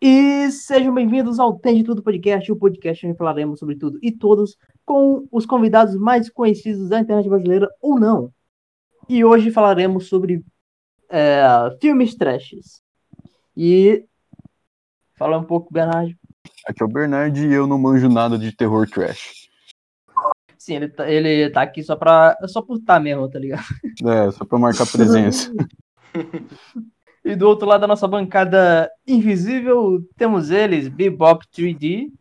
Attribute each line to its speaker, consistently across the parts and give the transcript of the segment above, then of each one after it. Speaker 1: E sejam bem-vindos ao Tem de Tudo Podcast, o podcast onde falaremos sobre tudo e todos com os convidados mais conhecidos da internet brasileira ou não. E hoje falaremos sobre é, filmes trashes. E. Fala um pouco, Bernardo.
Speaker 2: Aqui é o Bernard e eu não manjo nada de terror trash.
Speaker 1: Sim, ele tá, ele tá aqui só pra. Só por tá mesmo, tá ligado?
Speaker 2: É, só pra marcar presença.
Speaker 1: E do outro lado da nossa bancada invisível, temos eles, Bebop 3D,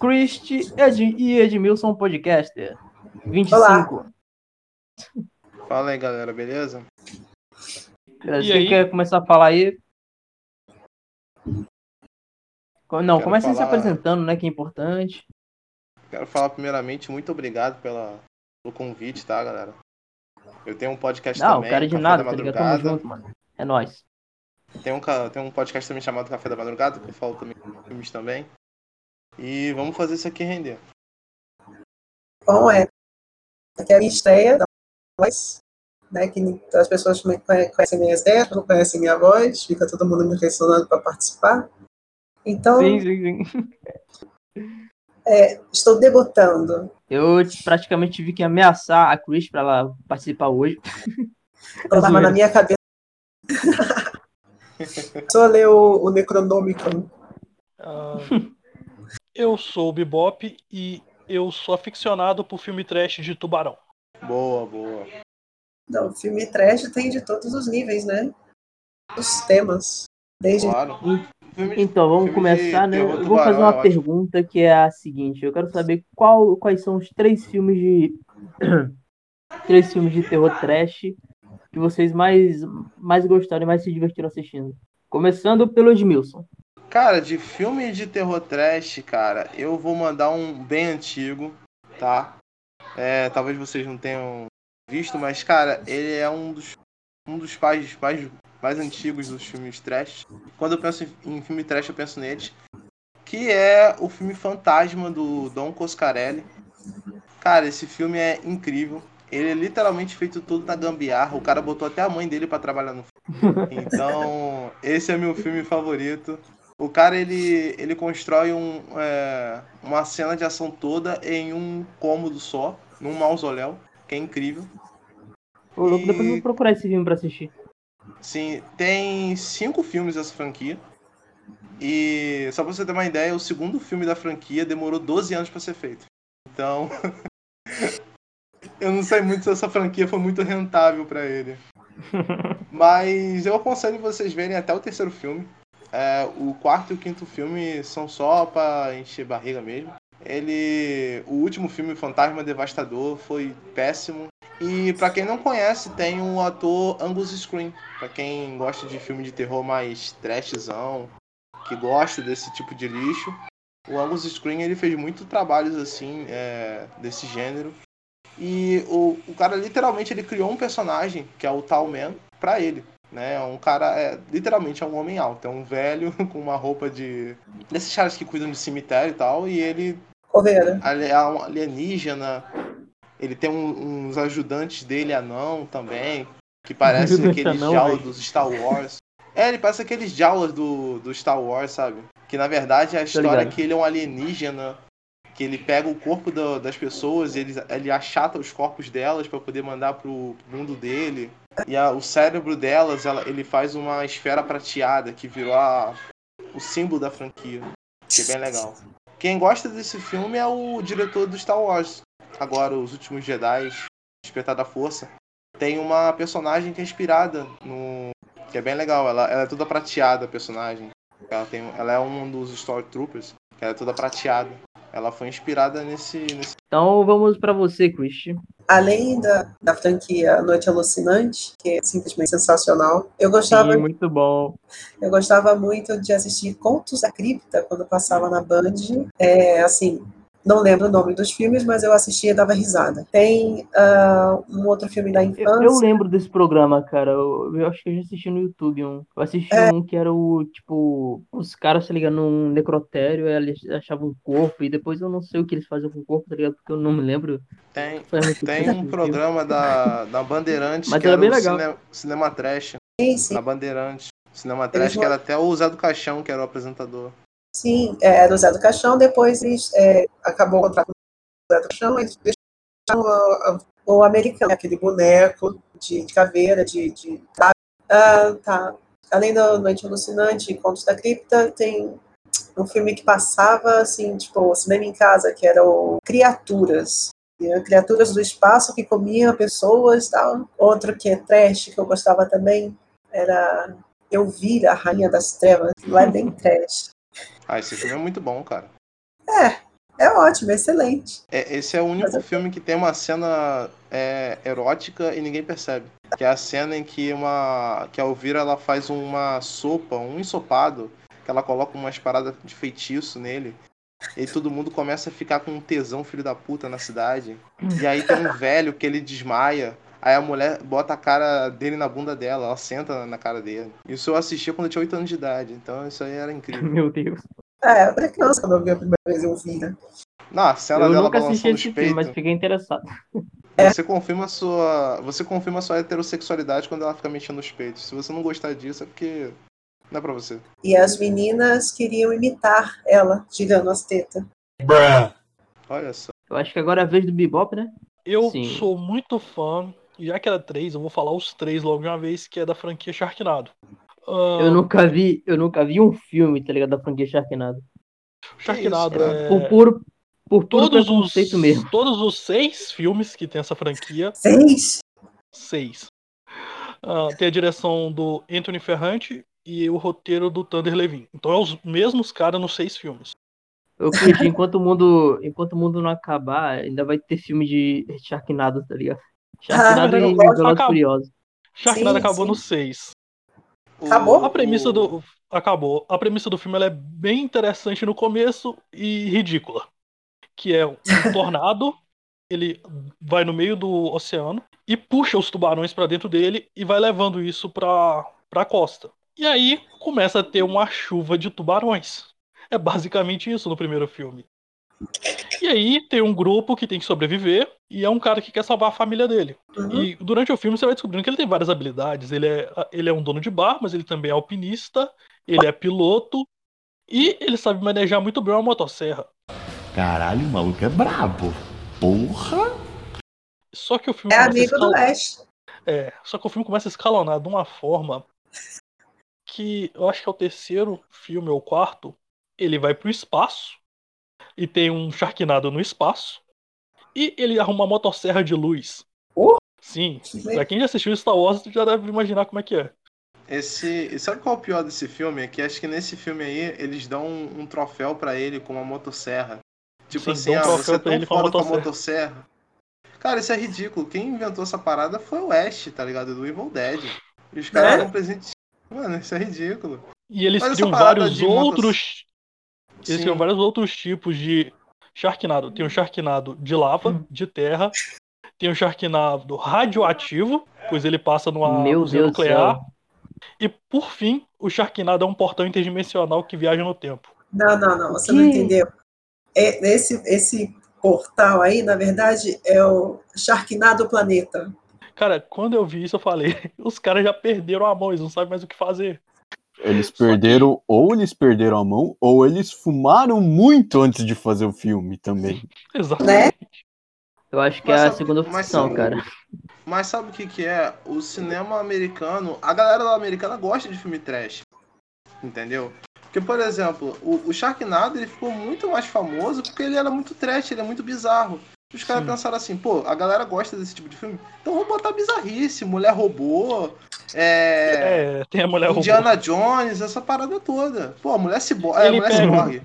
Speaker 1: Christy Ed- e Edmilson Podcaster. 25.
Speaker 3: Fala aí, galera, beleza?
Speaker 1: Cara,
Speaker 4: E
Speaker 1: Quem
Speaker 4: aí?
Speaker 1: quer começar a falar aí? Co- Não,
Speaker 3: Quero
Speaker 1: começa aí se
Speaker 3: falar-
Speaker 1: apresentando, né? Que é importante.
Speaker 3: Quero falar primeiramente, muito obrigado pela, pelo convite, tá, galera? Eu tenho um podcast
Speaker 1: Não,
Speaker 3: também,
Speaker 1: cara de
Speaker 3: Café
Speaker 1: nada,
Speaker 3: da
Speaker 1: tá ligado? Tamo
Speaker 3: Madrugada.
Speaker 1: junto, mano. É nóis.
Speaker 3: Tem um, ca- tem um podcast também chamado Café da Madrugada, que eu falo também de filmes também. E vamos fazer isso aqui render.
Speaker 5: Bom, é. Aqui é a minha estreia da voz, né? Que então, as pessoas me conhe- conhecem minhas ideias, não conhecem minha voz, fica todo mundo me pressionando para participar. Então,
Speaker 1: Sim, sim, sim.
Speaker 5: estou debutando.
Speaker 1: Eu praticamente tive que ameaçar a Chris pra ela participar hoje.
Speaker 5: Então, tava
Speaker 1: Tá zoeira.
Speaker 5: na minha cabeça. Só ler o, o Necronomicon.
Speaker 4: Ah, eu sou o Bebop e eu sou aficionado por filme trash de tubarão.
Speaker 3: Boa, boa.
Speaker 5: Não, filme trash tem de todos os níveis, né? Os temas. Desde
Speaker 3: Claro. Filme de-
Speaker 1: Então, vamos
Speaker 3: Filme de
Speaker 1: começar, né?
Speaker 3: terror
Speaker 1: Eu vou fazer
Speaker 3: tubarão é
Speaker 1: uma
Speaker 3: ótimo.
Speaker 1: pergunta que é a seguinte: eu quero saber qual, quais são os três filmes de. três filmes de terror trash que vocês mais, mais gostaram e mais se divertiram assistindo. Começando pelo Edmilson.
Speaker 3: Cara, de filme de terror trash, cara, eu vou mandar um bem antigo, tá? É, talvez vocês não tenham visto, mas, cara, ele é um dos, um dos pais mais, mais antigos dos filmes trash. Quando eu penso em, em filme trash, eu penso neles. Que é o filme Fantasma do Don Coscarelli. Cara, esse filme é incrível. Ele é literalmente feito tudo na gambiarra. O cara botou até a mãe dele pra trabalhar no filme. Então, esse é meu filme favorito. O cara ele, ele constrói um, é, uma cena de ação toda em um cômodo só, num mausoléu, que é incrível.
Speaker 1: Ô, louco, depois eu vou
Speaker 3: E-
Speaker 1: procurar esse filme pra assistir.
Speaker 3: Sim, tem cinco filmes essa franquia. E só pra você ter uma ideia, o segundo filme da franquia demorou 12 anos pra ser feito. Então, eu não sei muito se essa franquia foi muito rentável pra ele. Mas eu aconselho vocês verem até o terceiro filme. É, o quarto e o quinto filme são só pra encher barriga mesmo. Ele, o último filme, Fantasma Devastador, foi péssimo. E pra quem não conhece, tem o ator Angus Screen. Pra quem gosta de filme de terror mais trashzão, que gosta desse tipo de lixo, o Angus Screen ele fez muito trabalhos assim é, desse gênero. E o, o cara literalmente ele criou um personagem que é o Tall Man pra ele. Né? É um cara, é, literalmente é um homem alto, é um velho com uma roupa de. desses caras que cuidam de cemitério e tal, e ele
Speaker 5: Correira.
Speaker 3: ali- é um alienígena. Ele tem um- uns ajudantes dele anão também, que parecem
Speaker 1: Ajudante
Speaker 3: aqueles
Speaker 1: anão,
Speaker 3: Jawas
Speaker 1: velho.
Speaker 3: dos Star Wars. É, ele parece aqueles Jawas do, do Star Wars, sabe? Que na verdade a história é
Speaker 1: Tá ligado.
Speaker 3: que ele é um alienígena, que ele pega o corpo da- das pessoas, ele, ele achata os corpos delas pra poder mandar pro mundo dele. E a- o cérebro delas, ela- ele faz uma esfera prateada que virou a- o símbolo da franquia. Que é bem legal. Quem gosta desse filme é o diretor do Star Wars. Agora, Os Últimos Jedi, Despertar da Força. Tem uma personagem que é inspirada no. que é bem legal. Ela, ela é toda prateada, a personagem. Ela, tem, ela é um dos Stormtroopers, que ela é toda prateada. Ela foi inspirada nesse. nesse...
Speaker 1: Então vamos pra você, Chris.
Speaker 5: Além da, da franquia Noite Alucinante, que é simplesmente sensacional, eu
Speaker 3: Tá
Speaker 5: gostava
Speaker 1: Sim, muito bom.
Speaker 5: Eu gostava muito de assistir Contos da Cripta quando passava na Band. É, assim, não lembro o nome dos filmes, mas eu assistia e dava risada. Tem ah, um outro filme da
Speaker 1: Eu,
Speaker 3: Tá
Speaker 1: eu
Speaker 5: infância.
Speaker 1: lembro desse programa, cara. Eu, eu acho que eu já assisti no YouTube um. Eu assisti
Speaker 3: É.
Speaker 1: um que era o, tipo, os caras, se ligam, num necrotério, aí eles achavam um corpo, e depois eu não sei o que eles faziam com o corpo, tá ligado? Porque eu não me lembro.
Speaker 3: Tem,
Speaker 1: Foi muito
Speaker 3: tem
Speaker 1: tempo.
Speaker 3: um programa da, da Bandeirantes
Speaker 1: Mas
Speaker 3: que
Speaker 1: era
Speaker 3: era,
Speaker 1: bem
Speaker 3: o
Speaker 1: legal.
Speaker 3: Cine- Cinema Trash,
Speaker 5: Sim, sim.
Speaker 3: na Bandeirantes. Cinema Trash,
Speaker 5: Eles
Speaker 3: que era até o Zé do Caixão, que era o apresentador.
Speaker 5: Sim, é, era o Zé do Caixão, depois eles, é, acabou o contrato com o Zé do Caixão, eles deixaram a- a- o, americano, né, aquele boneco de, de caveira, de... de tá, Ah, tá. Além da Noite Alucinante e Contos da Cripta, tem um filme que passava, assim, tipo, cinema em casa, que era o Criaturas. E era Criaturas do espaço que comia pessoas e tal. Outro que é trash, que eu gostava também, era Elvira, a Rainha das Trevas. Lá é bem trash.
Speaker 3: Ah, esse filme é muito bom, cara.
Speaker 5: É ótimo, é excelente.
Speaker 3: É, esse é o único
Speaker 5: Mas eu-
Speaker 3: filme que tem uma cena é, erótica e ninguém percebe. Que é a cena em que uma. que a Elvira ela faz uma sopa, um ensopado, que ela coloca umas paradas de feitiço nele. E aí todo mundo começa a ficar com um tesão filho da puta na cidade. E aí tem um velho que ele desmaia. Aí a mulher bota a cara dele na bunda dela, ela senta na cara dele. Isso eu assistia quando eu tinha 8 anos de idade, então isso aí era incrível.
Speaker 1: Meu Deus.
Speaker 5: É, eu era criança quando eu vi né?" a primeira vez Elvira.
Speaker 3: Não, a cena
Speaker 1: Eu
Speaker 3: dela
Speaker 1: nunca assisti
Speaker 3: balançando os
Speaker 1: esse filme,
Speaker 3: peitos.
Speaker 1: mas fiquei interessado.
Speaker 3: Você confirma a sua, você confirma a sua heterossexualidade quando ela fica mexendo nos peitos. Se você não gostar disso, é porque não é pra você.
Speaker 5: E as meninas queriam imitar ela, girando as tetas.
Speaker 3: Olha só.
Speaker 1: Eu acho que agora é a vez do Bebop, né?
Speaker 4: Eu
Speaker 1: Sim.
Speaker 4: sou muito fã, e já que era três, eu vou falar os três logo de uma vez, que é da franquia Sharknado. Ah,
Speaker 1: Eu nunca vi, eu nunca vi um filme, tá ligado? Da franquia Sharknado.
Speaker 4: Sharknado
Speaker 3: isso,
Speaker 4: é...
Speaker 1: Por puro, por puro
Speaker 4: Todos
Speaker 1: preconceito
Speaker 4: os,
Speaker 1: mesmo.
Speaker 4: todos os seis filmes que tem essa franquia,
Speaker 5: Seis?
Speaker 4: seis. Ah, tem a direção do Anthony Ferrante e o roteiro do Thunder Levin. Então é os mesmos caras nos seis filmes.
Speaker 1: Eu acredito, enquanto o mundo, enquanto o mundo não acabar, ainda vai ter filme de Sharknado, tá ligado? Sharknado
Speaker 5: Ah,
Speaker 1: e
Speaker 5: eu
Speaker 4: gosto.
Speaker 1: Velozes e
Speaker 4: Acabou.
Speaker 1: Furiosos.
Speaker 4: Sharknado
Speaker 5: Sim,
Speaker 4: acabou
Speaker 5: sim.
Speaker 4: no seis.
Speaker 3: O-
Speaker 5: Acabou?
Speaker 4: A premissa do. Acabou. A premissa do filme ela é bem interessante no começo e ridícula. Que é um tornado, ele vai no meio do oceano e puxa os tubarões pra dentro dele e vai levando isso pra, pra costa. E aí começa a ter uma chuva de tubarões. É basicamente isso no primeiro filme. E aí tem um grupo que tem que sobreviver e é um cara que quer salvar a família dele.
Speaker 5: Uhum.
Speaker 4: E durante o filme você vai descobrindo que ele tem várias habilidades. Ele é, ele é um dono de bar, mas ele também é alpinista, ele é piloto e ele sabe manejar muito bem uma motosserra.
Speaker 6: Caralho, o maluco é brabo. Porra!
Speaker 4: Só que o filme
Speaker 5: É
Speaker 4: começa a
Speaker 5: amigo do
Speaker 4: escal-
Speaker 5: Ash.
Speaker 4: É, só que o filme começa a escalonar de uma forma que eu acho que é o terceiro filme ou o quarto. Ele vai pro espaço e tem um Sharknado no espaço e ele arruma uma motosserra de luz.
Speaker 5: Oh!
Speaker 4: Sim, pra quem já assistiu Star Wars já deve imaginar como é que é.
Speaker 3: Esse, e sabe qual é o pior desse filme? É que acho que nesse filme aí eles dão um, um troféu pra ele com uma motosserra. Tipo
Speaker 4: Sim,
Speaker 3: assim,
Speaker 4: dão um
Speaker 3: ah,
Speaker 4: troféu
Speaker 3: você é
Speaker 4: pra
Speaker 3: tão
Speaker 4: ele com uma
Speaker 3: foda com a
Speaker 4: motosserra.
Speaker 3: motosserra. Cara, isso é ridículo. Quem inventou essa parada foi o Ash, tá ligado? Do Evil Dead. E os caras
Speaker 5: Né?
Speaker 3: dão um presente. Mano, isso é ridículo.
Speaker 4: E eles
Speaker 3: Mas essa
Speaker 4: criam
Speaker 3: parada
Speaker 4: vários
Speaker 3: de motos-
Speaker 4: outros. Eles criam
Speaker 3: Sim.
Speaker 4: vários outros tipos de Sharknado. Tem o Sharknado de
Speaker 3: Hum.
Speaker 4: lava, de terra. Tem o Sharknado radioativo, pois ele passa numa
Speaker 1: Meu
Speaker 4: usina
Speaker 1: Deus do
Speaker 4: nuclear. E por fim, o Sharknado é um portão interdimensional que viaja no tempo.
Speaker 5: Não, não, não, você não
Speaker 1: Que-
Speaker 5: entendeu. É, esse, esse portal aí, na verdade, é o Sharknado Planeta.
Speaker 4: Cara, quando eu vi isso, eu falei, os caras já perderam a mão, eles não sabem mais o que fazer.
Speaker 2: Eles perderam, ou eles perderam a mão, ou eles fumaram muito antes de fazer o filme também.
Speaker 3: Né?
Speaker 5: né?
Speaker 4: Exatamente.
Speaker 1: Eu acho que
Speaker 3: Mas
Speaker 1: é a
Speaker 3: sabe-
Speaker 1: segunda
Speaker 3: mas
Speaker 1: opção,
Speaker 3: sabe-
Speaker 1: cara.
Speaker 3: Mas sabe o que que é? O cinema americano, a galera americana gosta de filme trash. Entendeu? Porque, por exemplo, o, o Sharknado ele ficou muito mais famoso porque ele era muito trash, ele é muito bizarro. Os caras
Speaker 4: Sim.
Speaker 3: pensaram assim, pô, a galera gosta desse tipo de filme, então vamos botar bizarrice, mulher robô, é,
Speaker 4: É, tem a mulher robô.
Speaker 3: Indiana Jones, essa parada toda. Pô, a mulher ciborgue. É,
Speaker 4: Ele
Speaker 3: mulher
Speaker 4: pega-
Speaker 3: ciborgue.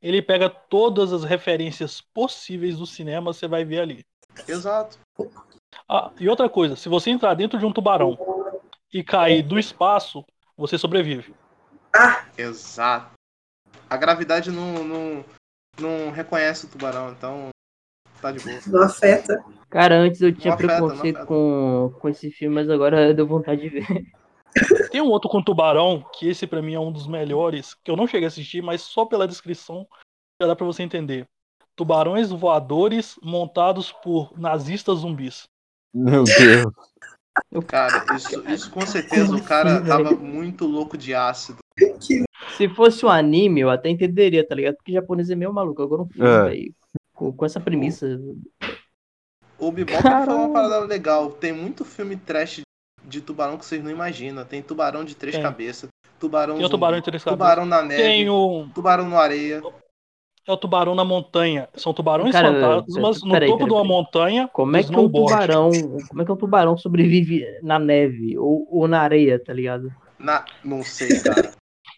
Speaker 4: Ele pega todas as referências possíveis do cinema, você vai ver ali.
Speaker 3: Exato.
Speaker 4: Ah, e outra coisa, se você entrar dentro de um tubarão e cair do espaço, você sobrevive.
Speaker 3: Exato. A gravidade não, não, não reconhece o tubarão, então tá de boa.
Speaker 5: Não afeta.
Speaker 1: Cara, antes eu tinha
Speaker 3: Uma feta, uma
Speaker 1: preconceito
Speaker 3: feta.
Speaker 1: com, com esse filme, mas agora deu vontade de ver.
Speaker 4: Tem um outro com tubarão, que esse pra mim é um dos melhores, que eu não cheguei a assistir, mas só pela descrição já dá pra você entender. Tubarões voadores montados por nazistas zumbis.
Speaker 2: Meu Deus.
Speaker 3: Cara, isso, isso com certeza o cara tava muito louco de ácido.
Speaker 5: Que
Speaker 1: Se fosse um anime, eu até entenderia, tá ligado? Porque japonês é meio maluco. Agora um filme,
Speaker 2: É.
Speaker 1: velho. Com, com essa premissa.
Speaker 3: O Bebop ele
Speaker 1: Caramba.
Speaker 3: falou uma parada legal. Tem muito filme trash de tubarão que vocês não imaginam. Tem tubarão de três
Speaker 4: Tem.
Speaker 3: cabeças, tubarão,
Speaker 4: Tem o
Speaker 3: zumbi,
Speaker 4: tubarão interessado.
Speaker 3: tubarão na neve,
Speaker 4: Tem um. o,
Speaker 3: tubarão no areia.
Speaker 4: é o tubarão na montanha. São tubarões
Speaker 1: Cara,
Speaker 4: fantasmas
Speaker 1: pera-
Speaker 4: no
Speaker 1: peraí,
Speaker 4: topo
Speaker 1: peraí,
Speaker 4: de uma
Speaker 1: peraí.
Speaker 4: montanha.
Speaker 1: Como é que um
Speaker 4: Snowboard.
Speaker 1: tubarão. Como é que um tubarão sobrevive na neve ou, ou na areia, tá ligado?
Speaker 3: Na... Não sei, cara.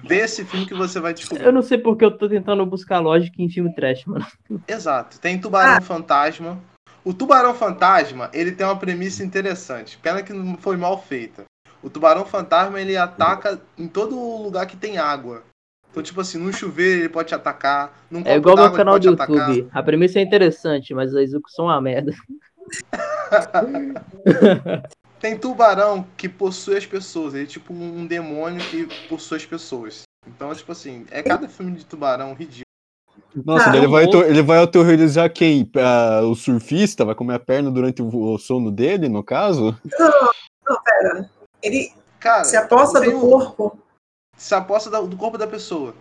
Speaker 3: Vê esse filme que você vai descobrir.
Speaker 1: Eu não sei porque eu tô tentando buscar lógica em filme trash, mano.
Speaker 3: Exato. Tem
Speaker 1: Ah.
Speaker 3: tubarão fantasma. O tubarão fantasma, ele tem uma premissa interessante. Pena que não foi mal feita. O tubarão fantasma, ele ataca em todo lugar que tem água. Então, tipo assim, num chuveiro ele pode te atacar, num copo
Speaker 1: É igual meu
Speaker 3: d'água ele
Speaker 1: canal
Speaker 3: pode
Speaker 1: do
Speaker 3: te atacar.
Speaker 1: YouTube. A premissa é interessante, mas a execução é uma merda.
Speaker 3: Tem tubarão que possui as pessoas. Ele é tipo um demônio que possui as pessoas. Então, tipo assim, é cada filme de tubarão ridículo.
Speaker 2: Nossa,
Speaker 5: Ah,
Speaker 2: daí ele,
Speaker 4: um
Speaker 2: vai,
Speaker 4: outro.
Speaker 2: ator- ele vai aterrorizar quem? Ah, o surfista? Vai comer a perna durante o o sono dele, no caso?
Speaker 5: Ele
Speaker 3: Cara,
Speaker 5: se aposta
Speaker 3: tem
Speaker 5: do
Speaker 3: um-
Speaker 5: corpo,
Speaker 3: se aposta da- do corpo da pessoa.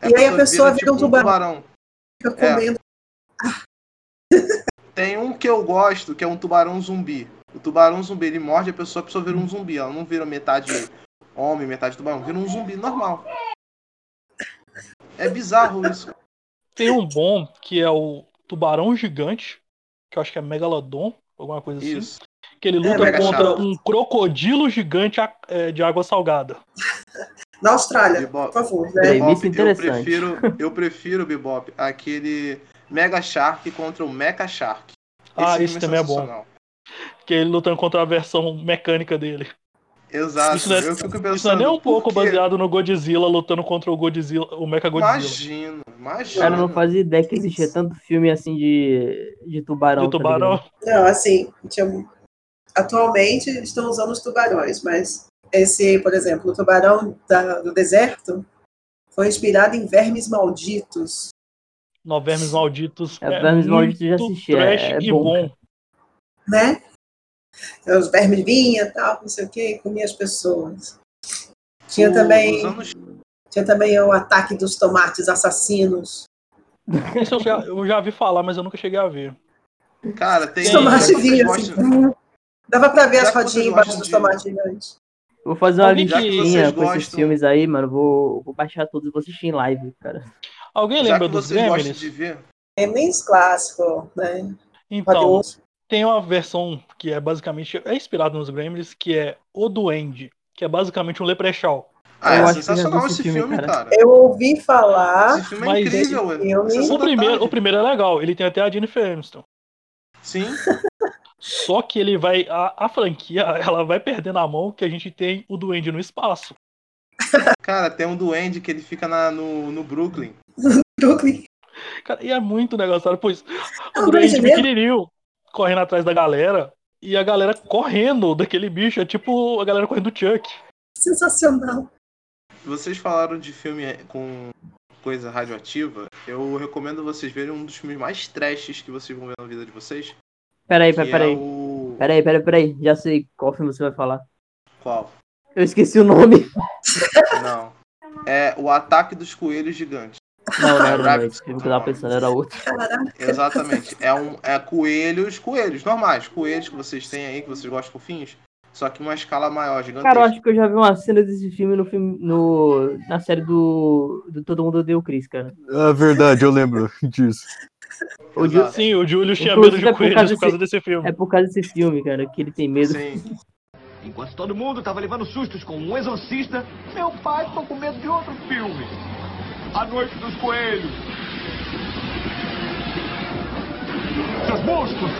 Speaker 3: tipo
Speaker 5: E aí a pessoa vira um tubarão. fica
Speaker 3: É.
Speaker 5: comendo.
Speaker 3: Tem um que eu gosto, que é um tubarão zumbi. O tubarão zumbi, ele morde a pessoa, a pessoa vira um zumbi. Ela não vira metade homem, metade tubarão. Vira um zumbi normal. É bizarro isso.
Speaker 4: Tem um bom que é o tubarão gigante, que eu acho que é Megalodon, alguma coisa assim.
Speaker 3: Isso.
Speaker 4: Que
Speaker 3: É,
Speaker 4: ele luta
Speaker 5: mega
Speaker 4: contra
Speaker 3: chato.
Speaker 4: um crocodilo gigante a- é, de água salgada.
Speaker 5: Na Austrália,
Speaker 3: Bebop,
Speaker 5: por favor, né?
Speaker 1: Premissa
Speaker 3: Bebop, eu
Speaker 1: É, interessante.
Speaker 3: prefiro, eu prefiro Bebop, aquele Mega Shark contra o Mecha Shark.
Speaker 4: Ah,
Speaker 3: filme
Speaker 4: esse também é bom.
Speaker 3: sensacional.
Speaker 4: Que é ele lutando contra a versão mecânica dele.
Speaker 3: Exato.
Speaker 4: Isso não é-
Speaker 3: eu fico pensando,
Speaker 4: Isso não é nem um pouco
Speaker 3: por quê?
Speaker 4: baseado no Godzilla lutando contra o Godzilla, o Mecha Godzilla.
Speaker 3: Imagino,
Speaker 1: O cara não
Speaker 3: imagino.
Speaker 1: fazia ideia que existia tanto filme assim de, de tubarão.
Speaker 4: Do
Speaker 1: tá
Speaker 4: tubarão.
Speaker 1: ligado?
Speaker 5: Não, assim, tinha... atualmente estão usando os tubarões, mas esse, por exemplo, o tubarão da- do deserto foi inspirado em vermes malditos.
Speaker 4: No Vermes Malditos.
Speaker 1: É, Vermes Malditos eu já
Speaker 4: muito
Speaker 1: assisti, é-
Speaker 4: trash
Speaker 1: é
Speaker 4: e
Speaker 1: bom,
Speaker 4: bom.
Speaker 5: né? É Os vermes vinha, tal, não sei o que, comia as pessoas. Tinha
Speaker 3: Hum,
Speaker 5: também,
Speaker 3: Os anos-
Speaker 5: tinha também o ataque dos tomates assassinos.
Speaker 4: Esse eu já, eu já vi falar, mas eu nunca cheguei a ver.
Speaker 3: Cara, tem.
Speaker 5: Os
Speaker 4: Sim,
Speaker 5: tomates
Speaker 3: já que vocês
Speaker 5: vinham, assim.
Speaker 3: gostam-
Speaker 5: hum. Dava pra ver
Speaker 3: é Já
Speaker 5: as
Speaker 3: que vocês
Speaker 5: rodinhas embaixo
Speaker 3: gostam
Speaker 5: dos
Speaker 3: de-
Speaker 5: tomates gigantes.
Speaker 1: Vou fazer uma
Speaker 4: Alguém que
Speaker 1: listinha
Speaker 3: vocês
Speaker 1: com esses
Speaker 3: gostam-
Speaker 1: filmes aí, mano. Vou, vou baixar todos e vou assistir em live, cara.
Speaker 3: já
Speaker 4: Alguém lembra
Speaker 3: que
Speaker 4: dos
Speaker 3: vocês gostam
Speaker 4: Gremlins?
Speaker 3: de ver,
Speaker 5: É nem os clássicos, né?
Speaker 4: Então,
Speaker 5: Poderoso.
Speaker 4: tem uma versão que é basicamente é inspirada nos Gremlins, que é O Duende, que é basicamente um leprechaun.
Speaker 3: Ah,
Speaker 1: Eu
Speaker 3: é
Speaker 1: acho que já
Speaker 3: sensacional
Speaker 1: vi esse
Speaker 3: esse
Speaker 1: filme,
Speaker 3: filme,
Speaker 1: cara.
Speaker 3: cara.
Speaker 5: Eu ouvi
Speaker 1: Ah,
Speaker 5: falar.
Speaker 3: Esse filme é
Speaker 4: Mas
Speaker 3: incrível,
Speaker 5: esse
Speaker 3: ué.
Speaker 5: filme-
Speaker 4: O
Speaker 5: Sessão
Speaker 4: primeiro, o primeiro é legal, ele tem até a Jennifer Aniston.
Speaker 3: Sim,
Speaker 4: Só que ele vai a, a franquia, ela vai perdendo a mão que a gente tem o Duende no espaço.
Speaker 3: cara, tem um duende que ele fica na- no, no Brooklyn.
Speaker 5: Brooklyn.
Speaker 4: Cara, e é muito negócio, pois
Speaker 5: É
Speaker 4: o
Speaker 5: um grande
Speaker 4: Duende
Speaker 5: mesmo.
Speaker 4: pequenininho correndo atrás da galera e a galera correndo daquele bicho, é tipo a galera correndo do Chuck.
Speaker 5: Sensacional.
Speaker 3: Vocês falaram de filme eh, com coisa radioativa. Eu recomendo vocês verem um dos filmes mais trashes que vocês vão ver na vida de vocês.
Speaker 1: Peraí,
Speaker 3: Que
Speaker 1: peraí,
Speaker 3: é
Speaker 1: peraí.
Speaker 3: o.
Speaker 1: Peraí, peraí, peraí. Já sei qual filme você vai falar.
Speaker 3: Qual?
Speaker 1: Eu esqueci o nome.
Speaker 3: Não. É O Ataque dos Coelhos Gigantes.
Speaker 1: Não, não era o nome.
Speaker 3: Rabbit.
Speaker 1: Esse filme que eu tava pensando era outro.
Speaker 5: Caraca.
Speaker 3: Exatamente. É um é coelhos, coelhos normais, coelhos que vocês têm aí que vocês gostam fofinhos, só que uma escala maior,
Speaker 1: Cara, eu
Speaker 3: gigantesca.
Speaker 1: acho que eu já vi uma cena desse filme no filme. No, na série do, do Todo Mundo Odeia o Chris, cara.
Speaker 2: É verdade, eu lembro disso.
Speaker 1: O Ju-
Speaker 3: Exato.
Speaker 4: Sim, o Júlio tinha medo
Speaker 1: Inclusive, é por
Speaker 4: de coelhos
Speaker 1: causa
Speaker 4: por causa desse filme.
Speaker 1: É por causa desse filme, cara, que ele tem medo.
Speaker 3: Sim.
Speaker 7: Enquanto todo mundo estava levando sustos com um exorcista, meu pai ficou com medo de outro filme. A Noite dos Coelhos. Seus monstros!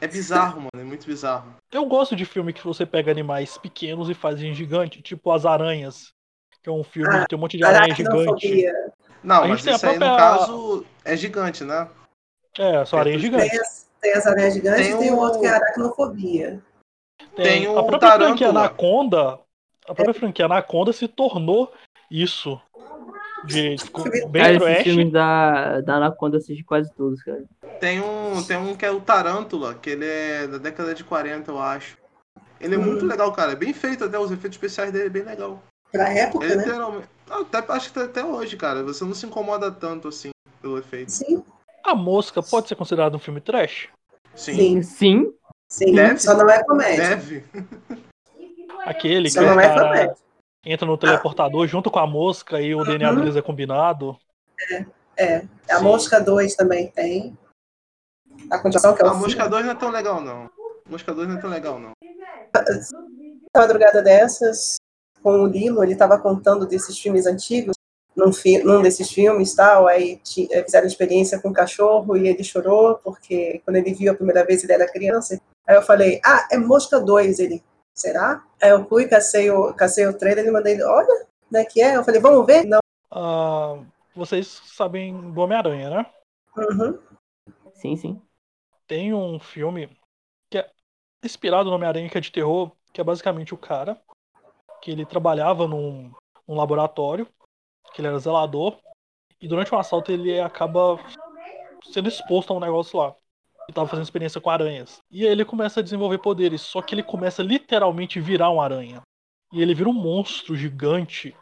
Speaker 3: É bizarro, mano, é muito bizarro.
Speaker 4: Eu gosto de filme que você pega animais pequenos e faz em gigante, tipo As Aranhas, que é um filme
Speaker 5: Ah,
Speaker 4: que tem um monte de aranha gigante.
Speaker 5: Aracnofobia.
Speaker 3: Não,
Speaker 4: A
Speaker 3: mas
Speaker 4: gente tem a
Speaker 3: isso aí no
Speaker 4: própria-
Speaker 3: caso é gigante, né?
Speaker 4: É, só aranha gigante.
Speaker 5: Tem as, tem as aranhas gigantes
Speaker 3: Tem
Speaker 5: e tem
Speaker 3: o-
Speaker 5: um outro que é aracnofobia.
Speaker 3: Tem um o
Speaker 4: a própria franquia
Speaker 3: Tarântula.
Speaker 5: É.
Speaker 4: Anaconda, a própria franquia Anaconda se tornou isso. de- ficou
Speaker 5: é
Speaker 1: Cara,
Speaker 4: bem
Speaker 1: esses
Speaker 4: trash.
Speaker 1: filmes da, da Anaconda eu assisti quase todos, cara.
Speaker 3: Tem um, tem um que é o Tarântula, que ele é da década de 40, eu acho. Ele é
Speaker 5: Hum.
Speaker 3: muito legal, cara. É bem feito até, os efeitos especiais dele é bem legal.
Speaker 5: Pra
Speaker 3: É
Speaker 5: época, né?
Speaker 3: literalmente. Até, acho que tá até hoje, cara. Você não se incomoda tanto assim pelo efeito.
Speaker 5: Sim,
Speaker 4: A Mosca pode ser considerado um filme trash?
Speaker 5: sim,
Speaker 3: Sim.
Speaker 1: Sim,
Speaker 5: sim.
Speaker 3: Deve-
Speaker 5: Só não é comédia.
Speaker 3: Deve.
Speaker 4: Aquele que
Speaker 5: Só
Speaker 4: o
Speaker 5: não é
Speaker 4: cara
Speaker 5: comédia.
Speaker 4: entra no teleportador junto com a mosca e o DNA
Speaker 5: Uhum.
Speaker 4: deles é combinado.
Speaker 5: É. A
Speaker 3: Sim.
Speaker 5: Mosca 2 também tem. A continuação, que é o
Speaker 3: A
Speaker 5: fim.
Speaker 3: Mosca 2 não é tão legal, não. Mosca 2 não é tão legal, não.
Speaker 5: Uma madrugada dessas, com o Lilo, ele estava contando desses filmes antigos, num, fi num desses filmes tal, aí ti- eh, fizeram experiência com o cachorro e ele chorou, porque quando ele viu a primeira vez ele era criança. Aí eu falei, ah, é Mosca 2, ele, será? Aí eu fui, cacei o, cacei o trailer, ele mandei, olha, né, que é? Eu falei, vamos ver? Não.
Speaker 4: Ah, vocês sabem do Homem-Aranha, né?
Speaker 5: Uhum.
Speaker 1: sim, sim.
Speaker 4: Tem um filme que é inspirado no Homem-Aranha, que é de terror, que é basicamente o cara que ele trabalhava num, num laboratório, que ele era zelador, e durante um assalto ele acaba sendo exposto a um negócio lá. Ele tava fazendo experiência com aranhas. E aí ele começa a desenvolver poderes, só que ele começa literalmente a virar um aranha. E ele vira um monstro gigante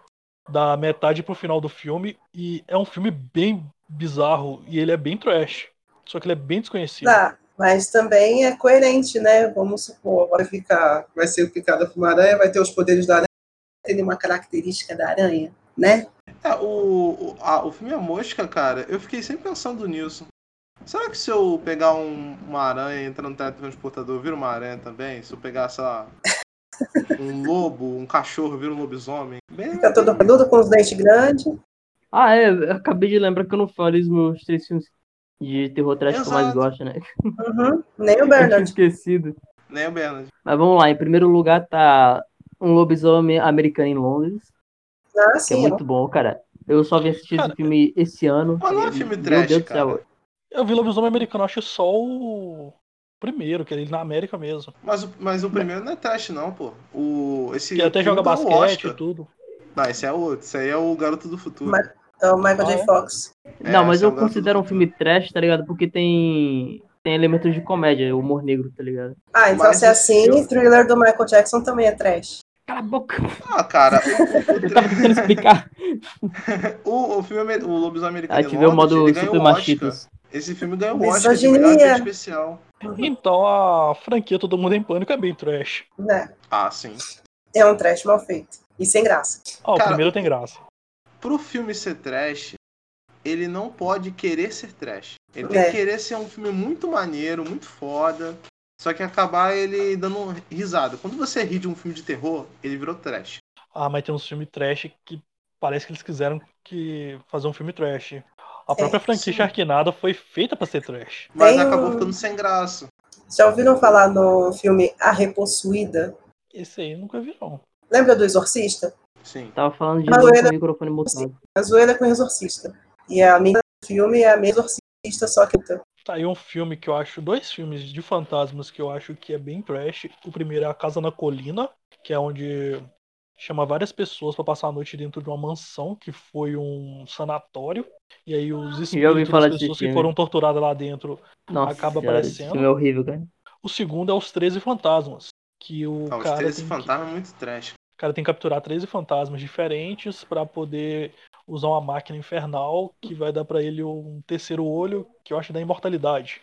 Speaker 4: da metade pro final do filme, e é um filme bem bizarro, e ele é bem trash. Só que ele é bem desconhecido.
Speaker 5: Tá. Mas também é coerente, né? Vamos supor, agora ficar, vai ser picada por uma aranha, vai ter os poderes da aranha, tem uma característica da aranha, né?
Speaker 3: É, o, o, a- o filme A Mosca, cara, eu fiquei sempre pensando nisso. Será que se eu pegar um- uma aranha e entrar no teletransportador, vira uma aranha também? Se eu pegar, sei lá, um lobo, um cachorro, vira um lobisomem? Bem,
Speaker 5: Fica todo peludo com os dentes grandes.
Speaker 1: Ah, é, eu acabei de lembrar que eu não falei os meus três filmes de terror trash que eu mais
Speaker 3: Exato.
Speaker 1: gosto, né?
Speaker 5: Uhum. Nem o
Speaker 1: Eu tinha
Speaker 5: Bernard.
Speaker 1: esquecido.
Speaker 3: né, Bernard?
Speaker 1: Mas vamos lá, em primeiro lugar tá um lobisomem americano em Londres,
Speaker 5: Ah,
Speaker 1: que é
Speaker 5: sim.
Speaker 1: muito bom, cara. Eu só vim assistir
Speaker 4: Cara,
Speaker 1: esse filme esse ano.
Speaker 3: Mas não é
Speaker 1: e,
Speaker 3: filme
Speaker 1: meu
Speaker 3: trash,
Speaker 1: Deus do céu.
Speaker 3: cara.
Speaker 4: Eu vi Lobisomem Americano, acho que só o primeiro, que é ele na América mesmo.
Speaker 3: Mas, o- mas o primeiro não é trash, não, pô. O, esse
Speaker 4: Que até
Speaker 3: filme
Speaker 4: joga
Speaker 3: tá no
Speaker 4: basquete e
Speaker 3: Oscar.
Speaker 4: tudo.
Speaker 3: Não, esse é outro. Esse aí é o Garoto do Futuro.
Speaker 5: Mas- É o Michael
Speaker 4: Ah,
Speaker 5: J.
Speaker 4: é?
Speaker 5: Fox.
Speaker 1: Não, mas
Speaker 3: esse é
Speaker 1: eu
Speaker 3: o Garoto
Speaker 1: considero
Speaker 3: do
Speaker 1: um filme trash, tá ligado? Porque tem, tem elementos de comédia, humor negro, tá ligado?
Speaker 5: Ah, então
Speaker 3: Mas
Speaker 5: se é assim,
Speaker 3: eu-
Speaker 5: thriller do Michael Jackson também é trash.
Speaker 1: Cala a boca,
Speaker 3: Futuro. Ah, cara,
Speaker 1: eu tava tentando explicar.
Speaker 3: o, o filme Amer- o Lobisomem Americano em
Speaker 1: Ativei o
Speaker 3: Londres,
Speaker 1: modo
Speaker 3: ele ganhou
Speaker 1: super
Speaker 3: o Oscar.
Speaker 1: machitos.
Speaker 3: Esse filme ganhou o Oscar de
Speaker 5: Misoginia.
Speaker 3: melhor filme especial.
Speaker 4: Então a franquia Todo Mundo em Pânico é bem trash.
Speaker 5: Né?
Speaker 3: Ah, sim.
Speaker 5: É um trash mal feito. E sem graça.
Speaker 4: Ah, o
Speaker 3: Cara,
Speaker 4: primeiro tem graça.
Speaker 3: Pro filme ser trash, ele não pode querer ser trash. Ele tem
Speaker 5: É.
Speaker 3: que querer ser um filme muito maneiro, muito foda. Só que acabar ele dando risada. Quando você ri de um filme de terror, ele virou trash.
Speaker 4: Ah, mas tem uns filmes trash que parece que eles quiseram que fazer um filme trash. A própria franquia
Speaker 3: É, sim.
Speaker 4: Sharknado foi feita pra ser trash.
Speaker 3: Mas
Speaker 5: Tem
Speaker 3: acabou
Speaker 5: um-
Speaker 3: ficando sem graça.
Speaker 5: Já ouviram falar no filme A Repossuída?
Speaker 4: Esse aí eu nunca vi, não.
Speaker 5: Lembra do Exorcista?
Speaker 3: Sim.
Speaker 1: Tava falando de
Speaker 5: Mas
Speaker 1: novo
Speaker 5: eu
Speaker 1: com
Speaker 5: era-
Speaker 1: o microfone
Speaker 3: assim,
Speaker 1: mutado.
Speaker 5: A zoeira com o Exorcista. E a menina do filme é a mesma exorcista, só que.
Speaker 4: Tá aí um filme que eu acho, dois filmes de fantasmas que eu acho que é bem trash. O primeiro é A Casa na Colina, que é onde chama várias pessoas pra passar a noite dentro de uma mansão, que foi um sanatório. E aí os espíritos
Speaker 1: falar
Speaker 4: das
Speaker 1: desse
Speaker 4: pessoas que
Speaker 1: filme.
Speaker 4: foram torturadas lá dentro.
Speaker 1: Nossa,
Speaker 4: Acaba
Speaker 1: senhora, esse
Speaker 4: aparecendo.
Speaker 1: filme é horrível, cara.
Speaker 4: O segundo é Os 13 Fantasmas, que o
Speaker 3: Ah, os
Speaker 4: cara,
Speaker 3: três
Speaker 4: tem que,
Speaker 3: fantasmas é muito trash.
Speaker 4: o cara tem que capturar 13 fantasmas diferentes pra poder usar uma máquina infernal que vai dar pra ele um terceiro olho, que eu acho da imortalidade.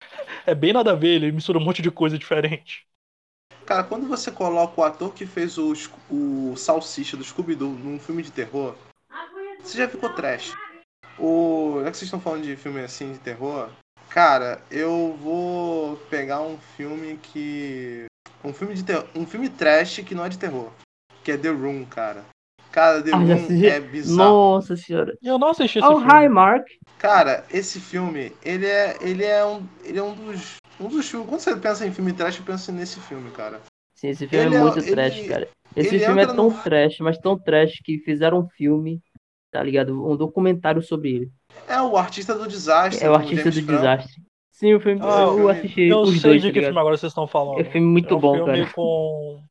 Speaker 4: É bem nada a ver, ele mistura um monte de coisa diferente.
Speaker 3: Cara, quando você coloca o ator que fez o, Sc- o Salsicha do Scooby-Doo num filme de terror, você já ficou trash. O... Já que vocês estão falando de filme assim de terror, cara, eu vou pegar um filme que. Um filme de terror. Um filme trash que não é de terror. Que é The Room, cara. Cara, The
Speaker 1: Ah, já
Speaker 3: Room
Speaker 1: assisti.
Speaker 3: é bizarro.
Speaker 1: Nossa senhora.
Speaker 4: E eu não assisti esse
Speaker 1: Oh,
Speaker 4: filme.
Speaker 1: hi, Mark.
Speaker 3: Cara, esse filme, ele é, ele é um, ele é um dos, um dos filmes. Quando você pensa em filme trash, eu penso nesse filme, cara.
Speaker 1: Sim, esse filme
Speaker 3: Ele
Speaker 1: é
Speaker 3: é-
Speaker 1: muito
Speaker 3: ele-
Speaker 1: trash, cara. Esse
Speaker 3: ele
Speaker 1: filme é
Speaker 3: entra
Speaker 1: tão
Speaker 3: no-
Speaker 1: trash, mas tão trash que fizeram um filme, tá ligado? Um documentário sobre ele.
Speaker 3: É o artista do desastre.
Speaker 1: É o
Speaker 3: do
Speaker 1: artista
Speaker 3: James
Speaker 1: do
Speaker 3: Franco.
Speaker 1: desastre. Sim, o filme
Speaker 4: Ah,
Speaker 1: eu
Speaker 3: eu-
Speaker 1: assisti
Speaker 4: Eu
Speaker 1: os
Speaker 4: sei
Speaker 1: dois, tá
Speaker 4: de que filme
Speaker 1: ligado?
Speaker 4: agora vocês estão falando.
Speaker 1: É filme muito
Speaker 4: é um
Speaker 1: bom,
Speaker 4: filme
Speaker 1: cara.
Speaker 4: com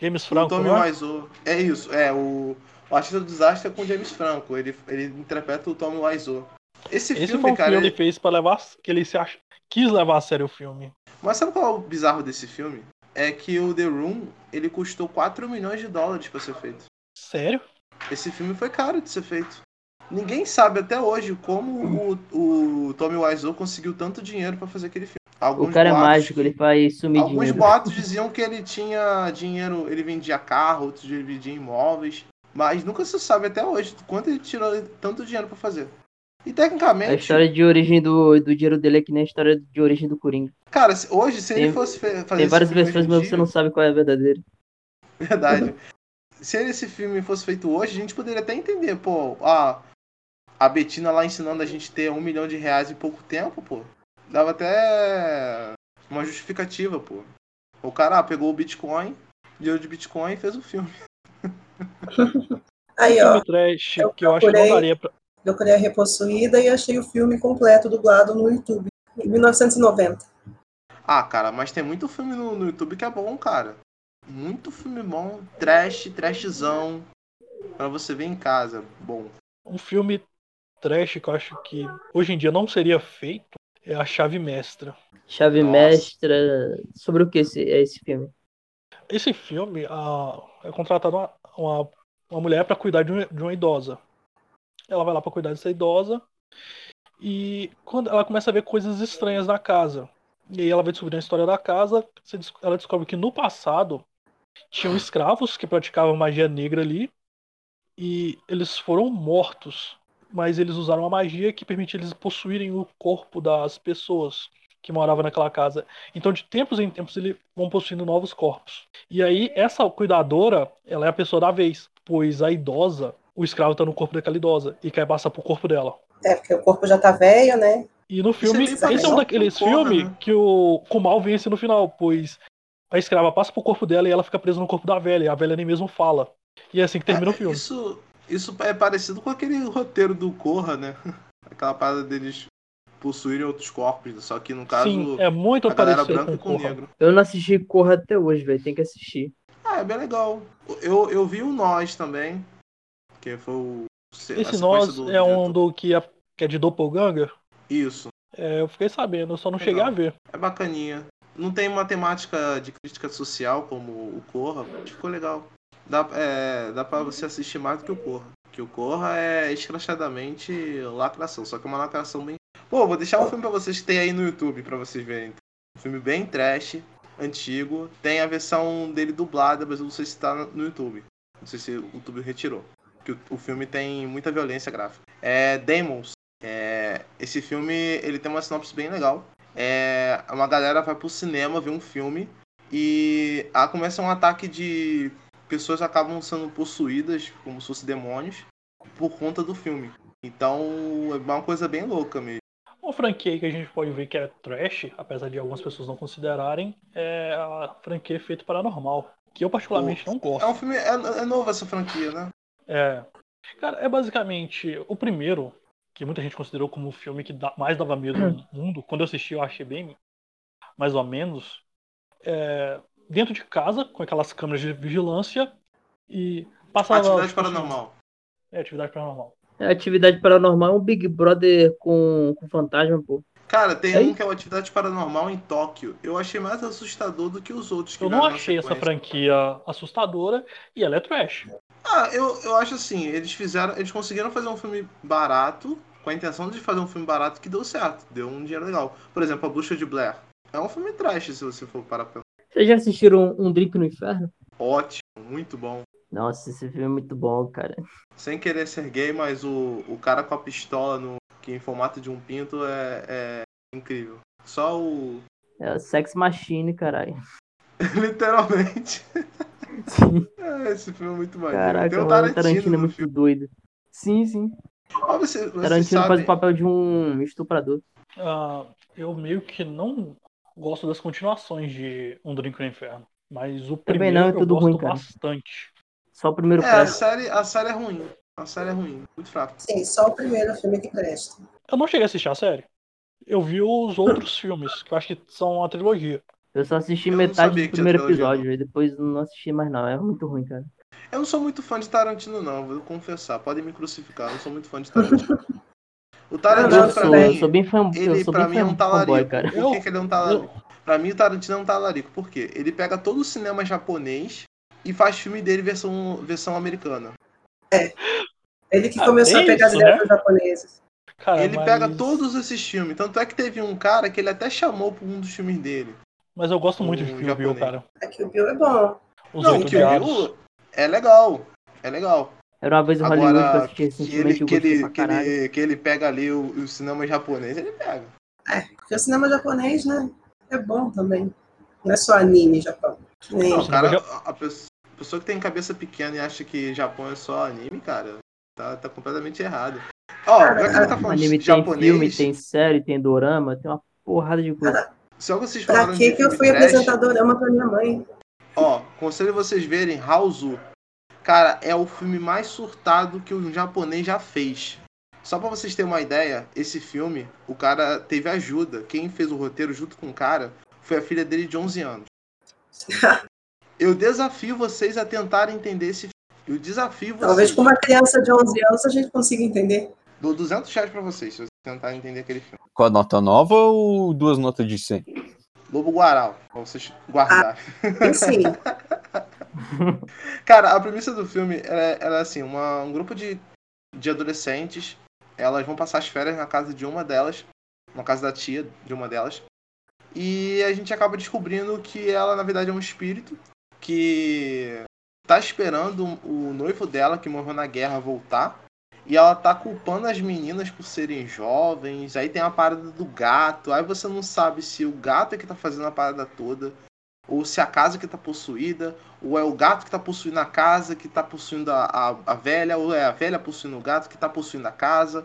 Speaker 4: James
Speaker 3: O
Speaker 4: Franco,
Speaker 3: Tommy
Speaker 4: né?
Speaker 3: Wiseau. É isso, é o O Artista do Desastre é com o James Franco, ele, ele interpreta o Tommy Wiseau. Esse,
Speaker 4: Esse
Speaker 3: filme,
Speaker 4: foi um
Speaker 3: cara,
Speaker 4: filme
Speaker 3: ele-
Speaker 4: que ele fez para levar. que ele se ach... quis levar a sério o filme.
Speaker 3: Mas sabe qual é o bizarro desse filme? É que o The Room, ele custou 4 milhões de dólares pra ser feito.
Speaker 4: Sério?
Speaker 3: Esse filme foi caro de ser feito. Ninguém sabe até hoje como o, o Tommy Wiseau conseguiu tanto dinheiro pra fazer aquele filme. Alguns
Speaker 1: O cara é
Speaker 3: boatos-
Speaker 1: mágico, ele faz sumir um-
Speaker 3: Alguns
Speaker 1: dinheiro.
Speaker 3: boatos diziam que ele tinha dinheiro, ele vendia carro, outros ele vendia imóveis, mas nunca se sabe até hoje quanto ele tirou tanto dinheiro pra fazer. E
Speaker 1: A
Speaker 3: tecnicamente,
Speaker 1: história de origem do, do dinheiro dele é que nem a história de origem do Coringa.
Speaker 3: cara, se- hoje se ele
Speaker 1: Tem-
Speaker 3: fosse fe- fazer
Speaker 1: Tem
Speaker 3: esse
Speaker 1: várias
Speaker 3: filme
Speaker 1: versões,
Speaker 3: hoje em
Speaker 1: mas você
Speaker 3: dia-
Speaker 1: não sabe qual é a verdadeira.
Speaker 3: Verdade. Se esse filme fosse feito hoje, a gente poderia até entender, pô, a, a Betina lá ensinando a gente a ter um milhão de reais em pouco tempo, pô. Dava até uma justificativa, pô. O cara ah, pegou o Bitcoin, dinheiro de Bitcoin e fez o filme.
Speaker 5: Aí, ó,
Speaker 4: filme é trash
Speaker 5: eu
Speaker 4: que eu acho que não
Speaker 5: procurei-
Speaker 4: daria pra.
Speaker 5: eu colhei a Repossuída e achei o filme completo dublado no YouTube, em 1990.
Speaker 3: Ah, cara, mas tem muito filme no, no YouTube que é bom, cara. Muito filme bom. Trash, trashzão. Pra você ver em casa. Bom.
Speaker 4: Um filme trash que eu acho que hoje em dia não seria feito é A Chave Mestra.
Speaker 1: Chave
Speaker 3: Nossa.
Speaker 1: Mestra. Sobre o que esse, é esse filme?
Speaker 4: Esse filme a- é contratada uma, uma, uma mulher para cuidar de, um- de uma idosa. Ela vai lá para cuidar dessa idosa e quando ela começa a ver coisas estranhas na casa. E aí ela vai descobrindo a história da casa. se des- Ela descobre que no passado tinham escravos que praticavam magia negra ali e eles foram mortos. Mas eles usaram uma magia que permitia eles possuírem o corpo das pessoas que moravam naquela casa. Então, de tempos em tempos, eles vão possuindo novos corpos. E aí, essa cuidadora, ela é a pessoa da vez, pois a idosa, o escravo tá no corpo daquela idosa e quer passar pro corpo dela.
Speaker 5: É, porque o corpo já tá velho, né?
Speaker 4: E no filme,
Speaker 3: é bem
Speaker 4: esse é
Speaker 3: bacana,
Speaker 4: um daqueles
Speaker 3: concordo,
Speaker 4: filmes
Speaker 3: né?
Speaker 4: que o Kumal vence no final, pois a escrava passa pro corpo dela e ela fica presa no corpo da velha, e a velha nem mesmo fala. E é assim que termina o filme.
Speaker 3: Isso, isso é parecido com aquele roteiro do Corra, né? Aquela parada deles possuírem outros corpos, né? só que no caso
Speaker 4: Sim, é muito
Speaker 3: a galera
Speaker 4: parecido
Speaker 3: branca
Speaker 4: com
Speaker 3: e com
Speaker 4: Corra.
Speaker 3: negro.
Speaker 1: Eu não assisti Corra até hoje, velho. Tem que assistir.
Speaker 3: Ah, é bem legal. Eu, eu vi o Nós também, que foi o. se- a
Speaker 4: Esse
Speaker 3: sequência
Speaker 4: Nós
Speaker 3: do-
Speaker 4: é
Speaker 3: do-
Speaker 4: um do que é, que é de Doppelganger?
Speaker 3: Isso.
Speaker 4: É, eu fiquei sabendo, eu só não
Speaker 3: Legal.
Speaker 4: cheguei a ver.
Speaker 3: É bacaninha. Não tem uma temática de crítica social como o Corra, mas ficou legal. Dá, é, dá pra você assistir mais do que o Corra. Que o Corra é escrachadamente lacração, só que é uma lacração bem. Pô, vou deixar um filme pra vocês que tem aí no YouTube pra vocês verem. Um filme bem trash, antigo. Tem a versão dele dublada, mas eu não sei se tá no YouTube. Não sei se o YouTube retirou. Que o, o filme tem muita violência gráfica. É Demons. É, esse filme ele tem uma sinopse bem legal é, uma galera vai pro cinema ver um filme e ah, começa um ataque de pessoas acabam sendo possuídas como se fossem demônios por conta do filme. Então é uma coisa bem louca mesmo.
Speaker 4: Uma franquia aí que a gente pode ver que é trash, apesar de algumas pessoas não considerarem, é a franquia Efeito Paranormal, que eu particularmente não
Speaker 3: É um
Speaker 4: gosto.
Speaker 3: filme é, é novo essa franquia, né?
Speaker 4: É, cara, é basicamente o primeiro, que muita gente considerou como o filme que dá- mais dava medo no mundo. Quando eu assisti, eu achei bem mais ou menos. É, dentro de casa, com aquelas câmeras de vigilância e passava...
Speaker 3: Atividade
Speaker 4: tipo, assim,
Speaker 3: paranormal.
Speaker 4: É, atividade paranormal.
Speaker 1: A Atividade Paranormal é um Big Brother com, com fantasma, pô.
Speaker 3: Cara, tem
Speaker 1: Ei?
Speaker 3: um que é uma atividade paranormal em Tóquio. Eu achei mais assustador do que os outros. Que
Speaker 4: Eu não
Speaker 3: vieram na
Speaker 4: achei essa
Speaker 3: sequência.
Speaker 4: franquia assustadora e ela é trash.
Speaker 3: Ah, eu, eu acho assim, eles fizeram. Eles conseguiram fazer um filme barato, com a intenção de fazer um filme barato que deu certo, deu um dinheiro legal. Por exemplo, A Bruxa de Blair. É um filme trash, se você for parar pra
Speaker 1: Vocês já assistiram Um Drink no Inferno?
Speaker 3: Ótimo, muito bom.
Speaker 1: Nossa, esse filme é muito bom, cara.
Speaker 3: Sem querer ser gay, mas o, o cara com a pistola no, que em formato de um pinto é, é incrível. Só o.
Speaker 1: É o Sex Machine, caralho.
Speaker 3: Literalmente.
Speaker 1: Sim.
Speaker 3: É, esse filme é muito maneiro.
Speaker 1: Caraca,
Speaker 3: Tem o
Speaker 1: mano,
Speaker 3: Tarantino,
Speaker 1: o Tarantino é
Speaker 3: no
Speaker 1: muito
Speaker 3: filme.
Speaker 1: doido. Sim, sim.
Speaker 3: Ah, você, você
Speaker 1: Tarantino
Speaker 3: sabe...
Speaker 1: faz o papel de um estuprador.
Speaker 4: Ah, eu meio que não gosto das continuações de Um Drink no Inferno. Mas o
Speaker 1: Também
Speaker 4: primeiro
Speaker 1: não, é
Speaker 4: eu
Speaker 1: tudo
Speaker 4: gosto
Speaker 1: ruim, cara.
Speaker 4: bastante.
Speaker 1: Só o primeiro
Speaker 3: É, a
Speaker 1: caso.
Speaker 3: série, a série é ruim. A série é ruim, muito fraca.
Speaker 5: Sim, só o primeiro filme que presta.
Speaker 4: Eu não cheguei a assistir a série. Eu vi os outros filmes, que eu acho que são uma trilogia.
Speaker 1: Eu só assisti
Speaker 3: Eu não
Speaker 1: metade
Speaker 3: sabia
Speaker 1: do
Speaker 3: que tinha
Speaker 1: primeiro
Speaker 3: trilogia,
Speaker 1: episódio, e depois não assisti mais não. É muito ruim, cara.
Speaker 3: Eu não sou muito fã de Tarantino, não, vou confessar. Podem me crucificar, eu não sou muito fã de Tarantino. O Tarantino,
Speaker 1: Eu
Speaker 3: pra
Speaker 1: sou, eu
Speaker 3: mim,
Speaker 1: sou bem fã, eu
Speaker 3: ele
Speaker 1: sou
Speaker 3: pra
Speaker 1: bem
Speaker 3: mim é um
Speaker 1: fã- fanboy,
Speaker 3: talarico.
Speaker 1: cara.
Speaker 3: Por que, que ele é um talarico? Pra mim, o Tarantino é um talarico. Por quê? Ele pega todo o cinema japonês e faz filme dele versão, versão americana.
Speaker 5: Ele que
Speaker 4: Ah,
Speaker 5: começou
Speaker 4: tem
Speaker 5: a pegar as
Speaker 4: isso,
Speaker 5: ideias japonesas.
Speaker 4: Cara,
Speaker 3: ele
Speaker 4: Ah, mas-
Speaker 3: pega todos esses filmes. Tanto é que teve um cara que ele até chamou pra um dos filmes dele.
Speaker 4: Mas eu gosto muito
Speaker 3: o
Speaker 4: de Kill Bill,
Speaker 3: japonês.
Speaker 4: cara.
Speaker 5: Aqui o Bill é bom.
Speaker 4: Os
Speaker 3: não,
Speaker 4: Oito
Speaker 3: o Kill
Speaker 4: Diabos.
Speaker 3: Bill é legal. É legal.
Speaker 1: Era uma vez em Hollywood que eu
Speaker 3: Agora,
Speaker 1: assisti
Speaker 3: que
Speaker 1: recentemente
Speaker 3: ele,
Speaker 1: eu
Speaker 3: que,
Speaker 1: gostei
Speaker 3: ele, é
Speaker 1: pra
Speaker 3: que,
Speaker 1: caralho.
Speaker 3: ele, que ele pega ali o, o cinema japonês, ele pega.
Speaker 5: Porque o cinema japonês, né? É bom também. Não é só anime Japão. Que nem-
Speaker 3: Não,
Speaker 4: Sim,
Speaker 3: cara,
Speaker 4: mas
Speaker 3: a, a pessoa, a pessoa que tem cabeça pequena e acha que Japão é só anime, cara, tá, tá completamente errado. Ó, já que você tá falando
Speaker 1: Anime
Speaker 3: de
Speaker 1: tem filme,
Speaker 3: japonês,
Speaker 1: tem série, tem dorama, tem uma porrada de coisa.
Speaker 3: só que vocês
Speaker 5: Pra
Speaker 3: falaram
Speaker 5: que
Speaker 3: de
Speaker 5: que eu
Speaker 3: filme
Speaker 5: fui
Speaker 3: trash,
Speaker 5: apresentadorama pra minha mãe?
Speaker 3: Ó, conselho vocês verem House. Cara, é o filme mais surtado que um japonês já fez. Só pra vocês terem uma ideia, esse filme, o cara teve ajuda. Quem fez o roteiro junto com o cara foi a filha dele de 11 anos. Eu desafio vocês a tentarem entender esse filme. Eu desafio
Speaker 5: Talvez
Speaker 3: vocês.
Speaker 5: com uma criança de 11 anos a gente consiga entender.
Speaker 3: Dou 200 reais pra vocês se vocês tentarem entender aquele filme.
Speaker 2: Com a nota nova ou duas notas de 100?
Speaker 3: Lobo Guaral, pra vocês guardarem.
Speaker 5: E Então, sim,
Speaker 3: Cara, a premissa do filme era, era assim, uma- um grupo de, de adolescentes, elas vão passar as férias na casa de uma delas, na casa da tia de uma delas, e a gente acaba descobrindo que ela, na verdade, é um espírito que tá esperando o noivo dela, que morreu na guerra, voltar, e ela tá culpando as meninas por serem jovens, aí tem a parada do gato, aí você não sabe se o gato é que tá fazendo a parada toda, ou se a casa que tá possuída, ou é o gato que tá possuindo a casa, que tá possuindo a, a, a velha, ou é a velha possuindo o gato que tá possuindo a casa,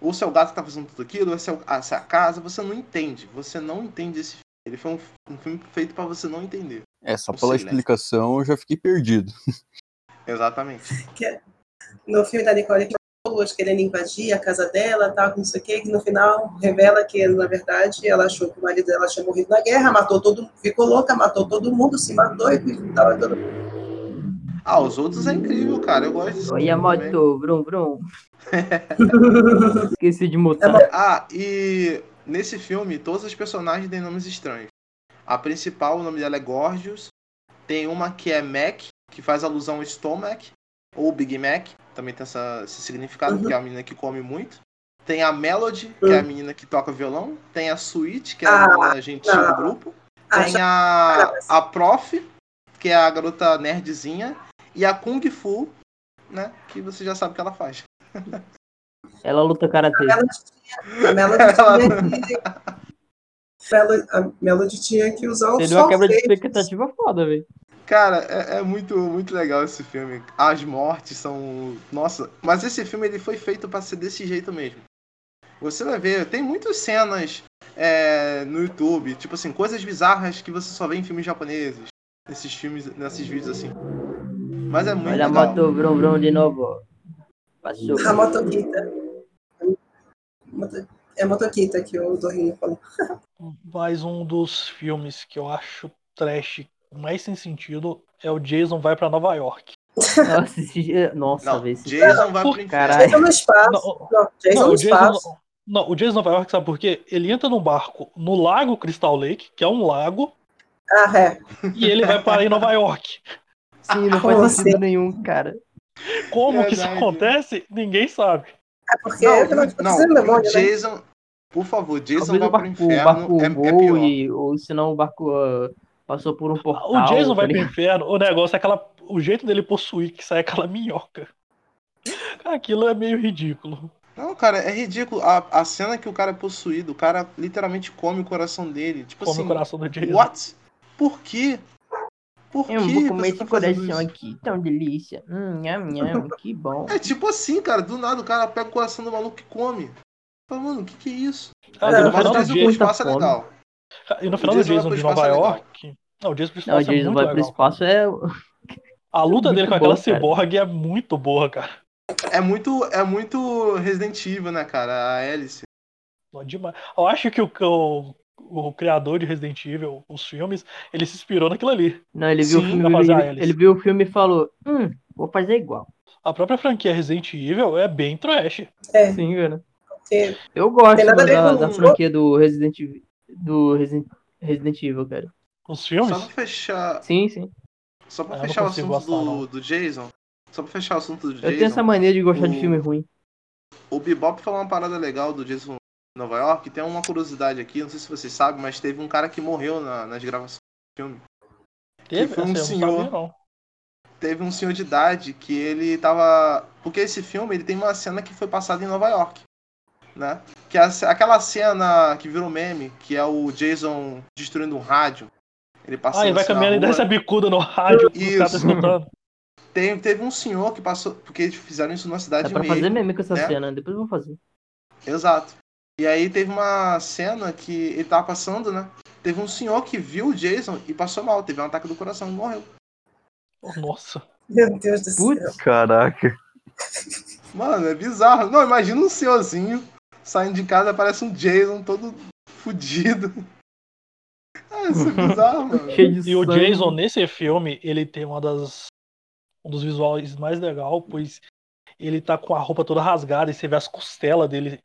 Speaker 3: ou se é o gato que tá fazendo tudo aquilo, ou se é, o- a, se é a casa, você não entende, você não entende esse filme. Ele foi um, um filme feito pra você não entender.
Speaker 2: É, só
Speaker 3: Não
Speaker 2: pela
Speaker 3: sei, né?
Speaker 2: explicação eu já fiquei perdido.
Speaker 3: Exatamente.
Speaker 5: no filme da Nicole Kidman, querendo invadir a casa dela, tal, não sei o quê, que no final revela que, na verdade, ela achou que o marido dela tinha morrido na guerra, matou todo mundo, ficou louca, matou todo mundo, se matou e tal, e todo mundo.
Speaker 3: Ah, os outros é incrível, cara. Eu gosto desse
Speaker 1: Olha a
Speaker 3: filme também.
Speaker 1: moto, brum brum. Esqueci de mutar.
Speaker 3: Ah, e nesse filme, todas as personagens têm nomes estranhos. A principal, o nome dela é Gorgeous. Tem uma que é Mac, que faz alusão ao Stomach, ou Big Mac, também tem essa- esse significado,
Speaker 5: Uhum.
Speaker 3: que é a menina que come muito. Tem a Melody, que é a menina que toca violão. Tem a Sweet, que é a
Speaker 5: Ah,
Speaker 3: menina gentil do
Speaker 5: não.
Speaker 3: grupo.
Speaker 5: Ah,
Speaker 3: Tem
Speaker 5: já-
Speaker 3: a,
Speaker 5: parava-se.
Speaker 3: a Prof, que é a garota nerdzinha. E a Kung Fu, né, que você já sabe o que ela faz.
Speaker 1: Ela luta karatê.
Speaker 5: Ela tinha- a Melody tinha que... Melo- A Melody tinha que usar o
Speaker 1: Seria uma
Speaker 5: sol
Speaker 1: quebra de
Speaker 5: verde.
Speaker 1: expectativa é foda, velho.
Speaker 3: Cara, é, é muito, muito legal esse filme. As mortes são. Nossa, mas esse filme ele foi feito pra ser desse jeito mesmo. Você vai ver, tem muitas cenas é, no YouTube, tipo assim, coisas bizarras que você só vê em filmes japoneses. Nesses filmes, nesses vídeos assim. Mas é muito
Speaker 1: Olha a
Speaker 3: legal.
Speaker 1: moto, brum brum de novo. Passou.
Speaker 5: A Motoquita. Moto- É Motoquita que o Dorinho falou.
Speaker 4: Mas um dos filmes que eu acho trash mais sem sentido é o Jason vai pra Nova York.
Speaker 1: Nossa, esse- nossa,
Speaker 3: Não,
Speaker 1: velho. esse-
Speaker 3: Jason vai pro inferno.
Speaker 1: Caralho.
Speaker 5: Jason Então, no espaço.
Speaker 4: Não,
Speaker 5: Não, Jason
Speaker 4: não,
Speaker 5: no
Speaker 4: o Jason,
Speaker 5: espaço.
Speaker 4: não, o Jason Nova York, sabe por quê? Ele entra num barco no Lago Crystal Lake, que é um lago,
Speaker 5: Ah, é.
Speaker 4: e ele vai parar em Nova York.
Speaker 1: Sim, não
Speaker 5: Como
Speaker 1: faz
Speaker 5: assim?
Speaker 1: sentido nenhum, cara.
Speaker 4: Como que isso
Speaker 3: Verdade.
Speaker 4: acontece? Ninguém sabe.
Speaker 5: É porque
Speaker 3: Não,
Speaker 5: eu
Speaker 3: e o- não,
Speaker 5: fazendo
Speaker 3: e o
Speaker 5: memória, né?
Speaker 3: Jason. Por favor,
Speaker 1: Talvez
Speaker 3: Jason vai
Speaker 1: o
Speaker 3: pro
Speaker 1: barco, o
Speaker 3: inferno.
Speaker 1: barco
Speaker 3: É, é
Speaker 1: voou
Speaker 3: pior.
Speaker 1: e, ou senão o barco ah, passou por um portal.
Speaker 4: O Jason vai
Speaker 1: tá
Speaker 4: pro
Speaker 1: ligado?
Speaker 4: inferno, o negócio é aquela. O jeito dele possuir que sai aquela minhoca. Aquilo é meio ridículo.
Speaker 3: Não, cara, é ridículo. A, a cena que o cara é possuído, o cara literalmente come o coração dele. Tipo
Speaker 4: Come
Speaker 3: assim,
Speaker 4: o coração do Jason.
Speaker 3: What? Por quê? Por
Speaker 1: Eu
Speaker 3: que
Speaker 1: vou comer
Speaker 3: você
Speaker 1: esse
Speaker 3: tá fazendo
Speaker 1: coração
Speaker 3: isso?
Speaker 1: aqui, tão delícia. Hum, nham, nham, que bom.
Speaker 3: É tipo assim, cara, do nada o cara pega o coração do maluco e come. Fala, mano, o que que é isso?
Speaker 4: Ah,
Speaker 5: Não,
Speaker 4: e
Speaker 5: mas
Speaker 4: no
Speaker 3: Mas
Speaker 4: final
Speaker 3: o
Speaker 4: do
Speaker 1: tá com
Speaker 3: Jason pro
Speaker 4: Jason,
Speaker 1: muita
Speaker 3: espaço é
Speaker 1: fome.
Speaker 3: legal.
Speaker 4: e no final do
Speaker 3: Jason vai
Speaker 4: Jason
Speaker 3: pro
Speaker 4: de
Speaker 3: espaço
Speaker 4: Nova
Speaker 3: é legal.
Speaker 4: York. Não, o Jason pro
Speaker 1: Não, o
Speaker 4: espaço é
Speaker 1: Jason
Speaker 4: muito
Speaker 1: vai pro
Speaker 4: legal.
Speaker 1: espaço é.
Speaker 4: A luta dele
Speaker 1: Muito
Speaker 4: com aquela
Speaker 1: bom, cara.
Speaker 4: ciborgue é muito boa, cara.
Speaker 3: É muito, é muito Resident Evil, né, cara? A hélice.
Speaker 4: é Ó, Demais. Eu acho que o, que o o criador de Resident Evil, os filmes, ele se inspirou naquilo ali.
Speaker 1: Não, ele viu
Speaker 4: Sim,
Speaker 1: o filme.
Speaker 4: pra fazer a
Speaker 1: Ele,
Speaker 4: hélice.
Speaker 1: ele viu o filme e falou: Hum, vou fazer igual.
Speaker 4: A própria franquia Resident Evil é bem trash.
Speaker 5: É,
Speaker 1: Sim, cara.
Speaker 5: porque
Speaker 1: Eu gosto
Speaker 5: Tem nada a ver
Speaker 1: da,
Speaker 5: com
Speaker 1: da
Speaker 5: o jogo.
Speaker 1: franquia do Resident Evil. Do Resident, Resident Evil, cara.
Speaker 4: Os
Speaker 3: Só
Speaker 4: filmes?
Speaker 3: pra fechar,
Speaker 1: Sim, sim.
Speaker 3: só pra
Speaker 4: Eu não
Speaker 3: fechar o
Speaker 4: consigo
Speaker 3: assunto
Speaker 4: gostar, não.
Speaker 3: do, do Jason. Só pra fechar o assunto do
Speaker 1: Eu tenho essa
Speaker 3: Jason.
Speaker 1: mania de gostar de
Speaker 3: o-
Speaker 1: filme ruim.
Speaker 3: O Bebop falou uma parada legal do Jason em Nova York. Tem uma curiosidade aqui, não sei se vocês sabem, mas teve um cara que morreu na- nas gravações do filme.
Speaker 4: Teve?
Speaker 3: foi um
Speaker 4: Essa eu não
Speaker 3: senhor.
Speaker 4: sabia, não.
Speaker 3: Teve um senhor de idade que ele tava. Porque esse filme ele tem uma cena que foi passada em Nova York. Né? Que é a ce- aquela cena que virou meme, que é o Jason destruindo um rádio. Ele passando
Speaker 4: Ah, ele vai
Speaker 3: assim na
Speaker 4: caminhando e dá
Speaker 3: rua.
Speaker 4: essa bicuda no rádio, os caras
Speaker 3: Isso.
Speaker 4: escutando.
Speaker 3: Tem- teve um senhor que passou. Porque eles fizeram isso na
Speaker 1: É
Speaker 3: cidade
Speaker 1: pra
Speaker 3: meio.
Speaker 1: fazer meme com essa
Speaker 3: né?
Speaker 1: cena, depois eu vou fazer.
Speaker 3: Exato. E aí teve uma cena que ele tava passando, né? Teve um senhor que viu o Jason e passou mal, teve um ataque do coração, morreu.
Speaker 4: Nossa.
Speaker 5: Meu Deus do céu.
Speaker 1: Putz,
Speaker 2: Caraca.
Speaker 3: Mano, é bizarro. Não, imagina um senhorzinho saindo de casa, aparece um Jason todo fudido. É, isso é bizarro, mano.
Speaker 1: cheio de
Speaker 4: E o
Speaker 1: sangue.
Speaker 4: Jason, nesse filme, ele tem uma das, um dos visuais mais legal, pois ele tá com a roupa toda rasgada e você vê as costelas dele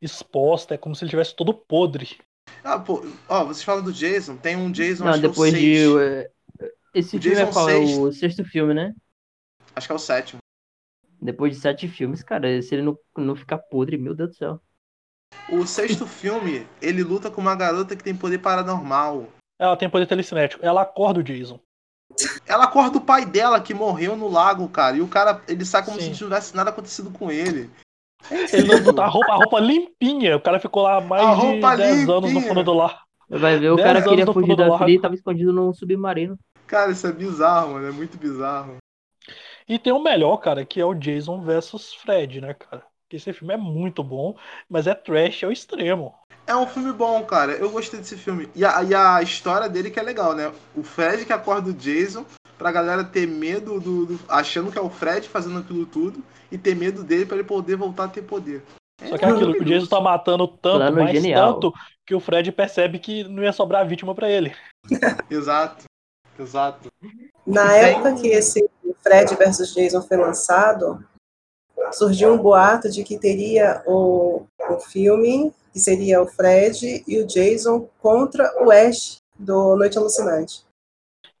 Speaker 4: exposta, é como se ele tivesse todo podre.
Speaker 3: Ah, pô, ó, vocês falam do Jason, tem um Jason,
Speaker 1: Não,
Speaker 3: acho
Speaker 1: depois
Speaker 3: que é o 6.
Speaker 1: de. eh, Esse
Speaker 3: O
Speaker 1: filme
Speaker 3: Jason
Speaker 1: é qual? É
Speaker 3: sexto.
Speaker 1: o sexto filme, né?
Speaker 3: Acho que é o sétimo.
Speaker 1: Depois de sete filmes, cara, se ele não, não ficar podre, meu Deus do céu.
Speaker 3: O sexto filme, ele luta com uma garota que tem poder paranormal.
Speaker 4: Ela tem poder telecinético. Ela acorda o Jason.
Speaker 3: Ela acorda o pai dela que morreu no lago, cara. E o cara, ele sai como
Speaker 4: Sim.
Speaker 3: se tivesse nada acontecido com ele.
Speaker 4: Ele não botou a roupa, a roupa limpinha. O cara ficou lá há mais
Speaker 3: A
Speaker 4: de
Speaker 3: roupa
Speaker 4: 10 anos no
Speaker 3: limpinha.
Speaker 4: fundo do lar.
Speaker 1: Vai ver, o
Speaker 4: Dez
Speaker 1: cara
Speaker 4: anos
Speaker 1: queria
Speaker 4: no
Speaker 1: fugir
Speaker 4: fundo do
Speaker 1: da
Speaker 4: lago.
Speaker 1: fria e tava escondido num submarino.
Speaker 3: Cara, isso é bizarro, mano. É muito bizarro.
Speaker 4: E tem o melhor, cara, que é o Jason versus Fred, né, cara? Porque Esse filme é muito bom, mas é trash ao extremo.
Speaker 3: É um filme bom, cara. Eu gostei desse filme. E a, e a história dele que é legal, né? O Fred que acorda o Jason pra galera ter medo do, do- achando que é o Fred fazendo aquilo tudo e ter medo dele pra ele poder voltar a ter poder.
Speaker 4: Só que é aquilo, o Jason tá matando tanto,
Speaker 1: Plano
Speaker 4: mais
Speaker 1: genial.
Speaker 4: tanto, que o Fred percebe que não ia sobrar vítima pra ele.
Speaker 3: Exato. Exato.
Speaker 5: Na época que esse Fred versus Jason foi lançado, surgiu um boato de que teria o, o filme, que seria o Fred e o Jason contra o Ash do Noite Alucinante.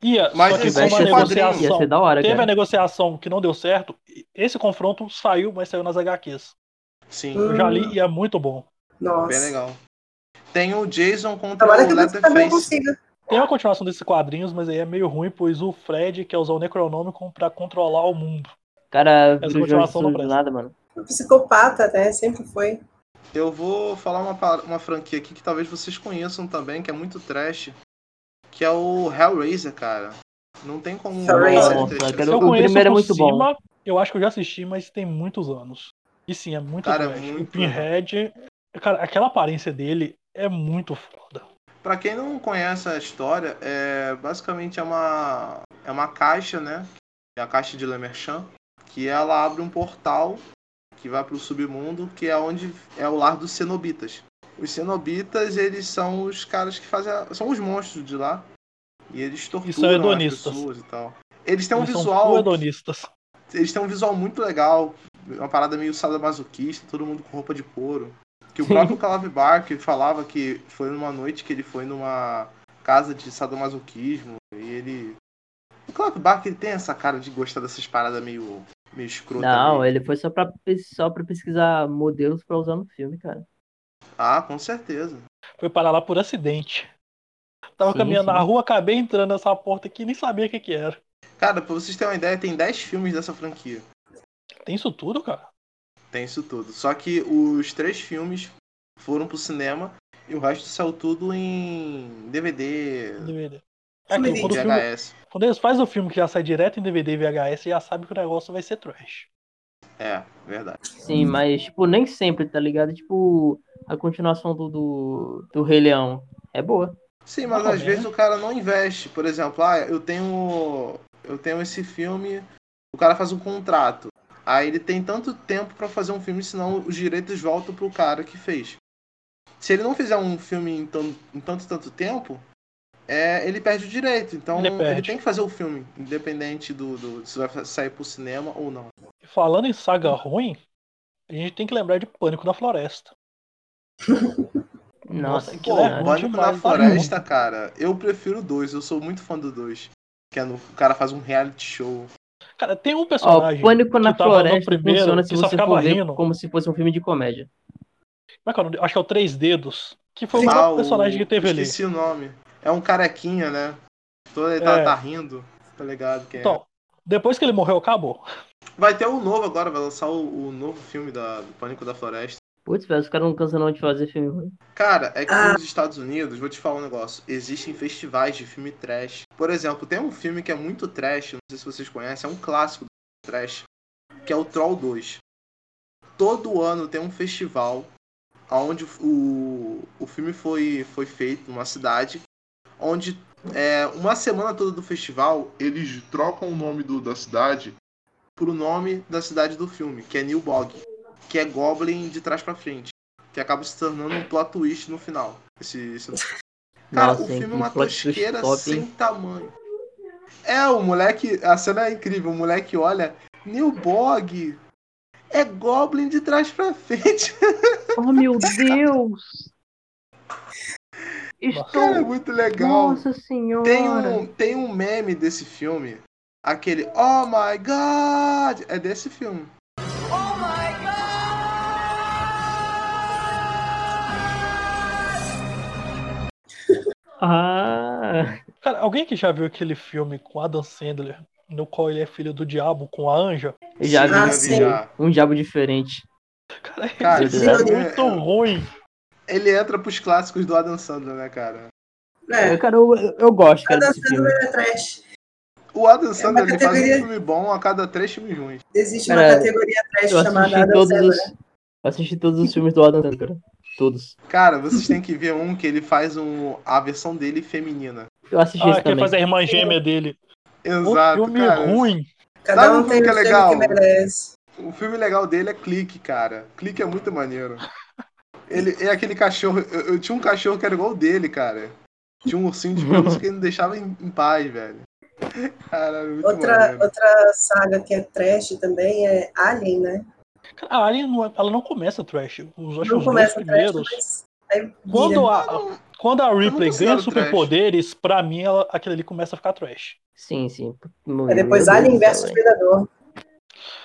Speaker 4: Ia,
Speaker 3: Mas
Speaker 4: só que
Speaker 3: existe
Speaker 4: como a
Speaker 3: um quadrinho.
Speaker 1: Ia ser né?
Speaker 4: negociação
Speaker 1: da hora,
Speaker 4: é teve a
Speaker 1: cara.
Speaker 4: negociação que não deu certo, esse confronto saiu, mas saiu nas HQs.
Speaker 3: Sim.
Speaker 5: Hum.
Speaker 4: Eu já li e é muito bom.
Speaker 5: Nossa.
Speaker 3: Bem legal. Tem o Jason contra
Speaker 5: Tomara que
Speaker 3: o
Speaker 5: o também
Speaker 3: Leatherface.
Speaker 5: consiga.
Speaker 4: Tem uma continuação desses quadrinhos, mas aí é meio ruim, pois o Fred quer usar o Necronômico pra controlar o mundo.
Speaker 1: Cara, virou
Speaker 4: Essa
Speaker 1: Jorge
Speaker 4: continuação não
Speaker 1: Souza do
Speaker 4: presta.
Speaker 1: nada, mano.
Speaker 5: Um psicopata, né? Sempre foi.
Speaker 3: Eu vou falar uma, par- uma franquia aqui que talvez vocês conheçam também, que é muito trash, que é o Hellraiser, cara. Não tem como
Speaker 5: Hellraiser.
Speaker 3: não ser
Speaker 1: Nossa,
Speaker 3: trash.
Speaker 1: cara,
Speaker 4: eu
Speaker 1: o primeiro é muito bom.
Speaker 4: eu acho que eu já assisti, mas tem muitos anos. E sim, é muito
Speaker 3: Cara, é
Speaker 4: trash. O
Speaker 3: muito.
Speaker 4: Pinhead, cara, aquela aparência dele é muito foda.
Speaker 3: Pra quem não conhece a história, é basicamente é uma é uma caixa, né? É a caixa de Lemerchan, que ela abre um portal que vai pro submundo, que é onde é o lar dos cenobitas. Os cenobitas, eles são os caras que fazem, a- são os monstros de lá. E eles torturam as
Speaker 4: hedonistas.
Speaker 3: pessoas e tal. Eles têm um
Speaker 4: Eles são full
Speaker 3: visual,
Speaker 4: hedonistas.
Speaker 3: eles têm um visual muito legal, uma parada meio sadomasoquista, todo mundo com roupa de couro. Que o
Speaker 1: Sim.
Speaker 3: próprio Clive Barker falava que foi numa noite que ele foi numa casa de sadomasoquismo e ele. O Clive Barker ele tem essa cara de gostar dessas paradas meio, meio escrota.
Speaker 1: Não,
Speaker 3: meio-
Speaker 1: ele foi só pra, só pra pesquisar modelos pra usar no filme, cara.
Speaker 3: Ah, com certeza.
Speaker 4: Foi parar lá por acidente. Tava
Speaker 1: Sim,
Speaker 4: caminhando na
Speaker 1: sim.
Speaker 4: rua, acabei entrando nessa porta aqui e nem sabia o que, que era.
Speaker 3: Cara, pra vocês terem uma ideia, tem 10 filmes dessa franquia.
Speaker 4: Tem isso tudo, cara?
Speaker 3: Tem isso tudo. Só que os três filmes foram pro cinema e o resto saiu tudo em DVD,
Speaker 4: DVD. É aquilo,
Speaker 5: Sim,
Speaker 4: quando, o filme-
Speaker 3: VHS.
Speaker 4: quando eles fazem o filme que já sai direto em DVD e VHS, já sabe que o negócio vai ser trash.
Speaker 3: É, verdade.
Speaker 1: Sim,
Speaker 4: Hum.
Speaker 1: mas, tipo, nem sempre, tá ligado? Tipo, a continuação do, do, do Rei Leão é boa.
Speaker 3: Sim, mas
Speaker 4: Mais ou
Speaker 3: às vezes o cara não investe. Por exemplo, ah, eu tenho. Eu tenho esse filme, o cara faz um contrato. Aí ele tem tanto tempo pra fazer um filme, senão os direitos voltam pro cara que fez. Se ele não fizer um filme em, tan- em tanto tanto tempo, é, ele perde o direito. Então
Speaker 4: Ele
Speaker 3: ele,
Speaker 4: perde.
Speaker 3: tem que fazer o filme, independente do, do se vai sair pro cinema ou não.
Speaker 4: E Falando em saga ruim, a gente tem que lembrar de Pânico na Floresta.
Speaker 1: Nossa,
Speaker 4: que
Speaker 1: que
Speaker 3: Pô,
Speaker 4: legal.
Speaker 1: legal.
Speaker 3: Pânico na
Speaker 4: demais, né?
Speaker 3: Floresta, cara. Eu prefiro o dois, eu sou muito fã do dois. Que é no, o cara faz um reality show.
Speaker 4: Cara, tem um
Speaker 1: Ó,
Speaker 4: personagem.
Speaker 1: Pânico na
Speaker 4: que tava no
Speaker 1: Floresta
Speaker 4: primeiro,
Speaker 1: funciona se
Speaker 4: que só
Speaker 1: você
Speaker 4: ficava
Speaker 1: for ver
Speaker 4: rindo.
Speaker 1: como se fosse um filme de comédia.
Speaker 4: como é que é o nome? Acho que é o Três Dedos. Que foi o
Speaker 3: Ah,
Speaker 4: único personagem que teve ali.
Speaker 3: Esqueci o nome. É um carequinha, né? Todo ele tá,
Speaker 4: É.
Speaker 3: tá rindo. Tá ligado? Quem é.
Speaker 4: Então, depois que ele morreu, acabou.
Speaker 3: Vai ter o novo agora, vai lançar o, o novo filme da, do Pânico da Floresta.
Speaker 1: Putz, velho, os caras não cansam não de fazer filme ruim.
Speaker 3: Cara, é que nos Estados Unidos, vou te falar um negócio, existem festivais de filme trash. Por exemplo, tem um filme que é muito trash, não sei se vocês conhecem, é um clássico do trash, que é o Troll 2. Todo ano tem um festival onde o, o filme foi, foi feito numa cidade, onde é, uma semana toda do festival eles trocam o nome do- da cidade pro nome da cidade do filme, que é New Bog, que é Goblin de trás pra frente que acaba se tornando um plot twist no final. Esse, esse- Cara,
Speaker 1: Nossa,
Speaker 3: o
Speaker 1: hein,
Speaker 3: filme é
Speaker 1: que
Speaker 3: uma
Speaker 1: plot twist
Speaker 3: tosqueira
Speaker 1: top,
Speaker 3: sem
Speaker 1: hein?
Speaker 3: tamanho. É, o moleque. A cena é incrível. O moleque olha. New Bog é Goblin de trás pra frente.
Speaker 1: Oh, meu Deus!
Speaker 3: Cara, é
Speaker 1: Estou...
Speaker 3: muito legal.
Speaker 1: Nossa senhora!
Speaker 3: Tem um, tem um meme desse filme. Aquele Oh my god! É desse filme.
Speaker 1: Ah,
Speaker 4: Cara, alguém que já viu aquele filme com Adam Sandler, no qual ele é filho do diabo com a Anja?
Speaker 1: eu já
Speaker 5: Ah,
Speaker 1: vi
Speaker 5: sim.
Speaker 1: um diabo diferente.
Speaker 4: Cara,
Speaker 3: Cara,
Speaker 4: esse filme é
Speaker 5: esse
Speaker 4: muito
Speaker 3: filme é-
Speaker 4: ruim.
Speaker 3: Ele entra pros clássicos do Adam Sandler, né, cara?
Speaker 5: É,
Speaker 1: Cara, eu, eu gosto, cara,
Speaker 5: cada
Speaker 1: desse
Speaker 5: filme
Speaker 1: filme.
Speaker 5: é trash.
Speaker 3: O Adam
Speaker 5: É uma
Speaker 3: Sandler ele faz um
Speaker 5: categoria-
Speaker 3: filme bom a cada três filmes ruins.
Speaker 5: Existe uma
Speaker 1: Cara,
Speaker 5: categoria trash
Speaker 1: É. Eu
Speaker 5: chamada
Speaker 1: assisti
Speaker 5: Adam
Speaker 1: todos
Speaker 5: Sandler. né?
Speaker 1: os... Eu assisti todos os filmes do Adam Sandler, cara. Todos.
Speaker 3: Cara, vocês têm que ver um que ele faz um, a versão dele feminina.
Speaker 1: Eu assisti
Speaker 4: Ah,
Speaker 1: esse
Speaker 4: quer
Speaker 1: também.
Speaker 4: fazer a irmã gêmea dele.
Speaker 1: Um
Speaker 4: O
Speaker 3: Exato,
Speaker 4: filme
Speaker 3: cara.
Speaker 4: ruim.
Speaker 5: Cada
Speaker 3: Sabe
Speaker 5: um
Speaker 3: um
Speaker 5: tem
Speaker 3: que
Speaker 5: o
Speaker 3: é
Speaker 5: filme
Speaker 3: legal?
Speaker 5: que merece.
Speaker 3: O filme legal dele é Clique, cara. Clique é muito maneiro. Ele é aquele cachorro. Eu, eu tinha um cachorro que era igual o dele, cara. Tinha um ursinho de pelúcia que ele não deixava em, em paz, velho. Caralho, muito
Speaker 5: Outra,
Speaker 3: maneiro.
Speaker 5: outra saga que é trash também é Alien, né?
Speaker 4: Cara, a Alien não, é- ela não começa trash. Os, acho que
Speaker 5: Não
Speaker 4: os dois
Speaker 5: começa trash,
Speaker 4: primeiros.
Speaker 5: mas é aí
Speaker 4: Quando
Speaker 5: vira.
Speaker 4: a, quando a Ripley
Speaker 3: considero
Speaker 4: ganha superpoderes, pra mim ela, aquilo ali começa a ficar trash.
Speaker 1: Sim, sim.
Speaker 5: Aí É depois Alien versus Predador.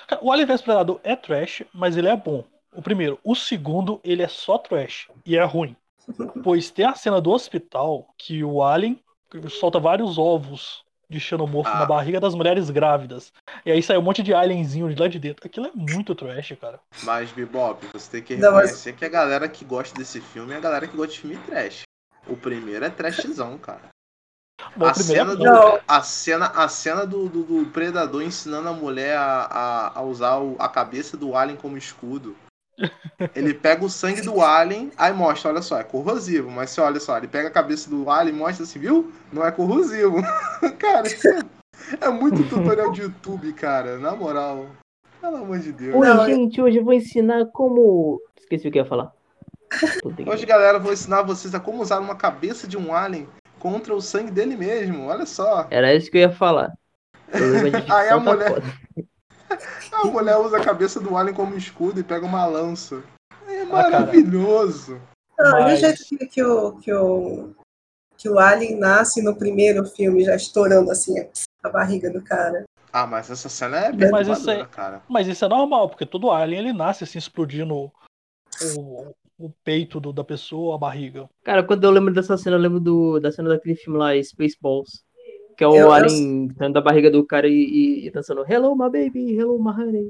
Speaker 4: Cara, O Alien vs Predador é trash, mas ele é bom. O primeiro. O segundo, ele é só trash. E é ruim. Pois tem a cena do hospital que o Alien solta vários ovos de xenomorfo
Speaker 3: Ah.
Speaker 4: na barriga das mulheres grávidas. E aí sai um monte de alienzinho de lá de dentro. Aquilo é muito trash, cara.
Speaker 3: Mas, Bebop, você tem que
Speaker 5: Não, mas-
Speaker 3: reconhecer que a galera que gosta desse filme é a galera que gosta de filme trash. O primeiro é trashzão, cara.
Speaker 4: Bom,
Speaker 3: A
Speaker 4: o primeiro é
Speaker 3: cena do-
Speaker 4: bom.
Speaker 5: Não,
Speaker 3: A cena, a cena do, do, do predador ensinando a mulher a, a, a usar o- a cabeça do alien como escudo. Ele pega o sangue do alien, aí mostra, olha só, é corrosivo, mas você olha só, ele pega a cabeça do alien e mostra assim, viu? Não é corrosivo. cara, isso é, é muito tutorial de YouTube, cara, na moral. Pelo amor de Deus.
Speaker 1: Oi,
Speaker 5: Não, é-
Speaker 1: gente, hoje eu vou ensinar como. Esqueci o que eu ia falar. Puta que-
Speaker 3: Hoje, galera, eu vou ensinar vocês a como usar uma cabeça de um alien contra o sangue dele mesmo, olha só.
Speaker 1: Era isso que eu ia falar. O problema de
Speaker 3: Aí a
Speaker 1: dicção tá
Speaker 3: mulher-
Speaker 1: foda.
Speaker 3: A mulher usa a cabeça do alien como escudo e pega uma lança. É
Speaker 4: Ah, cara.
Speaker 3: maravilhoso.
Speaker 5: não, e o
Speaker 4: Mas-
Speaker 5: jeito que, que, o, que, o, que o Alien nasce no primeiro filme, já estourando assim a- a barriga do cara.
Speaker 3: Ah, mas essa cena é
Speaker 4: Mas isso
Speaker 3: perturbadora,
Speaker 4: aí-
Speaker 3: cara.
Speaker 4: Mas isso é normal, porque todo alien ele nasce assim explodindo o, o peito do- da pessoa, a barriga.
Speaker 1: Cara, quando eu lembro dessa cena, eu lembro do, da cena daquele filme lá, Spaceballs. Que é o
Speaker 5: Eu- eu-
Speaker 1: Alien saindo da barriga do cara e, e, e dançando Hello, my baby, hello, my honey.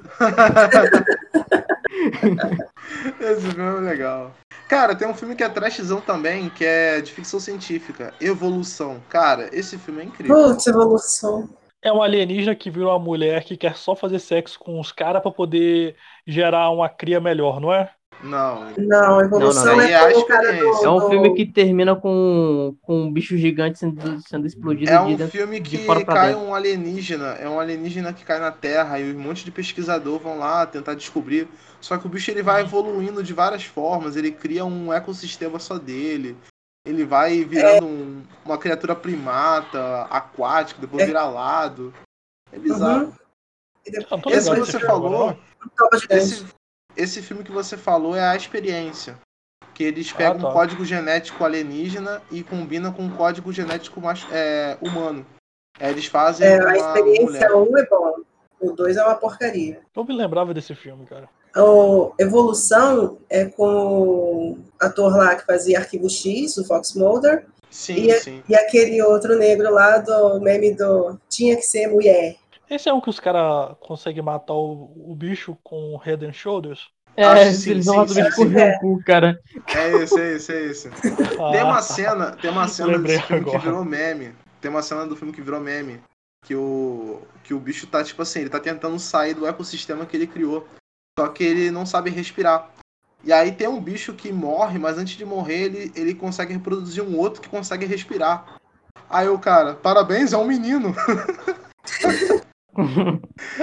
Speaker 3: Esse filme é legal. Cara, tem um filme que é trashzão também, que é de ficção científica. Evolução. Cara, esse filme é incrível.
Speaker 5: Putz, evolução.
Speaker 4: É um alienígena que virou uma mulher que quer só fazer sexo com os caras pra poder gerar uma cria melhor, não é?
Speaker 3: Não,
Speaker 5: Não, a evolução
Speaker 3: não,
Speaker 5: é
Speaker 3: eu
Speaker 5: como
Speaker 3: acho
Speaker 5: o cara
Speaker 3: que é
Speaker 5: do,
Speaker 3: esse.
Speaker 1: É um
Speaker 5: do-
Speaker 1: filme que termina com, com um bicho gigante sendo, sendo explodido
Speaker 3: É
Speaker 1: de
Speaker 3: um
Speaker 1: dentro.
Speaker 3: filme
Speaker 1: de
Speaker 3: que
Speaker 1: fora pra
Speaker 3: cai
Speaker 1: dentro.
Speaker 3: um alienígena, é um alienígena que cai na Terra e um monte de pesquisador vão lá tentar descobrir. Só que o bicho ele vai evoluindo de várias formas, ele cria um ecossistema só dele. Ele vai virando um- uma criatura primata, aquática, depois
Speaker 5: É.
Speaker 3: vira alado. É bizarro.
Speaker 5: Uhum. E depois-
Speaker 4: Ah, tô
Speaker 3: Esse que
Speaker 4: ligado
Speaker 3: você
Speaker 4: filme agora,
Speaker 3: falou,
Speaker 4: não.
Speaker 5: Copa de Grande.
Speaker 3: Esse, esse filme que você falou é a experiência. Que eles pegam
Speaker 4: tá.
Speaker 3: um código genético alienígena e combinam com um código genético mach- é, humano. Aí eles fazem
Speaker 5: É, a
Speaker 3: uma mulher.
Speaker 5: experiência 1 um é bom, o 2 é uma porcaria.
Speaker 4: Eu me lembrava desse filme, cara.
Speaker 5: O Evolução é com o ator lá que fazia Arquivo X, o Fox Mulder,
Speaker 3: Sim,
Speaker 5: E é-
Speaker 3: sim.
Speaker 5: e aquele outro negro lá do meme do Tinha que ser mulher.
Speaker 4: Esse é um que os caras conseguem matar o, o bicho com o Head and Shoulders?
Speaker 1: É,
Speaker 3: Acho sim,
Speaker 1: eles
Speaker 3: sim,
Speaker 1: vão lá do
Speaker 3: sim,
Speaker 1: bicho
Speaker 3: sim.
Speaker 1: correr o cu, cara.
Speaker 3: É esse, é esse, é esse.
Speaker 4: Ah,
Speaker 3: Tem uma cena, tem uma cena
Speaker 4: Lembrei
Speaker 3: desse filme
Speaker 4: agora.
Speaker 3: que virou meme. Tem uma cena do filme que virou meme. Que o, que o bicho tá, tipo assim, ele tá tentando sair do ecossistema que ele criou. Só que ele não sabe respirar. E aí tem um bicho que morre, mas antes de morrer ele, ele consegue reproduzir um outro que consegue respirar. Aí o cara, parabéns, é um menino.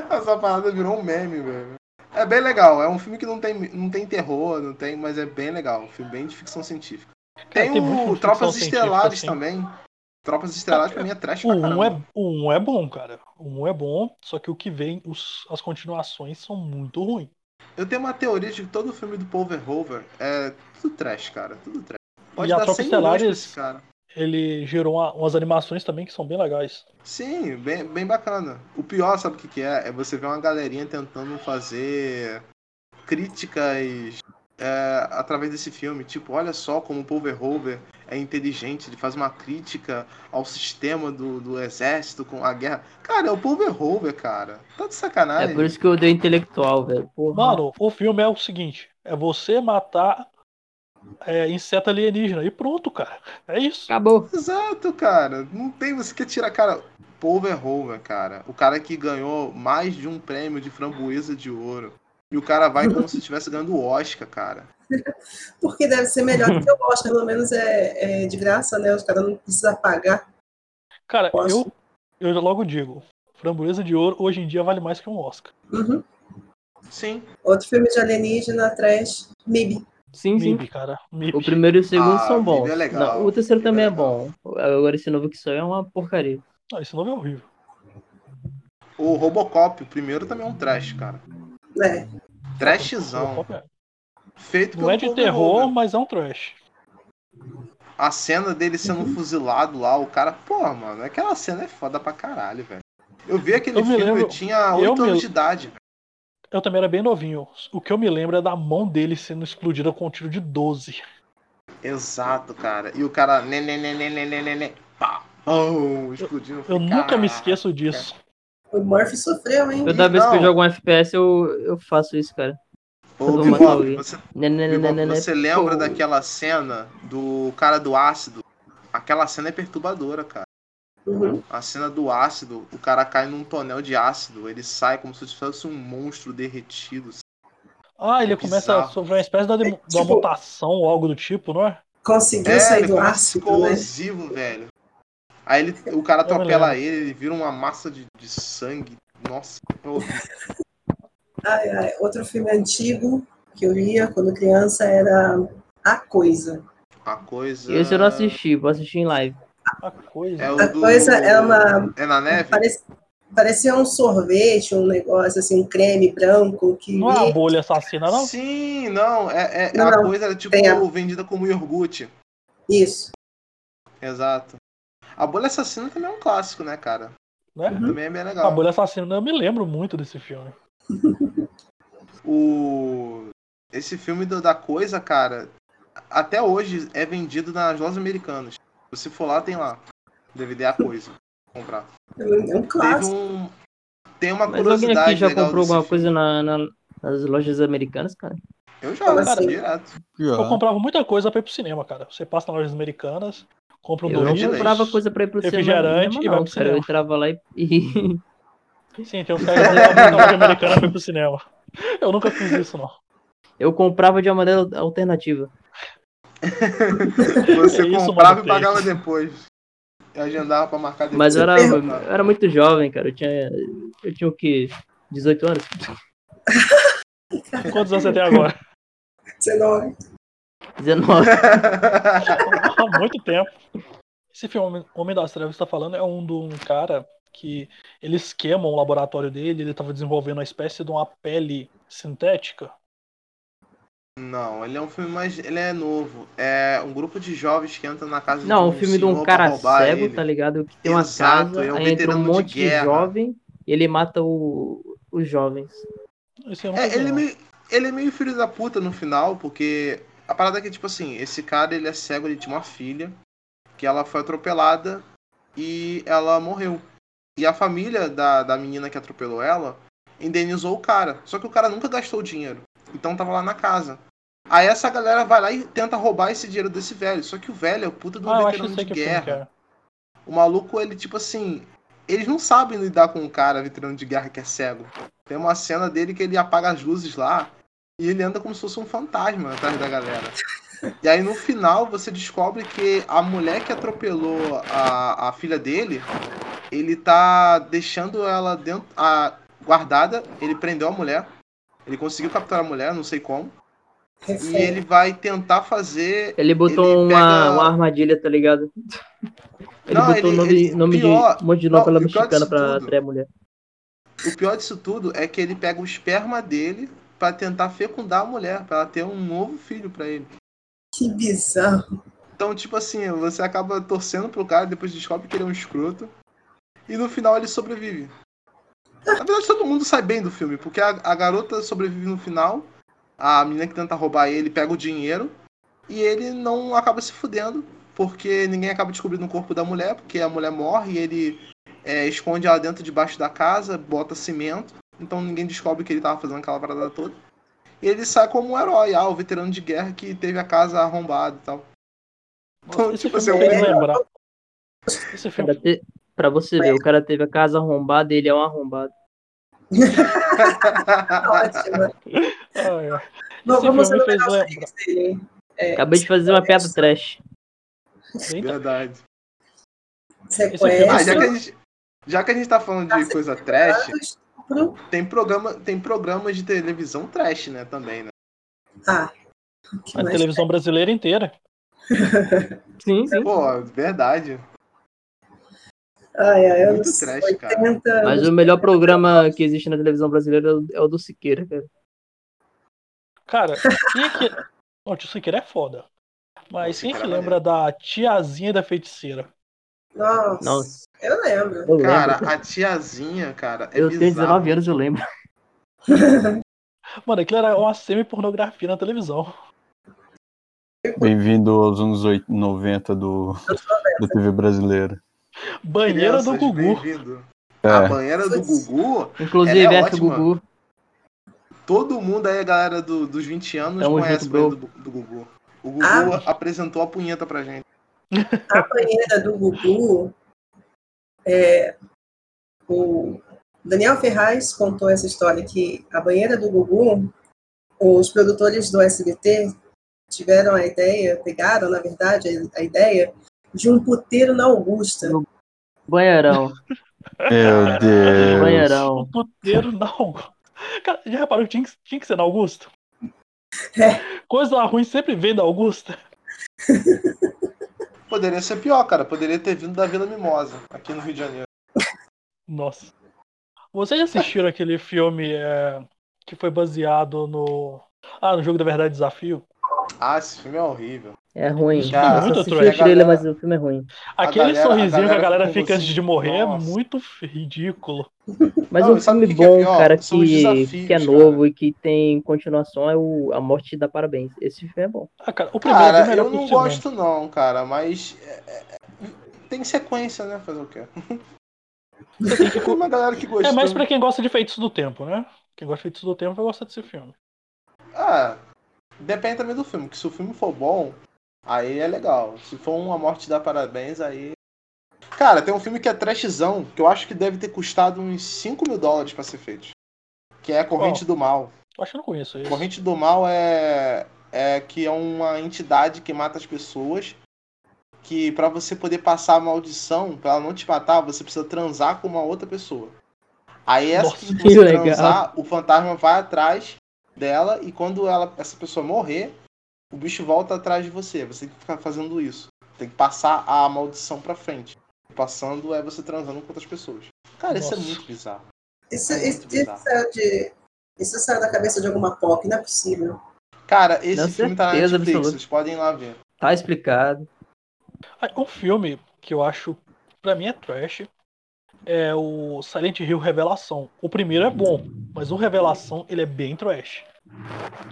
Speaker 3: Essa parada virou um meme, velho. É bem legal, é um filme que não tem, não tem terror, não tem, mas é bem legal. Um filme bem de ficção científica.
Speaker 4: Cara,
Speaker 3: Tem,
Speaker 4: tem muito
Speaker 3: o
Speaker 4: filme de
Speaker 3: Tropas
Speaker 4: ficção científica,
Speaker 3: Estelares
Speaker 4: assim.
Speaker 3: também. Tropas Estelares pra mim é trash
Speaker 4: O
Speaker 3: pra
Speaker 4: 1
Speaker 3: caramba.
Speaker 4: é, o um é bom, cara. O 1 é bom, só que o que vem, os- as continuações são muito ruins.
Speaker 3: Eu tenho uma teoria de que todo filme do Paul Verhoeven é tudo trash, cara. Tudo trash. Pode
Speaker 4: E a
Speaker 3: dar 100
Speaker 4: Tropas
Speaker 3: milhões pra
Speaker 4: Estelares-
Speaker 3: esse cara.
Speaker 4: Ele gerou uma- umas animações também que são bem legais.
Speaker 3: Sim, bem, bem bacana. O pior, sabe o que, que é? É você ver uma galerinha tentando fazer críticas é, através desse filme. Tipo, olha só como o Paul Verhoeven é inteligente, ele faz uma crítica ao sistema do, do exército com a guerra. Cara, é o Paul Verhoeven, cara. Tá de
Speaker 1: É
Speaker 3: sacanagem.
Speaker 1: por isso que eu dei intelectual, velho. Porra.
Speaker 4: Mano, o filme é o seguinte: é você matar é, inseto alienígena. E pronto, cara. É isso.
Speaker 1: acabou.
Speaker 3: Exato, cara. Não tem você que tirar, cara. Paul Verhoeven, cara. O cara que ganhou mais de um prêmio de framboesa de ouro. E o cara vai como se estivesse ganhando o Oscar, cara.
Speaker 5: Porque deve ser melhor do que eu gosto, pelo menos é, é de graça, né? Os caras não precisam pagar.
Speaker 4: Cara,
Speaker 5: Posso?
Speaker 4: eu, eu logo digo: Framboesa de Ouro hoje em dia vale mais que um Oscar.
Speaker 5: Uhum.
Speaker 3: Sim.
Speaker 5: Outro filme de alienígena, trash, MIB.
Speaker 1: Sim, sim.
Speaker 4: MIB, cara. MIB.
Speaker 1: O primeiro e o segundo
Speaker 3: Ah,
Speaker 1: são bons.
Speaker 3: Viva é legal,
Speaker 1: Não, o terceiro
Speaker 3: Viva é
Speaker 1: também é,
Speaker 3: legal.
Speaker 1: bom. Agora esse novo que saiu é uma porcaria.
Speaker 4: Ah, esse nome é horrível.
Speaker 3: O Robocop, o primeiro também é um trash, cara.
Speaker 5: né?
Speaker 3: Trashzão. Feito
Speaker 4: é Não é de
Speaker 3: pelo Paul
Speaker 4: terror,
Speaker 3: Verhoeven.
Speaker 4: mas é um trash.
Speaker 3: A cena dele sendo fuzilado lá, o cara. Porra, mano, aquela cena é foda pra caralho, velho. Eu vi aquele
Speaker 4: Eu me
Speaker 3: filme,
Speaker 4: lembro-
Speaker 3: eu tinha
Speaker 4: eu
Speaker 3: 8
Speaker 4: me-
Speaker 3: anos de idade. velho.
Speaker 4: Eu também era bem novinho. O que eu me lembro é da mão dele sendo explodida com um tiro de 12.
Speaker 3: Exato, cara. E o cara. Né, né, né, né, né, né, né, né. Pá. Oh, explodindo.
Speaker 4: Eu
Speaker 3: falei,
Speaker 4: nunca
Speaker 3: "Caraca".
Speaker 4: me esqueço disso.
Speaker 5: O Murphy sofreu, hein?
Speaker 1: Toda vez que eu
Speaker 3: Não.
Speaker 1: jogo um FPS, eu, eu faço isso, cara.
Speaker 3: Ô,
Speaker 1: Todo
Speaker 3: Bebop,
Speaker 1: mundo
Speaker 3: você,
Speaker 1: Né, né, né, né,
Speaker 3: Bebop,
Speaker 1: né, né.
Speaker 3: você lembra
Speaker 1: Pô.
Speaker 3: daquela cena do cara do ácido? Aquela cena é perturbadora, cara.
Speaker 5: Uhum.
Speaker 3: A cena do ácido, o cara cai num tonel de ácido, ele sai como se fosse um monstro derretido.
Speaker 4: Ah, ele
Speaker 3: É
Speaker 4: começa a
Speaker 3: bizarro.
Speaker 4: sofrer uma espécie da, de,
Speaker 5: É,
Speaker 4: de uma
Speaker 5: tipo-
Speaker 4: mutação ou algo do tipo, não é?
Speaker 5: Conseguiu
Speaker 3: É,
Speaker 5: sair
Speaker 3: ele
Speaker 5: do
Speaker 3: começa a
Speaker 5: ácido,
Speaker 3: ficar
Speaker 5: né?
Speaker 3: explosivo, velho. Aí ele, o cara
Speaker 4: Eu me
Speaker 3: atropela ele, ele vira uma massa de, de sangue. Nossa, é horrível.
Speaker 5: Ai, ai. Outro filme antigo que eu via quando criança era A Coisa.
Speaker 3: a coisa.
Speaker 1: Esse eu não assisti, vou assistir em live.
Speaker 4: A coisa.
Speaker 3: É o
Speaker 5: A
Speaker 3: do-
Speaker 5: Coisa é uma
Speaker 3: É na neve?
Speaker 5: Parece- Parecia um sorvete, um negócio assim, um creme branco que
Speaker 4: Não é a bolha assassina, não?
Speaker 3: Sim, não. É, é-
Speaker 5: Não,
Speaker 3: a
Speaker 5: não.
Speaker 3: coisa era tipo
Speaker 5: Tem a-
Speaker 3: vendida como iogurte.
Speaker 5: isso.
Speaker 3: Exato. A bolha assassina também é um clássico, né, cara?
Speaker 4: Né?
Speaker 1: Hum?
Speaker 3: Também é bem
Speaker 4: A
Speaker 3: legal.
Speaker 4: bolha assassina, eu me lembro muito desse filme.
Speaker 3: O... Esse filme do- da coisa, cara, até hoje é vendido nas lojas americanas. Se você for lá, tem lá. DVD é a coisa. Comprar.
Speaker 5: É um
Speaker 3: Teve
Speaker 5: clássico.
Speaker 3: um. Tem uma
Speaker 1: Mas alguém
Speaker 3: curiosidade.
Speaker 1: aqui já
Speaker 3: legal
Speaker 1: comprou
Speaker 3: desse
Speaker 1: alguma
Speaker 3: filme.
Speaker 1: coisa na- na- nas lojas americanas, cara?
Speaker 5: Como
Speaker 3: Eu já, cara,
Speaker 5: assim?
Speaker 3: direto.
Speaker 4: Eu comprava muita coisa pra ir pro cinema, cara. Você passa nas lojas americanas, compra um
Speaker 1: Eu não
Speaker 3: Dorito,
Speaker 4: Doritos.
Speaker 1: comprava coisa pra ir pro cinema.
Speaker 4: refrigerante
Speaker 1: não,
Speaker 4: e vai pro
Speaker 1: cara.
Speaker 4: cinema.
Speaker 1: Eu entrava lá e. e-
Speaker 4: um Sim, tem uns caras que compravam muita loja americana pra ir pro cinema. Eu nunca fiz isso, não.
Speaker 1: Eu comprava de uma maneira alternativa.
Speaker 3: É Você
Speaker 4: É isso,
Speaker 3: comprava
Speaker 4: mano,
Speaker 3: e pagava depois. E agendava pra marcar depois.
Speaker 1: Mas eu era, né? eu
Speaker 3: Tá.
Speaker 1: era muito jovem, cara. Eu tinha, eu tinha o quê? 18 anos?
Speaker 4: Quantos anos você tem agora?
Speaker 5: 19.
Speaker 1: 19.
Speaker 4: Há muito tempo. Esse filme, Homem das Trevas, que você tá falando, é um de um cara que eles queimam o laboratório dele, ele tava desenvolvendo uma espécie de uma pele sintética.
Speaker 3: Não, ele é um filme mais. Ele é novo. É um grupo de jovens que entra na casa
Speaker 1: Não,
Speaker 3: de
Speaker 1: um filme de um
Speaker 3: senhor pra
Speaker 1: cara
Speaker 3: roubar
Speaker 1: cego,
Speaker 3: ele.
Speaker 1: tá ligado? Que tem uma
Speaker 3: Exato,
Speaker 1: casa,
Speaker 3: é um
Speaker 1: aí entra um
Speaker 3: veterano de
Speaker 1: monte de,
Speaker 3: guerra.
Speaker 1: jovem e ele mata o- os jovens.
Speaker 4: Esse eu não
Speaker 3: É,
Speaker 4: sei
Speaker 3: ele, é
Speaker 4: não.
Speaker 3: meio, ele é meio filho da puta no final, porque a parada é que, tipo assim, esse cara ele é cego, ele tinha uma filha, que ela foi atropelada e ela morreu. E a família da, da menina que atropelou ela indenizou o cara. Só que o cara nunca gastou o dinheiro. Então tava lá na casa. Aí essa galera vai lá e tenta roubar esse dinheiro desse velho. Só que o velho é o puta do
Speaker 4: Ah, eu acho que eu
Speaker 3: veterano
Speaker 4: sei
Speaker 3: de
Speaker 4: que filme que
Speaker 3: guerra.
Speaker 4: é.
Speaker 3: O maluco, ele, tipo assim. Eles não sabem lidar com um cara veterano de guerra que é cego. Tem uma cena dele que ele apaga as luzes lá e ele anda como se fosse um fantasma atrás da galera. E aí no final você descobre que a mulher que atropelou a, a filha dele, ele tá deixando ela dentro. A, guardada, ele prendeu a mulher. Ele conseguiu capturar a mulher, não sei como. E ele vai tentar fazer.
Speaker 1: Ele botou
Speaker 3: Ele
Speaker 1: uma,
Speaker 3: pega-
Speaker 1: uma armadilha, tá ligado? Ele
Speaker 3: Não,
Speaker 1: botou o
Speaker 3: ele-
Speaker 1: nome,
Speaker 3: ele-
Speaker 1: nome
Speaker 3: pior-
Speaker 1: de um monte de
Speaker 3: não,
Speaker 1: novela
Speaker 3: e o pior
Speaker 1: mexicana
Speaker 3: disso
Speaker 1: pra
Speaker 3: tudo-
Speaker 1: atrair a mulher.
Speaker 3: O pior disso tudo é que ele pega o esperma dele pra tentar fecundar a mulher, pra ela ter um novo filho pra ele.
Speaker 5: Que bizarro.
Speaker 3: Então, tipo assim, você acaba torcendo pro cara, depois descobre que ele é um escroto. E no final ele sobrevive. Na verdade, todo mundo sai bem do filme, porque a, a garota sobrevive no final, a menina que tenta roubar ele pega o dinheiro, e ele não acaba se fudendo, porque ninguém acaba descobrindo o corpo da mulher, porque a mulher morre e ele é, esconde ela dentro debaixo da casa, bota cimento, então ninguém descobre que ele tava fazendo aquela parada toda. E ele sai como um herói, ah, o veterano de guerra que teve a casa arrombada e tal.
Speaker 4: Nossa, Esse
Speaker 3: Tipo,
Speaker 4: filme
Speaker 3: você
Speaker 4: me fez
Speaker 5: olha-
Speaker 4: lembrar. Esse
Speaker 1: Cara,
Speaker 4: filme, ah,
Speaker 1: te- Pra você ver, o cara teve a casa arrombada e ele é um arrombado.
Speaker 3: um-
Speaker 5: Ótimo.
Speaker 4: ai, ai.
Speaker 5: Não,
Speaker 4: Esse
Speaker 5: vamos
Speaker 4: filme me fez
Speaker 5: enumerar os
Speaker 4: lembrar.
Speaker 5: filmes dele, hein? É,
Speaker 1: Acabei de fazer uma piada trash.
Speaker 4: Eita,
Speaker 3: Verdade.
Speaker 4: Ah,
Speaker 3: Ah,
Speaker 5: Sequestro,
Speaker 3: já que a gente, já que a gente tá falando de coisa
Speaker 5: é
Speaker 3: trash,
Speaker 5: estupro.
Speaker 3: tem, programa, tem programas de televisão trash, né, também, né?
Speaker 5: Ah, o que
Speaker 4: a
Speaker 5: mais?
Speaker 4: televisão brasileira inteira.
Speaker 1: Sim, sim.
Speaker 3: Pô, verdade.
Speaker 5: Ai, ai, eu
Speaker 3: Muito
Speaker 5: não sei,
Speaker 3: trash, cara.
Speaker 5: 80,
Speaker 1: Mas o melhor programa que existe na televisão brasileira é o- é o do Siqueira, cara.
Speaker 4: Cara, quem é que. Não, tio Siqueira é foda. Mas
Speaker 3: Nossa,
Speaker 4: quem é que
Speaker 3: cara,
Speaker 4: lembra da tiazinha da feiticeira?
Speaker 5: Nossa,
Speaker 1: Nossa,
Speaker 5: eu lembro.
Speaker 1: eu lembro.
Speaker 3: Cara,
Speaker 1: cara.
Speaker 3: a tiazinha, cara, é
Speaker 1: eu tenho
Speaker 3: bizarro.
Speaker 1: 19 anos, eu lembro.
Speaker 4: Mano, aquilo era uma semi-pornografia na televisão.
Speaker 2: Bem-vindo aos anos 8, 90 do, da TV brasileira.
Speaker 4: Banheira do
Speaker 3: Crianças,
Speaker 4: Gugu.
Speaker 3: bem-vindo. A
Speaker 2: É,
Speaker 3: banheira do Gugu,
Speaker 1: Inclusive,
Speaker 3: Ela é
Speaker 1: essa
Speaker 3: ótima.
Speaker 1: Gugu.
Speaker 3: todo mundo aí, a galera do- dos 20 anos,
Speaker 1: Tamo
Speaker 3: conhece
Speaker 1: junto,
Speaker 3: a banheira do, do Gugu. O Gugu
Speaker 5: Ah.
Speaker 3: apresentou a punheta pra gente.
Speaker 5: A banheira do Gugu, é, o Daniel Ferraz contou essa história que a banheira do Gugu, os produtores do SBT tiveram a ideia, pegaram, na verdade, a- a ideia de um puteiro na Augusta.
Speaker 1: Banheirão,
Speaker 2: É, meu Deus.
Speaker 1: banheirão.
Speaker 4: O puteiro na Augusta. Cara, já reparou que tinha, que- tinha que ser na Augusta? Coisa ruim sempre vem da Augusta.
Speaker 3: Poderia ser pior, cara. Poderia ter vindo da Vila Mimosa, aqui no Rio de Janeiro.
Speaker 4: Nossa. Vocês já assistiram aquele filme é, que foi baseado no. Ah, no jogo da verdade desafio?
Speaker 3: Ah, esse filme é horrível.
Speaker 1: É ruim.
Speaker 3: Cara,
Speaker 1: Eu só assisti
Speaker 4: muito
Speaker 1: o trailer,
Speaker 3: trash.
Speaker 1: mas o filme é ruim.
Speaker 4: Aquele
Speaker 3: galera- a
Speaker 4: sorrisinho que a
Speaker 3: galera
Speaker 4: galera
Speaker 3: com
Speaker 4: fica antes
Speaker 3: você.
Speaker 4: de morrer
Speaker 3: Nossa.
Speaker 4: é muito ridículo.
Speaker 1: Mas
Speaker 3: Não,
Speaker 1: um
Speaker 3: sabe o
Speaker 1: filme
Speaker 3: que que é
Speaker 1: bom,
Speaker 3: pior?
Speaker 1: cara,
Speaker 3: São os
Speaker 1: que,
Speaker 3: desafios,
Speaker 1: que é novo e que tem continuação é o A Morte te dá parabéns. Esse filme é bom.
Speaker 4: Ah, cara, o primeiro é bem
Speaker 3: Cara,
Speaker 4: melhor
Speaker 3: eu
Speaker 4: que o
Speaker 3: não
Speaker 4: segundo.
Speaker 3: gosto não, cara, mas é, é, é, tem sequência, né? Fazer o quê? Tem uma galera que gostou.
Speaker 4: É mais pra quem gosta de Feitos do Tempo, né? Quem gosta de Feitos do Tempo vai gostar desse filme.
Speaker 3: Ah, depende também do filme, que se o filme for bom, aí é legal. Se for uma morte dá parabéns, aí... Cara, tem um filme que é trashzão, que eu acho que deve ter custado uns 5 mil dólares pra ser feito. Que é a Corrente do Mal.
Speaker 4: Eu acho que eu não conheço esse.
Speaker 3: Corrente do Mal é, é que é uma entidade que mata as pessoas. Que pra você poder passar a maldição, pra ela não te matar, você precisa transar com uma outra pessoa. Aí essa
Speaker 1: Nossa,
Speaker 3: que
Speaker 1: que
Speaker 3: você
Speaker 1: legal.
Speaker 3: transar, o fantasma vai atrás dela e quando ela, essa pessoa morrer, o bicho volta atrás de você. Você tem que ficar fazendo isso. Tem que passar a maldição pra frente. Passando é você transando com outras pessoas. Cara, isso é
Speaker 4: Nossa.
Speaker 3: muito bizarro.
Speaker 5: Isso,
Speaker 3: É
Speaker 5: isso,
Speaker 3: muito
Speaker 5: isso,
Speaker 3: bizarro.
Speaker 5: saiu de, isso saiu da cabeça de alguma pop, não é possível.
Speaker 3: Cara, esse
Speaker 1: Com
Speaker 3: filme tá na
Speaker 1: certeza
Speaker 3: Netflix,
Speaker 1: absoluta.
Speaker 3: vocês podem ir lá ver.
Speaker 1: Tá explicado.
Speaker 4: Ah, Um filme que eu acho, pra mim é trash, é o Silent Hill Revelação. O primeiro é bom, mas o Revelação, ele é bem trash.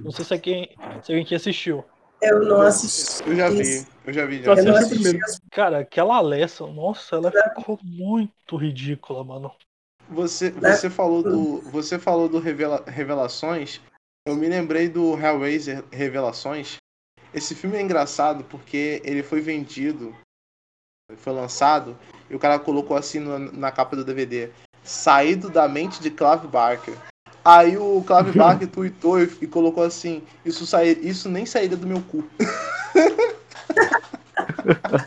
Speaker 4: Não sei se, é quem, se alguém que assistiu.
Speaker 5: Eu não assisti.
Speaker 3: Eu já vi,
Speaker 5: isso.
Speaker 3: eu já vi. Já.
Speaker 4: Eu
Speaker 5: Eu não
Speaker 4: assisti o
Speaker 5: assisti.
Speaker 4: primeiro. Cara, aquela Alessa, nossa, ela ficou muito ridícula, mano.
Speaker 3: Você,
Speaker 5: Né?
Speaker 3: você falou do, você falou do Revela- Revelações. Eu me lembrei do Hellraiser Revelações. Esse filme é engraçado porque ele foi vendido, foi lançado e o cara colocou assim na, na capa do DVD, saído da mente de Clive Barker. Aí o Clive Barker tweetou e, e colocou assim, isso sai, isso nem saída do meu cu.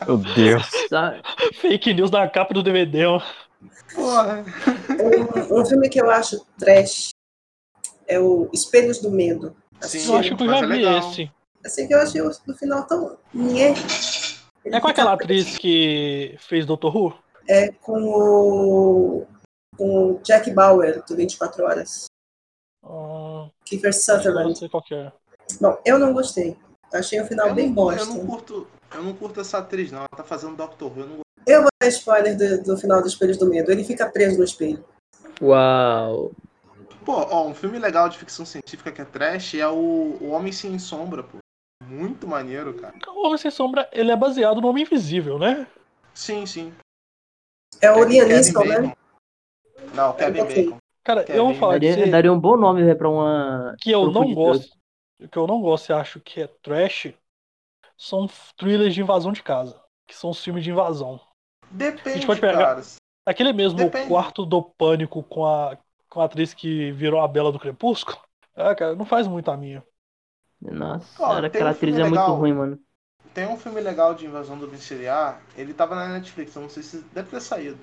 Speaker 2: Meu Deus.
Speaker 1: Sabe?
Speaker 4: Fake news na capa do DVD, ó.
Speaker 3: Porra.
Speaker 5: Um, um filme que eu acho trash é o Espelhos do Medo.
Speaker 3: Sim,
Speaker 4: Eu acho que eu já
Speaker 3: mas é
Speaker 4: vi
Speaker 3: legal.
Speaker 4: esse.
Speaker 5: Assim que eu achei o do final tão. nhé. Ele
Speaker 4: É com
Speaker 5: fica-
Speaker 4: aquela atriz que fez Doctor Who?
Speaker 5: É com o. Com o Jack Bauer, do 24 Horas.
Speaker 4: Ah,
Speaker 5: Kiefer
Speaker 4: não
Speaker 5: Sutherland.
Speaker 4: sei qual que é.
Speaker 5: Bom, eu não gostei. Achei o final
Speaker 3: Eu
Speaker 5: Tá bem
Speaker 3: não,
Speaker 5: bosta.
Speaker 3: eu não curto, eu não curto essa atriz não, ela tá fazendo Doctor Who, eu não
Speaker 5: Eu vou dar spoiler do, do final do Espelhos do Medo. Ele fica preso no espelho.
Speaker 1: Uau.
Speaker 3: Pô, ó, um filme legal de ficção científica que é trash é o, o Homem Sem Sombra, pô. Muito maneiro, cara.
Speaker 4: O Homem Sem Sombra, ele é baseado no Homem Invisível, né?
Speaker 3: Sim, sim.
Speaker 5: É o Liam
Speaker 3: Kevin
Speaker 5: Neeson, né?
Speaker 3: Bacon. Não, Kevin
Speaker 5: ok.
Speaker 3: Bacon.
Speaker 4: Cara,
Speaker 3: Que é
Speaker 4: eu vou
Speaker 3: bem-
Speaker 4: falar de
Speaker 1: Daria, daria um bom nome né, pra uma.
Speaker 4: que eu
Speaker 1: Grupo
Speaker 4: não
Speaker 1: de
Speaker 4: gosto, que eu não gosto e acho que é trash, são f- thrillers de invasão de casa, que são os filmes de invasão. A
Speaker 3: Depende,
Speaker 4: gente pode pegar-
Speaker 3: cara.
Speaker 4: Aquele mesmo
Speaker 3: Depende.
Speaker 4: o quarto do pânico com a com a atriz que virou a Bela do Crepúsculo. Ah, cara, não faz muito a minha.
Speaker 1: Nossa,
Speaker 3: Ó,
Speaker 1: cara,
Speaker 3: tem um
Speaker 1: aquela atriz é
Speaker 3: filme
Speaker 1: muito
Speaker 3: legal.
Speaker 1: ruim, mano.
Speaker 3: Tem um filme legal de invasão do domiciliar, ele tava na Netflix, eu não sei se deve ter saído.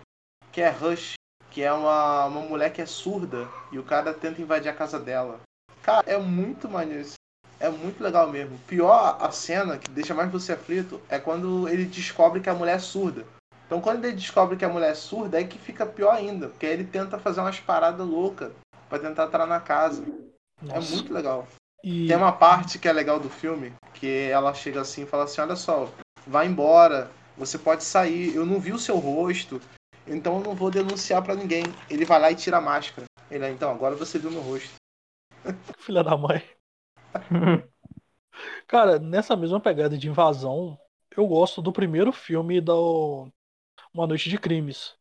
Speaker 3: Que é Rush, que é uma, uma mulher que é surda e o cara tenta invadir a casa dela. Cara, é muito maneiro isso. É muito legal mesmo. Pior a cena que deixa mais você aflito é quando ele descobre que a mulher é surda. Então quando ele descobre que a mulher é surda, é que fica pior ainda, porque aí ele tenta fazer umas paradas loucas pra tentar entrar na casa. É
Speaker 4: Nossa.
Speaker 3: muito legal.
Speaker 4: E
Speaker 3: Tem uma parte que é legal do filme, que ela chega assim e fala assim, olha só, vai embora, você pode sair, eu não vi o seu rosto, então eu não vou denunciar pra ninguém. Ele vai lá e tira a máscara. Ele, então, agora você viu meu rosto.
Speaker 4: filha da mãe. Cara, nessa mesma pegada de invasão, eu gosto do primeiro filme da Uma Noite de Crimes.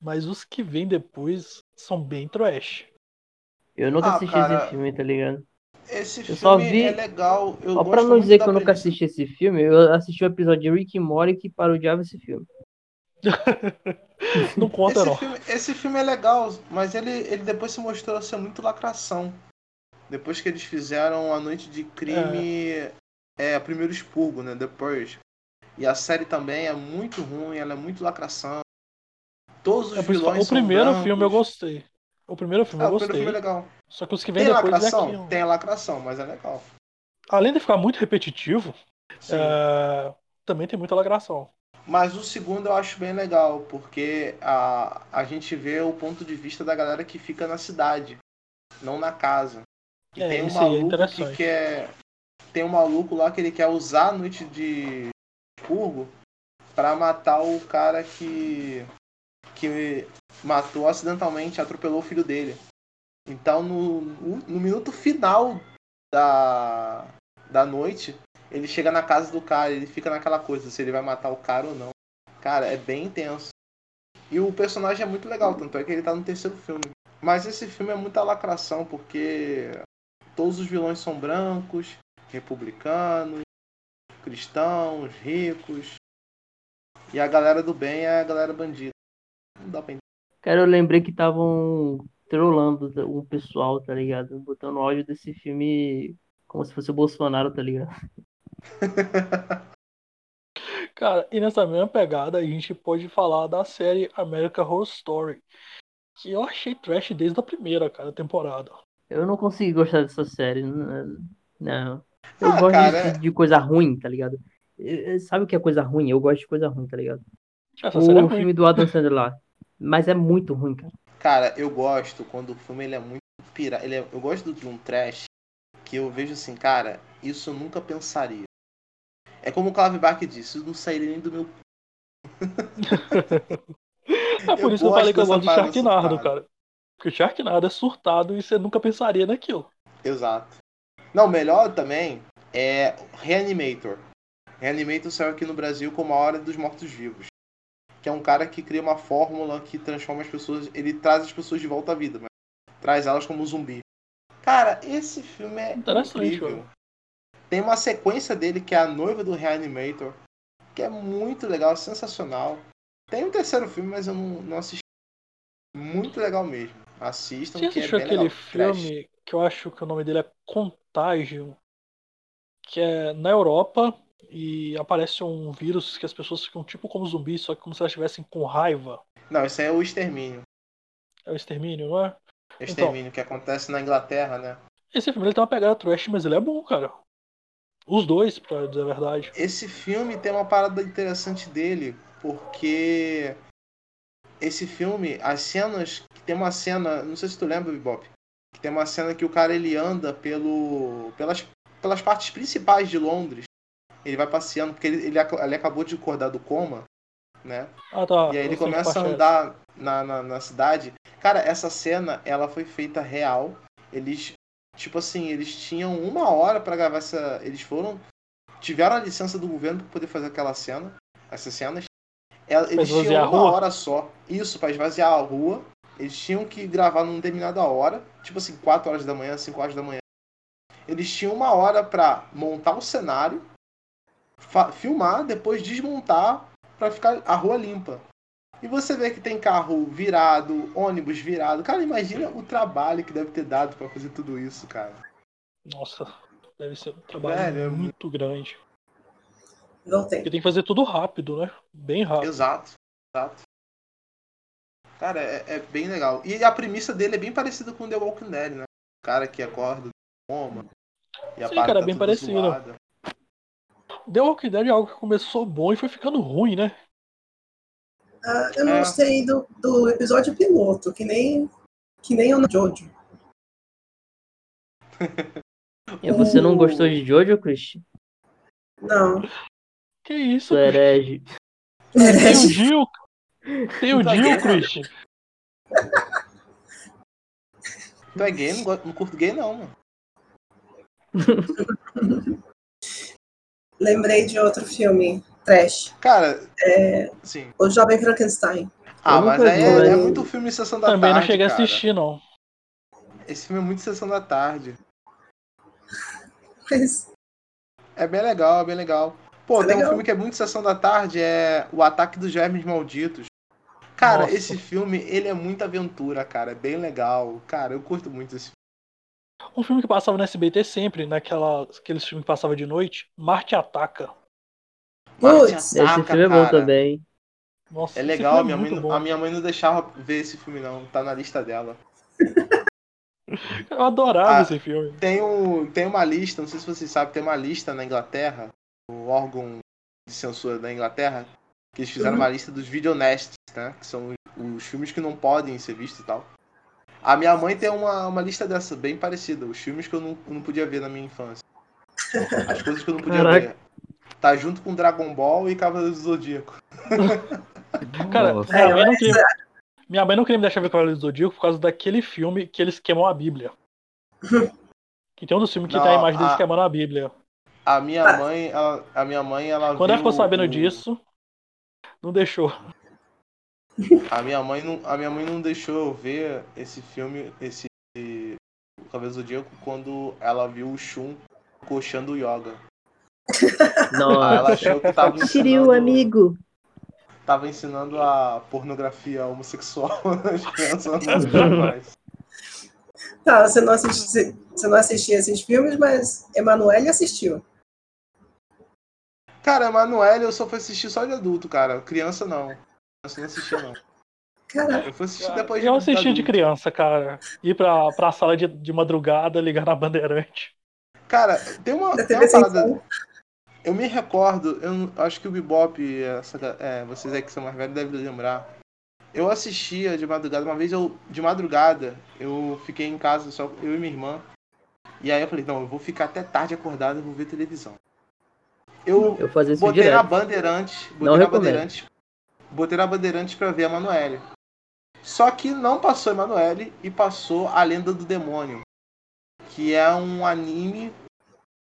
Speaker 4: Mas os que vêm depois são bem trash.
Speaker 1: Eu nunca
Speaker 3: Ah,
Speaker 1: assisti
Speaker 3: cara,
Speaker 1: esse filme, tá ligado?
Speaker 3: Esse
Speaker 1: Eu
Speaker 3: filme
Speaker 1: só vi-
Speaker 3: é legal, eu
Speaker 1: Ó,
Speaker 3: gosto
Speaker 1: pra não
Speaker 3: muito
Speaker 1: dizer
Speaker 3: da
Speaker 1: que eu nunca
Speaker 3: premissa.
Speaker 1: assisti esse filme, eu assisti o episódio de Rick e Morty que parodiava esse filme.
Speaker 4: Não conta,
Speaker 3: esse
Speaker 4: não.
Speaker 3: filme, esse filme é legal, mas ele, ele depois se mostrou ser muito lacração. Depois que eles fizeram A Noite de Crime, é, primeiro expurgo, né? The Purge. E a série também é muito ruim, ela é muito lacração. Todos os
Speaker 4: É por isso que
Speaker 3: vilões
Speaker 4: o primeiro
Speaker 3: são brancos.
Speaker 4: filme eu gostei. O primeiro filme
Speaker 3: Ah,
Speaker 4: eu
Speaker 3: o primeiro
Speaker 4: gostei.
Speaker 3: filme é legal.
Speaker 4: Só que os que vêm
Speaker 3: Tem
Speaker 4: depois é
Speaker 3: lacração?
Speaker 4: aquilo.
Speaker 3: Tem lacração, mas é legal.
Speaker 4: Além de ficar muito repetitivo,
Speaker 3: Sim.
Speaker 4: é, também tem muita lacração.
Speaker 3: Mas o segundo eu acho bem legal, porque a, a gente vê o ponto de vista da galera que fica na cidade, não na casa. E
Speaker 4: É,
Speaker 3: tem um
Speaker 4: isso aí é
Speaker 3: maluco que
Speaker 4: interessante.
Speaker 3: quer. Tem um maluco lá que ele quer usar a noite de expurgo pra matar o cara que. que matou acidentalmente, atropelou o filho dele. Então no, no- no minuto final da, da noite, ele chega na casa do cara, ele fica naquela coisa, se ele vai matar o cara ou não. Cara, é bem intenso. E o personagem é muito legal, tanto é que ele tá no terceiro filme. Mas esse filme é muita lacração, porque todos os vilões são brancos, republicanos, cristãos, ricos. E a galera do bem é a galera bandida. Não dá pra entender.
Speaker 1: Cara, eu lembrei que estavam um trollando o pessoal, tá ligado? Botando ódio desse filme como se fosse o Bolsonaro, tá ligado?
Speaker 4: Cara, e nessa mesma pegada a gente pode falar da série American Horror Story. Que eu achei trash desde a primeira, cara, temporada.
Speaker 1: Eu não consegui gostar dessa série. n- Não. Eu
Speaker 3: Ah,
Speaker 1: gosto
Speaker 3: cara,
Speaker 1: de, de coisa ruim, tá ligado? Eh, eh, Sabe o que é coisa ruim? Eu gosto de coisa ruim, tá ligado?
Speaker 4: Essa série é
Speaker 1: O
Speaker 4: ruim.
Speaker 1: filme do Adam Sandler lá. Mas é muito ruim, cara.
Speaker 3: Cara, eu gosto quando o filme ele é muito pira... ele é- Eu gosto de um trash que eu vejo assim, cara, isso eu nunca pensaria. É como o Clive Barker disse, isso não sairia nem do meu...
Speaker 4: É por
Speaker 3: Eu
Speaker 4: isso que eu falei
Speaker 3: gosto
Speaker 4: que eu
Speaker 3: dessa
Speaker 4: gosto do
Speaker 3: parada
Speaker 4: Sharknado,
Speaker 3: surtada.
Speaker 4: cara. Porque o Sharknado é surtado e você nunca pensaria naquilo.
Speaker 3: Exato. Não, o melhor também é Reanimator. Reanimator saiu aqui no Brasil como a Hora dos Mortos-Vivos. Que é um cara que cria uma fórmula que transforma as pessoas... Ele traz as pessoas de volta à vida, mas traz elas como zumbi. Cara, esse filme é
Speaker 4: Interessante,
Speaker 3: incrível.
Speaker 4: mano.
Speaker 3: Tem uma sequência dele que é a noiva do Reanimator, que é muito legal, sensacional. Tem um terceiro filme, mas eu não, não assisti. Muito legal mesmo. Assistam,
Speaker 4: Você
Speaker 3: que é
Speaker 4: assistiu
Speaker 3: bem
Speaker 4: aquele
Speaker 3: legal. Trash.
Speaker 4: filme que eu acho que o nome dele é Contágio? Que é na Europa e aparece um vírus que as pessoas ficam tipo como zumbi, só que como se elas estivessem com raiva.
Speaker 3: Não, esse aí é o Extermínio.
Speaker 4: É o extermínio, não é?
Speaker 3: O Extermínio, que acontece na Inglaterra, né?
Speaker 4: Esse filme ele tem uma pegada trash, mas ele é bom, cara. Os dois, pra dizer a verdade.
Speaker 3: Esse filme tem uma parada interessante dele, porque esse filme, as cenas, que tem uma cena, não sei se tu lembra, Bebop, que tem uma cena que o cara ele anda pelo pelas, pelas partes principais de Londres. Ele vai passeando, porque ele, ele, ac- ele acabou de acordar do coma, né?
Speaker 4: Ah, tá.
Speaker 3: E aí ele
Speaker 4: Eu sei que
Speaker 3: começa a
Speaker 4: parte é
Speaker 3: andar na, na, na cidade. Cara, essa cena, ela foi feita real. Eles, tipo assim, eles tinham uma hora pra gravar essa. Eles foram. Tiveram a licença do governo pra poder fazer aquela cena. Essas cenas. Ela- Eles
Speaker 4: esvaziar
Speaker 3: tinham
Speaker 4: a
Speaker 3: uma
Speaker 4: rua?
Speaker 3: hora só. Isso, pra esvaziar a rua. Eles tinham que gravar numa determinada hora. Tipo assim, 4 horas da manhã, 5 horas da manhã. Eles tinham uma hora pra montar o cenário, fa- filmar, depois desmontar pra ficar a rua limpa. E você vê que tem carro virado, ônibus virado. Cara, imagina o trabalho que deve ter dado pra fazer tudo isso, cara.
Speaker 4: Nossa, deve ser um trabalho
Speaker 3: Velho, é
Speaker 4: muito grande.
Speaker 5: Não tem.
Speaker 4: Porque tem que fazer tudo rápido, né? Bem rápido.
Speaker 3: Exato, exato. Cara, é, é bem legal. E a premissa dele é bem parecida com The Walking Dead, né? O cara que acorda do coma. E a
Speaker 4: Sim,
Speaker 3: parada
Speaker 4: cara, é
Speaker 3: tá
Speaker 4: bem
Speaker 3: toda
Speaker 4: parecido.
Speaker 3: zoada.
Speaker 4: Deu Walking Dead é algo que começou bom e foi ficando ruim, né?
Speaker 5: Ah, eu não
Speaker 3: É.
Speaker 5: gostei do, do episódio piloto, que nem, que nem eu no Jojo.
Speaker 1: E você não gostou de Jojo, Chris?
Speaker 5: Não.
Speaker 4: Que isso,
Speaker 1: Tu é herege.
Speaker 4: Tem
Speaker 3: um.
Speaker 4: o Gil. Tem
Speaker 3: tá
Speaker 4: o Gil, Christian.
Speaker 3: Tu é gay, não, go- não curto gay, não, mano.
Speaker 5: Lembrei de outro filme, trash.
Speaker 3: Cara,
Speaker 5: É,
Speaker 3: sim.
Speaker 5: o Jovem Frankenstein.
Speaker 3: Ah,
Speaker 1: nunca
Speaker 3: mas aí
Speaker 1: vi,
Speaker 3: é, é
Speaker 1: velho.
Speaker 3: muito filme Sessão da
Speaker 4: Também não
Speaker 3: Tarde.
Speaker 4: cheguei a
Speaker 3: cara.
Speaker 4: assistir, não.
Speaker 3: Esse filme é muito Sessão da Tarde.
Speaker 5: Mas
Speaker 3: É bem legal, é bem legal. Pô,
Speaker 5: É
Speaker 3: tem um
Speaker 5: legal.
Speaker 3: filme que é muito Sessão da Tarde, é O Ataque dos Germes Malditos. Cara,
Speaker 4: Nossa.
Speaker 3: esse filme, ele é muita aventura, cara. É bem legal. Cara, eu curto muito esse filme.
Speaker 4: Um filme que passava no SBT sempre, naquela, aqueles filmes que passava de noite, Marte Ataca.
Speaker 5: Putz,
Speaker 3: Marte
Speaker 1: Esse
Speaker 3: Ataca,
Speaker 1: filme é bom
Speaker 3: cara.
Speaker 1: também.
Speaker 4: Nossa,
Speaker 3: É
Speaker 4: esse
Speaker 3: legal,
Speaker 4: filme
Speaker 3: minha mãe, não-
Speaker 4: muito bom.
Speaker 3: a minha mãe não deixava ver esse filme, não. Tá na lista dela.
Speaker 4: Eu adorava
Speaker 3: Ah.
Speaker 4: esse filme.
Speaker 3: Tem, um, tem uma lista, não sei se vocês sabem, tem uma lista na Inglaterra, o órgão de censura da Inglaterra, que eles
Speaker 4: Uhum.
Speaker 3: fizeram uma lista dos videonests, né? Que são os, os filmes que não podem ser vistos e tal. A minha mãe tem uma, uma lista dessa, bem parecida. Os filmes que eu não, não podia ver na minha infância. As coisas que eu não podia
Speaker 1: Caraca.
Speaker 3: ver. Tá junto com Dragon Ball e Cavaleiro do Zodíaco.
Speaker 4: Cara,
Speaker 2: Nossa.
Speaker 4: minha, mãe não
Speaker 1: É,
Speaker 5: mas-
Speaker 4: queria, minha mãe não queria me deixar ver Cavaleiro do Zodíaco por causa daquele filme que eles queimam a Bíblia. que tem um dos filmes que
Speaker 3: Não,
Speaker 4: tá a imagem deles
Speaker 3: a-
Speaker 4: queimando a Bíblia.
Speaker 3: A minha mãe, ela, a minha mãe, ela
Speaker 4: Tá. Quando ela
Speaker 3: viu
Speaker 4: ficou sabendo
Speaker 3: o-
Speaker 4: disso, não deixou.
Speaker 3: A minha mãe não, a minha mãe não deixou eu ver esse filme, esse o Cavaleiro do Zodíaco quando ela viu o Shun coxando o yoga. Aí
Speaker 1: Nossa.
Speaker 3: ela achou que tava
Speaker 1: Shiryu,
Speaker 3: ensinando,
Speaker 1: amigo.
Speaker 3: tava ensinando a pornografia homossexual nas crianças, mas não mais.
Speaker 5: Tá, você não, assisti, você não assistia esses filmes, mas Emanuele assistiu.
Speaker 3: Cara, Emanuele eu só fui assistir só de adulto, cara. Criança não. Criança não assistia, não.
Speaker 5: Caraca,
Speaker 3: Eu fui assistir
Speaker 4: Cara,
Speaker 3: depois
Speaker 4: eu assisti de
Speaker 3: adulto.
Speaker 4: criança, cara. Ir pra, pra sala de, de madrugada, ligar na bandeirante.
Speaker 3: Cara, tem uma,
Speaker 5: da
Speaker 3: tem uma
Speaker 5: TV sem
Speaker 3: parada. Eu me recordo, eu não- acho que o Bebop, essa ga- é, vocês aí que são mais velhos devem lembrar. Eu assistia de madrugada, uma vez eu, de madrugada, eu fiquei em casa só eu e minha irmã. E aí eu falei, não, eu vou ficar até tarde acordado, eu vou ver televisão. Eu
Speaker 1: Eu
Speaker 4: Assim,
Speaker 1: fazia isso
Speaker 3: botei na
Speaker 1: direto.
Speaker 3: Bandeirantes, botei
Speaker 1: Não
Speaker 3: na
Speaker 1: recomendo.
Speaker 3: Bandeirantes, botei na Bandeirantes pra ver a Manoeli. Só que não passou a Emanuele e passou a Lenda do Demônio, que é um anime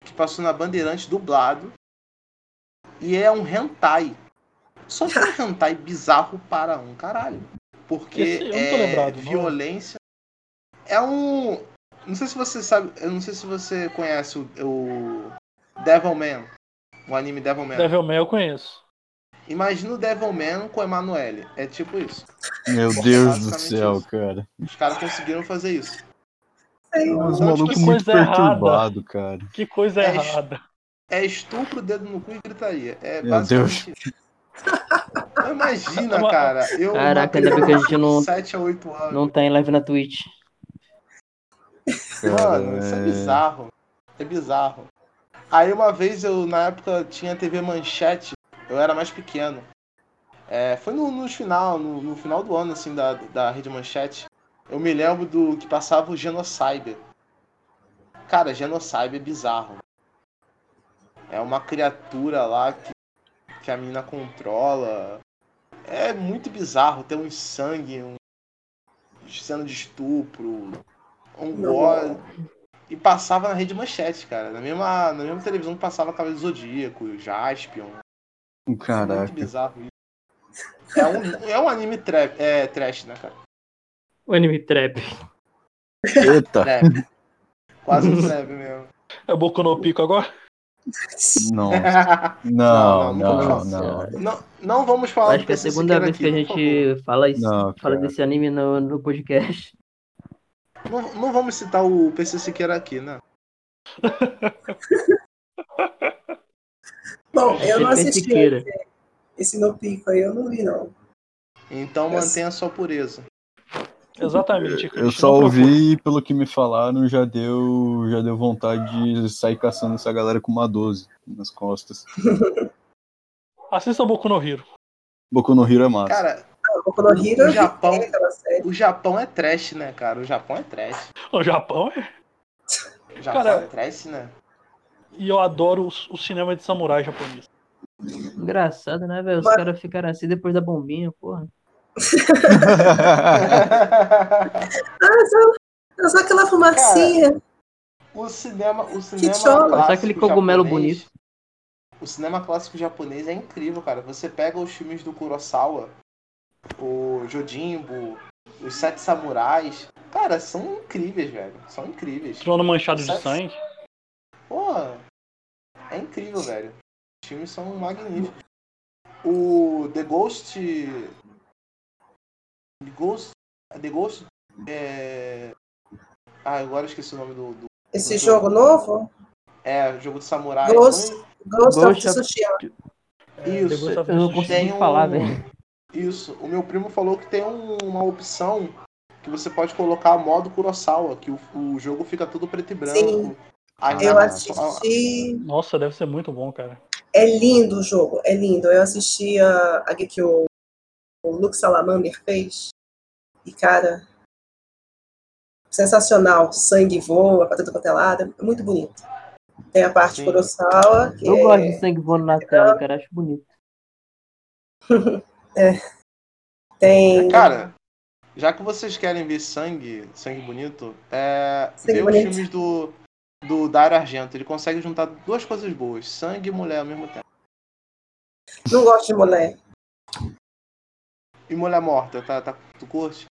Speaker 3: que passou na Bandeirantes dublado e é um hentai. Só que é um hentai bizarro para um caralho, porque
Speaker 4: Esse eu não tô
Speaker 3: é
Speaker 4: lembrado, não.
Speaker 3: violência. É um, não sei se você sabe, eu não sei se você conhece o, o Devilman, o anime Devilman.
Speaker 4: Devilman eu conheço.
Speaker 3: Imagina o Devilman com Emanuele, é tipo isso.
Speaker 2: Meu
Speaker 3: Porra,
Speaker 2: Deus do
Speaker 3: basicamente
Speaker 2: céu,
Speaker 3: isso.
Speaker 2: cara.
Speaker 3: Os caras conseguiram fazer isso.
Speaker 2: Os
Speaker 3: Então,
Speaker 2: malucos
Speaker 3: tipo,
Speaker 2: muito
Speaker 4: coisa errada.
Speaker 2: perturbados, cara.
Speaker 4: Que coisa
Speaker 3: É,
Speaker 4: errada.
Speaker 3: é estupro, dedo no cu e gritaria. É
Speaker 2: Meu
Speaker 3: basicamente isso. Então, Imagina,
Speaker 4: Uma-
Speaker 3: cara. Eu,
Speaker 1: Caraca, ainda bem que a gente não-
Speaker 3: 7 a 8 anos.
Speaker 1: Não tá em live na Twitch.
Speaker 3: Mano, isso é
Speaker 2: Cara,
Speaker 3: bizarro. É bizarro. Aí uma vez eu, na época, tinha TV Manchete, eu era mais pequeno. É, foi no, no final, no, no final do ano, assim, da, da Rede Manchete. Eu me lembro do que passava o Genocide. Cara, Genocide é bizarro. É uma criatura lá que, que a menina controla. É muito bizarro, tem um sangue, um cena de estupro, um
Speaker 5: Não.
Speaker 3: gore. E passava na rede manchete, cara. Na mesma, na mesma televisão que passava Cabelo Zodíaco, Jaspion. É Muito
Speaker 2: Caraca.
Speaker 3: bizarro isso. É um, é um anime trap, é, trash, né, cara?
Speaker 1: O anime trap.
Speaker 3: é
Speaker 2: Eita.
Speaker 3: Trap. Quase um trap mesmo.
Speaker 4: É Boku no Pico agora?
Speaker 2: Nossa. Não,
Speaker 3: Não, não,
Speaker 2: não,
Speaker 3: não.
Speaker 2: não.
Speaker 3: Não, não vamos falar
Speaker 1: Acho que é a
Speaker 3: PC
Speaker 1: segunda
Speaker 3: Siqueira
Speaker 1: vez que a
Speaker 3: aqui, por
Speaker 1: gente fala, isso,
Speaker 2: Não,
Speaker 1: fala
Speaker 2: cara.
Speaker 1: desse anime no, no podcast.
Speaker 3: favor. Não, não vamos citar o PC Siqueira aqui, né?
Speaker 5: Bom, eu não
Speaker 1: Você tem
Speaker 5: assisti
Speaker 1: Siqueira.
Speaker 5: esse no pico aí, eu não vi, não.
Speaker 3: Então
Speaker 5: Yes.
Speaker 3: mantenha sua pureza.
Speaker 4: Exatamente.
Speaker 2: Eu
Speaker 4: Christian,
Speaker 2: só
Speaker 4: não procura.
Speaker 2: ouvi e pelo que me falaram, já deu, já deu vontade de sair caçando essa galera com uma 12 nas costas.
Speaker 4: Assista Boku no Hero.
Speaker 2: Boku no Hiro é massa.
Speaker 3: Cara,
Speaker 5: Ah, Boku no Hero,
Speaker 3: No
Speaker 5: eu vi
Speaker 3: Japão.
Speaker 5: aquela série.
Speaker 3: o Japão é trash, né, cara? O Japão é trash.
Speaker 4: O Japão é.
Speaker 3: O Japão
Speaker 4: Cara-
Speaker 3: é trash, né?
Speaker 4: E eu adoro o, o cinema de samurai japonês.
Speaker 1: Engraçado, né, velho? Os
Speaker 5: Mas-
Speaker 1: caras ficaram assim depois da bombinha, porra.
Speaker 3: é
Speaker 5: Ah, só, é só aquela fumacinha.
Speaker 3: O cinema, o cinema
Speaker 5: tchola.
Speaker 3: clássico
Speaker 1: Só aquele cogumelo
Speaker 3: japonês-
Speaker 1: bonito.
Speaker 3: O cinema clássico japonês é incrível, cara. Você pega os filmes do Kurosawa, o Jojimbo, os Sete Samurais. Cara, são incríveis, velho. São incríveis.
Speaker 4: Trono manchado de
Speaker 3: Sucesso.
Speaker 4: sangue.
Speaker 3: Pô, é incrível, velho. Os filmes são magníficos. O The Ghost. The Ghost. The Ghost. É... Ah, agora eu esqueci o nome do. do...
Speaker 5: Esse jogo novo,
Speaker 3: É, jogo do samurai.
Speaker 5: Ghost. Ghost,
Speaker 1: Ghost
Speaker 5: of
Speaker 1: of-
Speaker 5: Tsushima.
Speaker 4: É,
Speaker 3: Isso.
Speaker 4: The Ghost of
Speaker 1: Eu não
Speaker 4: Tsushima.
Speaker 1: consegui
Speaker 3: Tem um-
Speaker 1: falar, velho.
Speaker 3: Isso, o meu primo falou que tem um- uma opção que você pode colocar modo Kurosawa, que o, o jogo fica tudo preto e branco.
Speaker 5: Sim.
Speaker 3: Aí
Speaker 5: Eu
Speaker 3: na-
Speaker 5: assisti.
Speaker 4: Nossa, deve ser muito bom, cara.
Speaker 5: É lindo o jogo, é lindo. Eu assisti a, a que o, o Luke Salamander fez. E, cara, sensacional. Sangue voa pra tudo quanto é lado. É muito bonito. Tem a parte
Speaker 3: Sim.
Speaker 5: Kurosawa, que
Speaker 1: Eu
Speaker 5: é-
Speaker 1: gosto de sangue voando na tela, cara. Acho bonito.
Speaker 5: tem
Speaker 3: Cara, já que vocês querem ver sangue, sangue bonito, é,
Speaker 5: Sangue
Speaker 3: vê
Speaker 5: bonito.
Speaker 3: os filmes do, do Dario Argento. Ele consegue juntar duas coisas boas, sangue e mulher ao mesmo tempo.
Speaker 5: Não gosto de mulher.
Speaker 3: E mulher morta, tá? tá tu curte?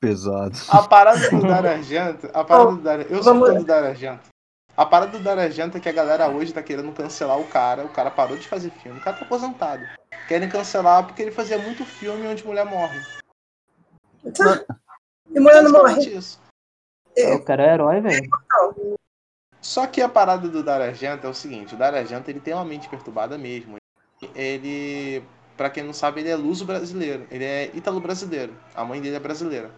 Speaker 2: Pesado.
Speaker 3: A parada do Dario Argento. A parada
Speaker 5: Bom,
Speaker 3: do Dario, eu sou
Speaker 5: vamos-
Speaker 3: fã do Dario Argento. A parada do Dario Argento é que a galera hoje tá querendo cancelar o cara. O cara parou de fazer filme. O cara tá aposentado. Querem cancelar porque ele fazia muito filme onde mulher morre.
Speaker 5: Então, E mulher não morre.
Speaker 3: Basicamente isso.
Speaker 5: É,
Speaker 1: O cara é herói, velho.
Speaker 3: Só que a parada do Darajanta é o seguinte, o Darajanta ele tem uma mente perturbada mesmo. Ele, pra quem não sabe, ele é luso brasileiro, ele é ítalo brasileiro. A mãe dele é brasileira.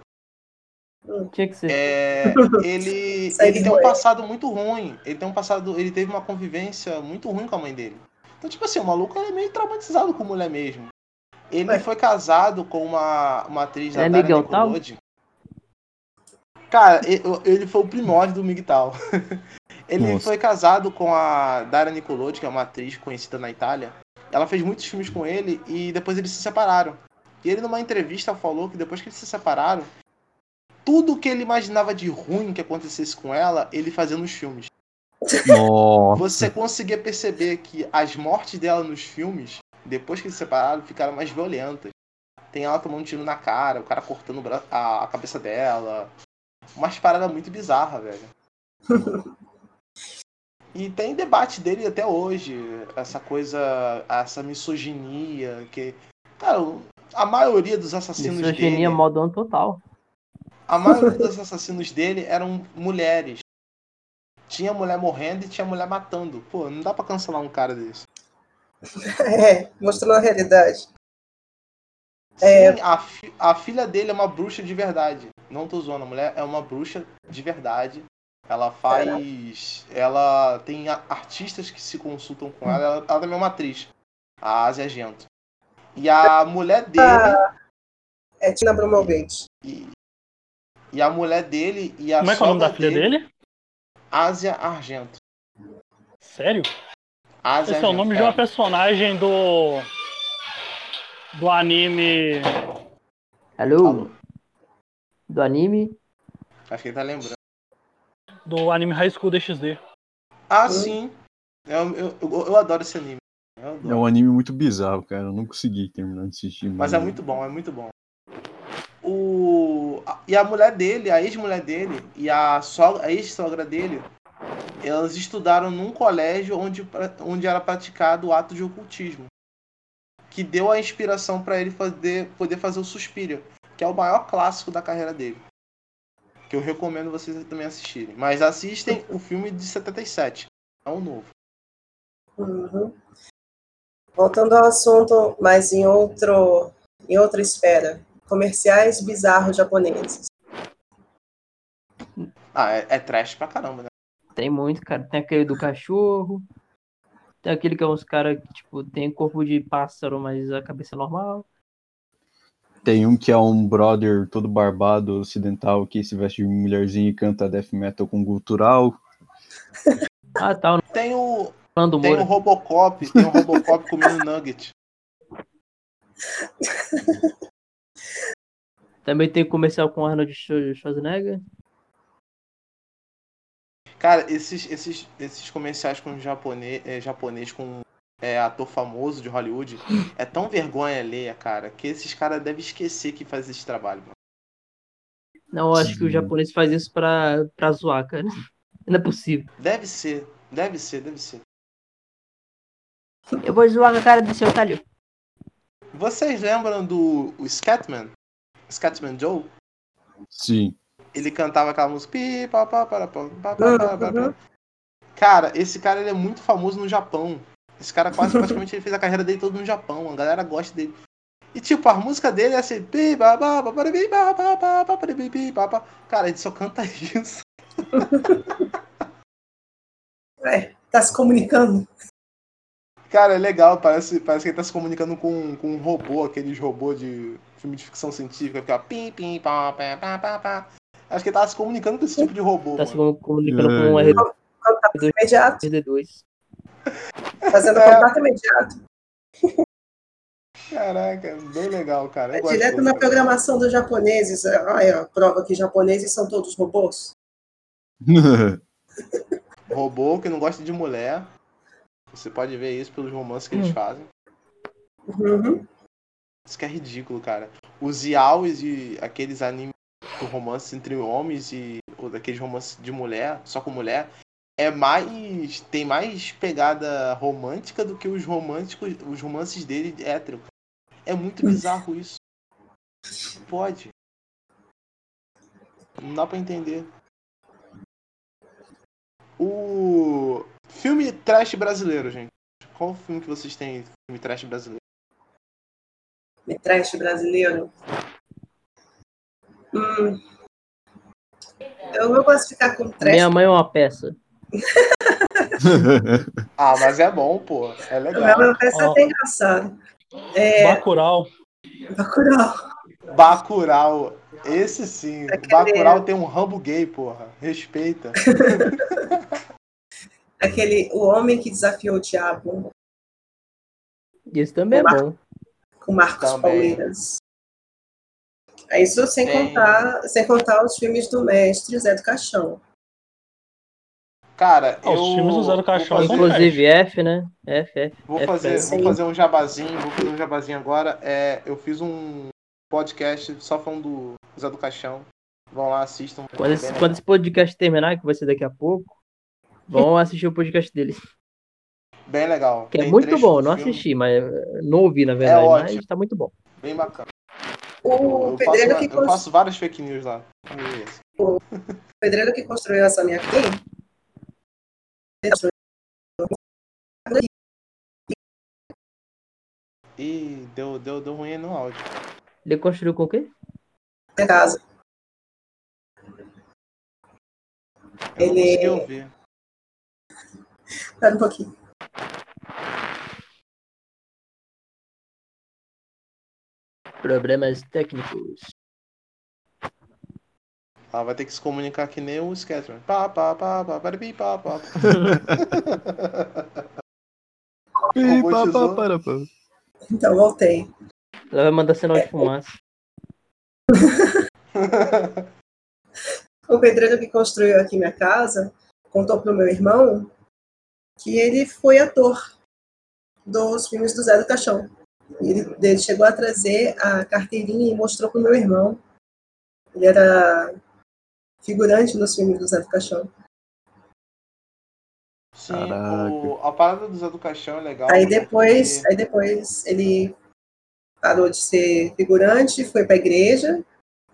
Speaker 1: Tinha que ser.
Speaker 3: É, ele,
Speaker 5: Segue
Speaker 3: ele tem um
Speaker 5: doendo.
Speaker 3: passado muito ruim. Ele tem um passado. Ele teve uma convivência muito ruim com a mãe dele. Então, tipo assim, o maluco ele é meio traumatizado com mulher mesmo. Ele
Speaker 5: Ué.
Speaker 3: foi casado com uma, uma atriz
Speaker 1: É
Speaker 3: da Daria
Speaker 1: Miguel
Speaker 3: Nicolodi. Cara, e- eu- ele foi o primórdio do Migtal. ele
Speaker 2: Nossa.
Speaker 3: foi casado com a Dara Nicolodi, que é uma atriz conhecida na Itália. Ela fez muitos filmes com ele e depois eles se separaram. E ele numa entrevista falou que depois que eles se separaram, tudo que ele imaginava de ruim que acontecesse com ela, ele fazia nos filmes.
Speaker 2: Nossa.
Speaker 3: Você conseguia perceber que as mortes dela nos filmes, depois que eles se separaram, ficaram mais violentas. Tem ela tomando tiro na cara, o cara cortando o bra- a a cabeça dela. Umas paradas muito bizarras, velho. E tem debate dele até hoje, essa coisa, essa misoginia, que. Cara, a maioria dos assassinos dele.
Speaker 1: Misoginia modão total.
Speaker 3: A maioria dos assassinos dele eram mulheres. Tinha mulher morrendo e tinha mulher matando. Pô, não dá pra cancelar um cara desse.
Speaker 5: é, mostrando a realidade. É.
Speaker 3: Sim, a, fi- a filha dele é uma bruxa de verdade. Não tô zoando, a mulher é uma bruxa de verdade. Ela faz. Ela tem a- artistas que se consultam com ela. Ela, ela também é uma atriz. A Asia Gento. E a mulher dele.
Speaker 5: É Tina Bromovich.
Speaker 3: E, e a mulher dele e a
Speaker 4: Como é que é o nome
Speaker 3: sogra
Speaker 4: da filha dele?
Speaker 3: Ásia Argento.
Speaker 4: Sério?
Speaker 3: Ásia
Speaker 4: Esse é o
Speaker 3: Argento,
Speaker 4: nome de
Speaker 3: é.
Speaker 4: uma personagem do. Do anime.
Speaker 1: Alô? Do anime.
Speaker 3: Acho que ele tá lembrando.
Speaker 4: Do anime High School DXD.
Speaker 3: Ah,
Speaker 5: Hum.
Speaker 3: sim. Eu, eu, eu- eu adoro esse anime. Eu adoro.
Speaker 2: É um anime muito bizarro, cara. Eu não consegui terminar de assistir.
Speaker 3: Mas é muito bom, é muito bom. O... a- E a mulher dele, a ex-mulher dele e a, sogra, a ex-sogra dele, elas estudaram num colégio onde, pra- onde era praticado o ato de ocultismo. Que deu a inspiração para ele fazer, poder fazer o Suspira, que é o maior clássico da carreira dele. Que eu recomendo vocês também assistirem. Mas assistem o filme de 77. É um novo.
Speaker 5: Uhum. Voltando ao assunto, mas em outro, em outra esfera. Comerciais bizarros japoneses.
Speaker 3: Ah, é, é trash pra caramba, né?
Speaker 1: Tem muito, cara. Tem aquele do cachorro. Tem aquele que é uns caras que, tipo, tem corpo de pássaro, mas a cabeça é normal.
Speaker 2: Tem um que é um brother todo barbado, ocidental, que se veste de mulherzinha e canta death metal com gutural.
Speaker 1: Ah, tá. O
Speaker 3: Tem o,
Speaker 1: Nando
Speaker 3: Tem o
Speaker 1: Moura.
Speaker 3: Robocop, tem o Robocop comendo nugget.
Speaker 1: Também tem comercial com Arnold Schwar- Schwarzenegger.
Speaker 3: Cara, esses, esses, esses comerciais com japonês, japonês com é, ator famoso de Hollywood é tão vergonha alheia, cara, que esses caras devem esquecer que faz esse trabalho. Mano.
Speaker 1: Não, eu acho que o
Speaker 2: Sim.
Speaker 1: japonês faz isso pra, pra zoar, cara. Não é possível.
Speaker 3: Deve ser, deve ser, deve ser.
Speaker 1: Eu vou zoar com a cara do seu talho.
Speaker 3: Vocês lembram do o Scatman? Scatman Joe?
Speaker 2: Sim.
Speaker 3: Ele cantava aquela música. pi, pá, pá, pá, pá, pá,
Speaker 1: Ah,
Speaker 3: pá, pá, pá, pá. Cara, esse cara ele é muito famoso no Japão. Esse cara quase praticamente ele fez a carreira dele todo no Japão. A galera gosta dele. E tipo, a música dele é assim. pi, pá, pá, pá, pá, pi, pá, pá, pá, pá, pi, pi, pá, pá. Cara, ele só canta isso.
Speaker 5: É, tá se comunicando.
Speaker 3: Cara, é legal, parece, parece que ele tá se comunicando com, com um robô, aqueles robô de filme de ficção científica, que é pim, pim, pá, pá, pá, pá, pá. Acho que ele tava se comunicando com esse tipo de robô.
Speaker 1: Tá se
Speaker 3: Mano.
Speaker 1: comu- comunicando com um
Speaker 2: É.
Speaker 5: Contato imediato,
Speaker 1: R2D2.
Speaker 5: fazendo
Speaker 3: É.
Speaker 5: contato imediato.
Speaker 3: Caraca, é bem legal, cara. Eu
Speaker 5: É
Speaker 3: gosto
Speaker 5: direto
Speaker 3: dele,
Speaker 5: na
Speaker 3: cara.
Speaker 5: programação dos japoneses. É, Olha, a prova que japoneses são todos robôs.
Speaker 3: robô que não gosta de mulher. Você pode ver isso pelos romances que eles
Speaker 1: Hum.
Speaker 3: fazem.
Speaker 5: Uhum.
Speaker 3: Isso que é ridículo, cara. Os yaois e aqueles animes com romance entre homens e ou daqueles romances de mulher, só com mulher, é mais tem mais pegada romântica do que os românticos, os romances dele de hétero. É muito bizarro isso. Não Pode. Não dá pra entender. O filme trash brasileiro, gente. Qual o filme que vocês têm de filme trash brasileiro?
Speaker 5: Me trash brasileiro. Hum. Eu vou classificar como trash.
Speaker 1: Minha mãe é uma peça.
Speaker 3: Ah, mas é bom, pô. É
Speaker 5: Minha
Speaker 3: legal.
Speaker 5: mãe parece
Speaker 4: Ó.
Speaker 5: até engraçado. É,
Speaker 4: Bacurau.
Speaker 5: Bacurau.
Speaker 3: Bacurau. Esse sim.
Speaker 5: Aquele-
Speaker 3: Bacurau tem um Rambo gay, porra. Respeita.
Speaker 5: Aquele O Homem que Desafiou o Diabo,
Speaker 1: Isso também é bom.
Speaker 5: com Marcos
Speaker 3: Também.
Speaker 5: Palmeiras. É isso sem
Speaker 3: Tem.
Speaker 5: contar, sem contar os filmes do mestre Zé do Caixão.
Speaker 3: Cara,
Speaker 4: Ah, os
Speaker 3: eu
Speaker 4: times usaram o caixão,
Speaker 3: vou
Speaker 4: são
Speaker 3: fazer,
Speaker 1: Inclusive F, né? F, F.
Speaker 3: vou
Speaker 1: é
Speaker 3: fazer,
Speaker 1: péssimo.
Speaker 3: vou fazer um jabazinho, vou fazer um jabazinho agora. É, eu fiz um podcast só falando do Zé do Caixão. Vão lá, assistam.
Speaker 1: Quando
Speaker 3: Bem
Speaker 1: esse,
Speaker 3: legal.
Speaker 1: quando esse podcast terminar, que vai ser daqui a pouco, vão assistir o podcast deles.
Speaker 3: Bem legal.
Speaker 1: Que é
Speaker 3: Tem
Speaker 1: muito
Speaker 3: trecho
Speaker 1: bom,
Speaker 3: do
Speaker 1: não
Speaker 3: filme, É
Speaker 1: assisti, mas eh, não ouvi, na verdade, mas
Speaker 3: ótimo.
Speaker 1: tá muito bom.
Speaker 3: Bem bacana.
Speaker 5: O
Speaker 3: Eu faço,
Speaker 5: pedreiro, é que
Speaker 3: eu
Speaker 5: cons-
Speaker 3: faço várias fake news lá. É isso.
Speaker 5: o pedreiro que construiu essa minha aqui.
Speaker 3: Ih, deu, deu, deu ruim aí no áudio.
Speaker 1: Ele construiu com o quê?
Speaker 5: Minha casa.
Speaker 3: Eu não
Speaker 5: Ele- é-
Speaker 3: consegui ouvir.
Speaker 5: Espera um pouquinho.
Speaker 1: Problemas técnicos.
Speaker 3: Ela vai ter que se comunicar que nem o Scatman. Pá, pá, pá, pá, baribi, pá, pá.
Speaker 2: Pi, pá,
Speaker 3: Robotizou.
Speaker 2: pá, para, pá.
Speaker 5: Então, voltei.
Speaker 1: Ela vai mandar sinal
Speaker 3: É,
Speaker 1: de fumaça.
Speaker 5: O pedreiro que construiu aqui minha casa contou pro meu irmão que ele foi ator dos filmes do Zé do Caixão. E Ele, ele chegou a trazer a carteirinha e mostrou pro meu irmão. Ele era figurante nos filmes do Zé do Caixão.
Speaker 3: Sim,
Speaker 2: Caraca.
Speaker 3: o- a parada do Zé do Caixão é legal.
Speaker 5: Aí depois,
Speaker 3: porque-
Speaker 5: aí depois ele parou de ser figurante, foi para a igreja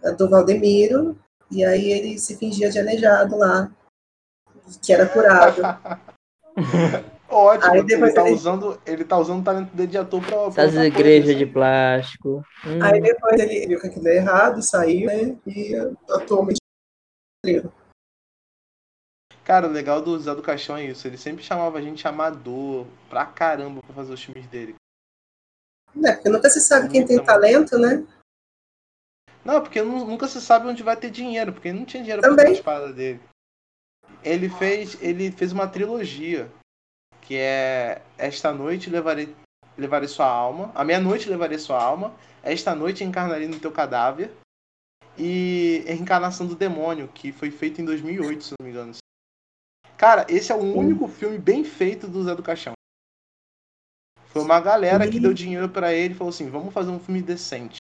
Speaker 5: a do Valdemiro, e aí ele se fingia de aleijado lá, que era curado.
Speaker 3: Ótimo,
Speaker 5: Aí
Speaker 3: porque
Speaker 5: depois
Speaker 3: ele, tá
Speaker 5: ele-
Speaker 3: usando, ele tá usando o talento dele de ator pra. pra
Speaker 1: Essas
Speaker 3: outra
Speaker 1: igrejas
Speaker 3: coisa.
Speaker 1: de plástico. Hum,
Speaker 5: Aí depois ele viu que aquilo era errado, saiu, né? E atualmente.
Speaker 3: Cara, o legal do Zé do Caixão é isso. Ele sempre chamava a gente amador pra caramba pra fazer os filmes dele.
Speaker 5: Né? Porque nunca se sabe quem tem
Speaker 3: Muito bom.
Speaker 5: talento, né?
Speaker 3: Não, porque nu- nunca se sabe onde vai ter dinheiro, porque ele não tinha dinheiro pra
Speaker 5: Também.
Speaker 3: fazer as paradas dele. Ele fez, ele fez uma trilogia, que é Esta Noite Levarei, levarei Sua Alma, A Meia Noite Levarei Sua Alma, Esta Noite Encarnarei no Teu Cadáver e Reencarnação do Demônio, que foi feito em 2008, se não me engano. Cara, esse é o único filme bem feito do Zé do Caixão. Foi uma galera que deu dinheiro pra ele e falou assim, vamos fazer um filme decente.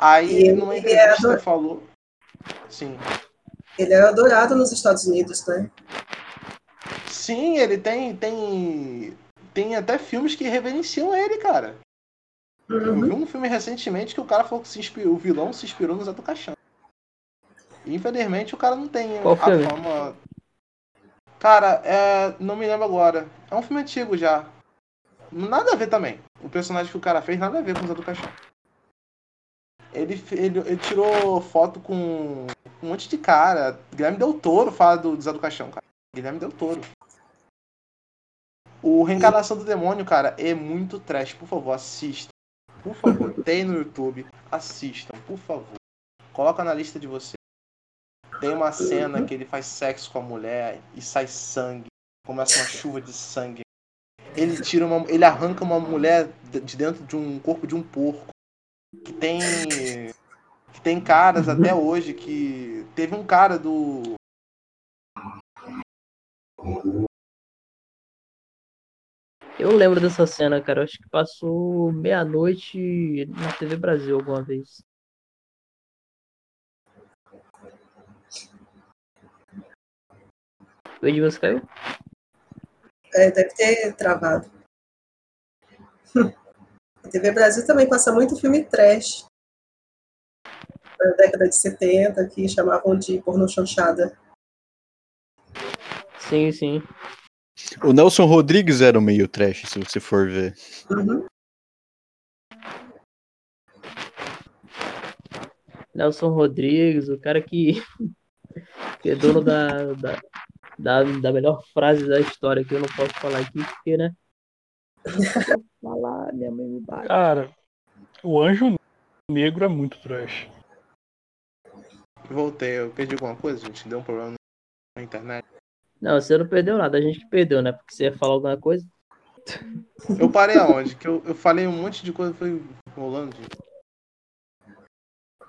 Speaker 3: Aí,
Speaker 5: E
Speaker 3: numa
Speaker 5: ele é
Speaker 3: entrevista,
Speaker 5: adora-
Speaker 3: falou... Sim.
Speaker 5: Ele era adorado nos Estados Unidos, né?
Speaker 3: Sim, ele tem, tem... Tem até filmes que reverenciam ele, cara. Eu
Speaker 5: Uhum.
Speaker 3: vi um filme recentemente que o cara falou que se inspirou, o vilão se inspirou no Zé do Caixão. E, infelizmente o cara não tem né?
Speaker 1: Qual
Speaker 3: a
Speaker 1: filme?
Speaker 3: fama. Cara, é, não me lembro agora. É um filme antigo já. Nada a ver também. O personagem que o cara fez, nada a ver com o Zé do Caixão. Ele, fe- ele, ele tirou foto com um monte de cara. Guilherme Del Toro fala do, do Zé do Caixão, cara. Guilherme Del Toro. O Reencarnação do Demônio, cara, é muito trash. Por favor, assista. Por favor, tem no YouTube. Assistam, por favor. Coloca na lista de vocês. Tem uma cena que ele faz sexo com a mulher e sai sangue. Começa uma chuva de sangue. Ele tira uma. Ele arranca uma mulher de de dentro de um corpo de um porco. Que tem. Que tem caras até hoje que. Teve um cara do.
Speaker 1: Eu lembro dessa cena, cara. Eu Acho que passou meia-noite na TV Brasil alguma vez. O Edmilson caiu?
Speaker 5: É, deve ter travado. A TV Brasil também passa muito filme trash. da década de 70 que chamavam de porno chanchada.
Speaker 1: Sim, sim.
Speaker 2: O Nelson Rodrigues era meio trash, se você for ver.
Speaker 5: Uhum.
Speaker 1: Nelson Rodrigues, o cara que, que é dono da, da, da, da melhor frase da história, que eu não posso falar aqui, porque, né? Eu não posso falar, minha mãe me bate.
Speaker 4: Cara, o Anjo Negro é muito trash.
Speaker 3: Voltei, eu perdi alguma coisa, gente. Deu um problema na internet.
Speaker 1: Não, você não perdeu nada, a gente que perdeu, né? Porque você ia falar alguma coisa.
Speaker 3: Eu parei aonde? Que eu, eu falei um monte de coisa, foi rolando. gente.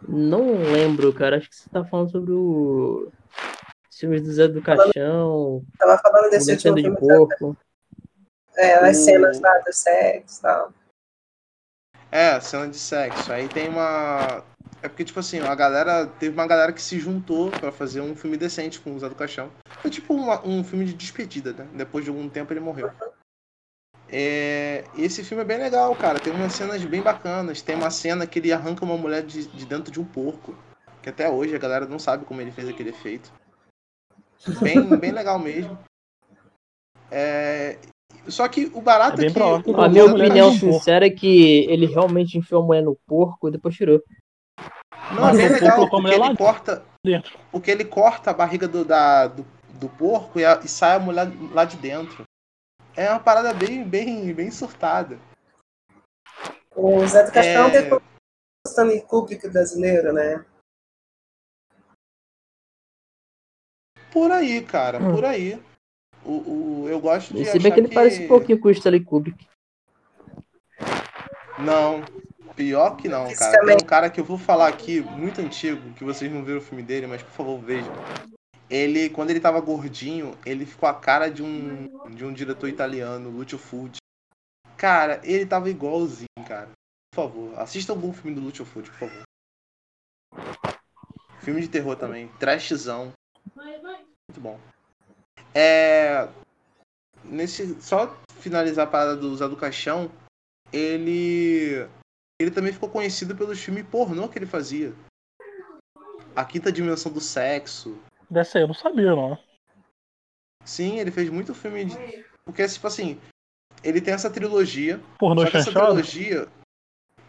Speaker 1: Não lembro, cara. Acho que você tá falando sobre o. os filmes do Zé do Caixão,
Speaker 5: Tava falando desse
Speaker 1: Descendo
Speaker 5: último
Speaker 1: de
Speaker 5: filme,
Speaker 1: Porco.
Speaker 5: é, as
Speaker 3: Hum.
Speaker 5: cenas lá do sexo e tal.
Speaker 3: É, cena de sexo. Aí tem uma. É porque, tipo assim, a galera. Teve uma galera que se juntou pra fazer um filme decente com o Zé do Caixão. Foi tipo uma- um filme de despedida, né? Depois de algum tempo ele morreu. É, e Esse filme é bem legal, cara. Tem umas cenas bem bacanas. Tem uma cena que ele arranca uma mulher de, de dentro de um porco. Que até hoje a galera não sabe como ele fez aquele efeito. Bem, bem legal mesmo. É, Só que o barato é,
Speaker 4: É bem
Speaker 3: que.
Speaker 4: provável que
Speaker 3: o
Speaker 1: A
Speaker 4: Não,
Speaker 1: minha
Speaker 4: não,
Speaker 3: Zé do
Speaker 1: opinião
Speaker 4: não.
Speaker 1: sincera é que ele realmente enfiou a mulher no porco e depois tirou.
Speaker 3: Não, é
Speaker 4: Mas
Speaker 3: bem
Speaker 4: o
Speaker 3: legal,
Speaker 4: porco come
Speaker 3: porque
Speaker 4: lá
Speaker 3: ele corta,
Speaker 4: Dentro.
Speaker 3: porque ele corta a barriga do, da- do, do porco e, a- e sai a mulher lá de dentro. É uma parada bem, bem, bem surtada.
Speaker 5: O Zé do Caixão
Speaker 3: É.
Speaker 5: depois do Stanley Kubrick brasileiro, né?
Speaker 3: Por aí, cara,
Speaker 1: Hum.
Speaker 3: por aí. O, o- eu gosto de
Speaker 1: E se bem
Speaker 3: achar
Speaker 1: que ele parece um pouquinho com o Stanley Kubrick.
Speaker 3: Não, pior que não, cara. Tem
Speaker 5: Fisicamente.
Speaker 3: um cara que eu vou falar aqui, muito antigo, que vocês não viram o filme dele, mas por favor vejam. Ele, quando ele tava gordinho, ele ficou a cara de um, de um diretor italiano, Lucio Fulci. Cara, ele tava igualzinho, cara. Por favor, assista algum filme do Lucio Fulci, por favor. Filme de terror também, trashzão. Muito bom. É... Nesse... Só finalizar a parada do Zé do Caixão, ele ele também ficou conhecido pelos filmes pornô que ele fazia. A Quinta Dimensão do Sexo.
Speaker 4: Dessa aí eu não sabia, não.
Speaker 3: Sim, ele fez muito filme de... porque tipo assim, ele tem essa trilogia,
Speaker 4: Pornô
Speaker 3: só que essa
Speaker 4: chanchada?
Speaker 3: trilogia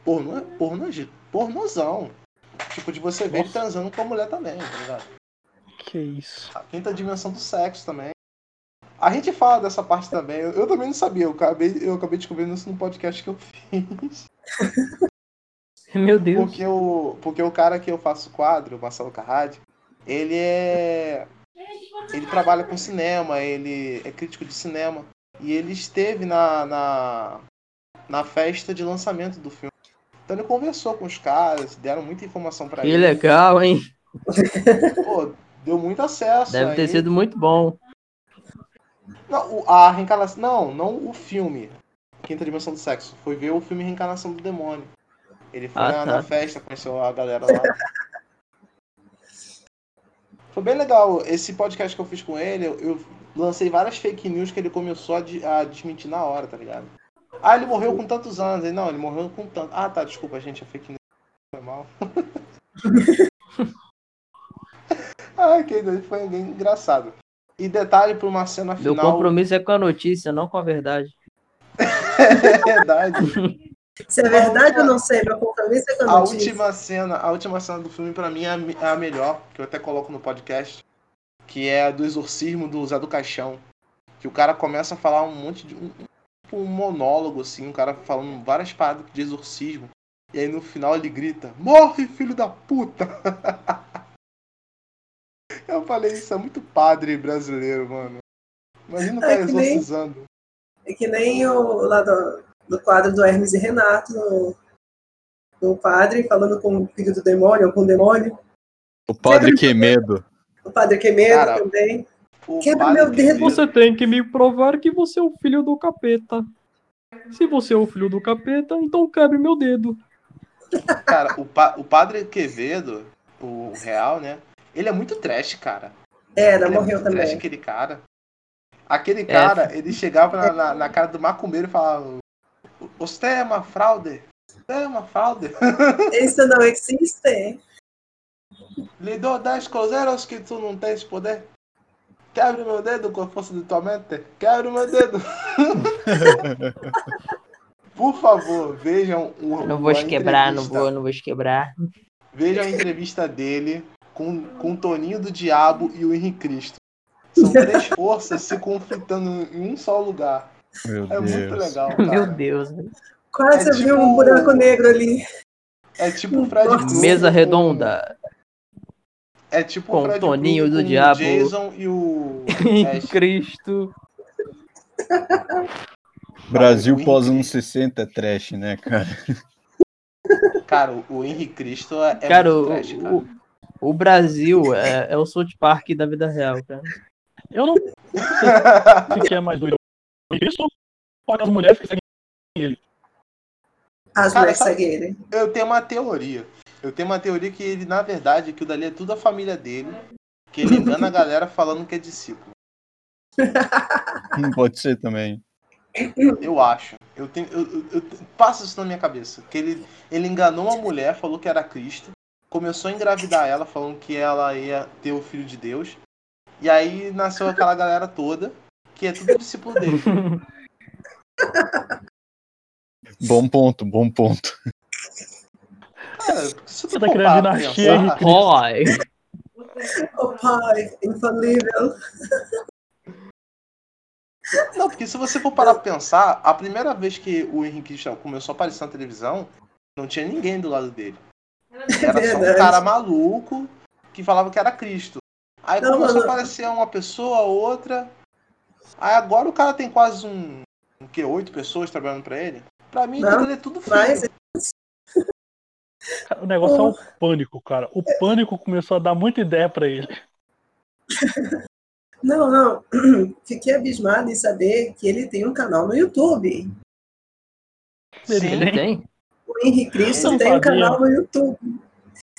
Speaker 3: pornô, é pornô, pornozão. Tipo, de você ver ele
Speaker 4: Nossa.
Speaker 3: transando com a mulher também, tá ligado?
Speaker 4: Que isso.
Speaker 3: A Quinta Dimensão do Sexo também. A gente fala dessa parte também. Eu, eu também não sabia, eu acabei, eu acabei descobrindo isso no podcast que eu fiz.
Speaker 1: Meu Deus.
Speaker 3: Porque o, porque o cara que eu faço quadro, o Marcelo Carradi, ele é. Ele trabalha com cinema, ele é crítico de cinema. E ele esteve na, na, na festa de lançamento do filme. Então ele conversou com os caras, deram muita informação pra
Speaker 1: Que
Speaker 3: ele.
Speaker 1: legal, hein?
Speaker 3: Pô, deu muito acesso.
Speaker 1: Deve ter
Speaker 3: aí-
Speaker 1: sido muito bom.
Speaker 3: Não, o- a reencarnação. Não, não o filme. Quinta Dimensão do Sexo. Foi ver o filme Reencarnação do Demônio. Ele foi
Speaker 1: Ah,
Speaker 3: na,
Speaker 1: tá.
Speaker 3: na festa, conheceu a galera lá. foi bem legal. Esse podcast que eu fiz com ele, eu, eu lancei várias fake news que ele começou a, de- a desmentir na hora, tá ligado? Ah, ele morreu com tantos anos. Ele, não, ele morreu com tanto. Ah, tá, desculpa, gente, a fake news foi mal. ah, que doido, foi bem engraçado. E detalhe pra uma cena
Speaker 1: Meu
Speaker 3: final.
Speaker 1: compromisso é com a notícia, não com a verdade.
Speaker 3: É verdade.
Speaker 5: Se é verdade, eu não sei, meu compromisso é que eu
Speaker 3: A
Speaker 5: não tive.
Speaker 3: última cena, a última cena do filme pra mim é a me- é a melhor, que eu até coloco no podcast, que é a do exorcismo do Zé do Caixão, que o cara começa a falar um monte de um, tipo um monólogo assim, um cara falando várias paradas de exorcismo. E aí no final ele grita: "Morre, filho da puta". Eu falei, isso é muito padre brasileiro, mano. Imagina o
Speaker 5: É
Speaker 3: cara
Speaker 5: que nem-
Speaker 3: exorcizando.
Speaker 5: É que nem o lá do, do quadro do Hermes e Renato, no, no padre falando com o filho do demônio, ou com o demônio.
Speaker 2: O padre que medo.
Speaker 5: O padre Quemedo
Speaker 3: Cara,
Speaker 5: também.
Speaker 3: O
Speaker 5: Quebra
Speaker 3: padre
Speaker 5: meu dedo.
Speaker 3: brasileiro.
Speaker 1: tem que me provar que você é o filho do capeta. Se você é o filho do capeta, então quebre meu dedo.
Speaker 3: Cara, o, pa- o padre Quevedo, o real, né? Ele é muito trash, cara.
Speaker 5: Era,
Speaker 3: Ele é
Speaker 5: morreu
Speaker 3: muito trash,
Speaker 5: também.
Speaker 3: aquele cara.
Speaker 8: É.
Speaker 3: Aquele cara, ele chegava na, na, na cara do macumbeiro e falava: Você é uma fraude? Você é uma fraude?
Speaker 5: Isso não existe.
Speaker 3: Lhe dou 10 cruzeiros que tu não tens poder. Quebra meu dedo com a força de tua mente. Quebra meu dedo. Por favor, vejam o.
Speaker 8: Não vou
Speaker 3: a
Speaker 8: te quebrar, não
Speaker 3: entrevista-
Speaker 8: vou, não vou te quebrar.
Speaker 3: Vejam a entrevista dele com, com o Toninho do Diabo e o Henrique Cristo. São três forças se conflitando em um só lugar.
Speaker 2: Meu
Speaker 3: É muito
Speaker 2: Deus.
Speaker 3: legal, cara.
Speaker 8: Meu Deus,
Speaker 1: né?
Speaker 8: velho.
Speaker 5: Quase
Speaker 3: É
Speaker 5: abriu
Speaker 3: tipo-
Speaker 5: um buraco negro ali.
Speaker 3: É tipo o Fred
Speaker 5: Nossa.
Speaker 3: Krueger
Speaker 8: mesa
Speaker 3: com-
Speaker 8: redonda.
Speaker 3: É tipo
Speaker 8: Com
Speaker 3: o Fred
Speaker 8: Toninho
Speaker 3: Krueger
Speaker 8: do
Speaker 3: com
Speaker 8: Diabo.
Speaker 3: O Jason e o.
Speaker 8: Em
Speaker 3: Ash.
Speaker 8: Cristo.
Speaker 2: Brasil
Speaker 3: Henrique-
Speaker 2: pós anos 60 é trash, né, cara?
Speaker 3: Cara, o- o Henrique Cristo é é
Speaker 8: Cara,
Speaker 3: muito
Speaker 8: o,
Speaker 3: trash, cara.
Speaker 8: o, o Brasil é, é o South Park da vida real, cara.
Speaker 4: Eu não sei o que é mais doido. Isso ou aquelas mulheres que seguem ele?
Speaker 5: As
Speaker 3: Cara,
Speaker 5: mulheres
Speaker 3: sabe-
Speaker 5: seguem ele.
Speaker 3: Eu tenho uma teoria. Eu tenho uma teoria que ele, na verdade, que o Dali é tudo a família dele. Que ele engana a galera falando que é discípulo.
Speaker 2: Não pode ser também.
Speaker 3: Eu acho. Eu tenho. Eu, eu- eu te- passa isso na minha cabeça. Que ele, ele enganou uma mulher, falou que era Cristo. Começou a engravidar ela, falando que ela ia ter o filho de Deus. E aí nasceu aquela galera toda, que é tudo discípulo dele.
Speaker 2: Bom ponto, bom ponto.
Speaker 3: Cara, é se tu
Speaker 4: Você tá
Speaker 3: for
Speaker 4: criando
Speaker 3: parar pra
Speaker 4: dinastia,
Speaker 3: pensar,
Speaker 8: Roy.
Speaker 5: Oh, pai, infalível.
Speaker 3: Não, porque se você for parar pra pensar, a primeira vez que o Henrique Cristo começou a aparecer na televisão, não tinha ninguém do lado dele. Era só um
Speaker 5: Verdade.
Speaker 3: cara maluco que falava que era Cristo. Aí
Speaker 5: Não,
Speaker 3: começou
Speaker 5: mano.
Speaker 3: a aparecer uma pessoa, outra. Aí agora o cara tem quase um. um que? Oito pessoas trabalhando pra ele? Pra mim,
Speaker 5: Não,
Speaker 3: ele é tudo filho.
Speaker 5: Mas
Speaker 4: Cara, O negócio é o pânico, cara. O pânico começou a dar muita ideia pra ele.
Speaker 5: Não, não. Fiquei abismada em saber que ele tem um canal no YouTube.
Speaker 3: Sim,
Speaker 8: Ele tem?
Speaker 5: O Henrique
Speaker 4: Eu
Speaker 5: Cristo
Speaker 4: não
Speaker 5: tem um
Speaker 4: sabia.
Speaker 5: canal no YouTube.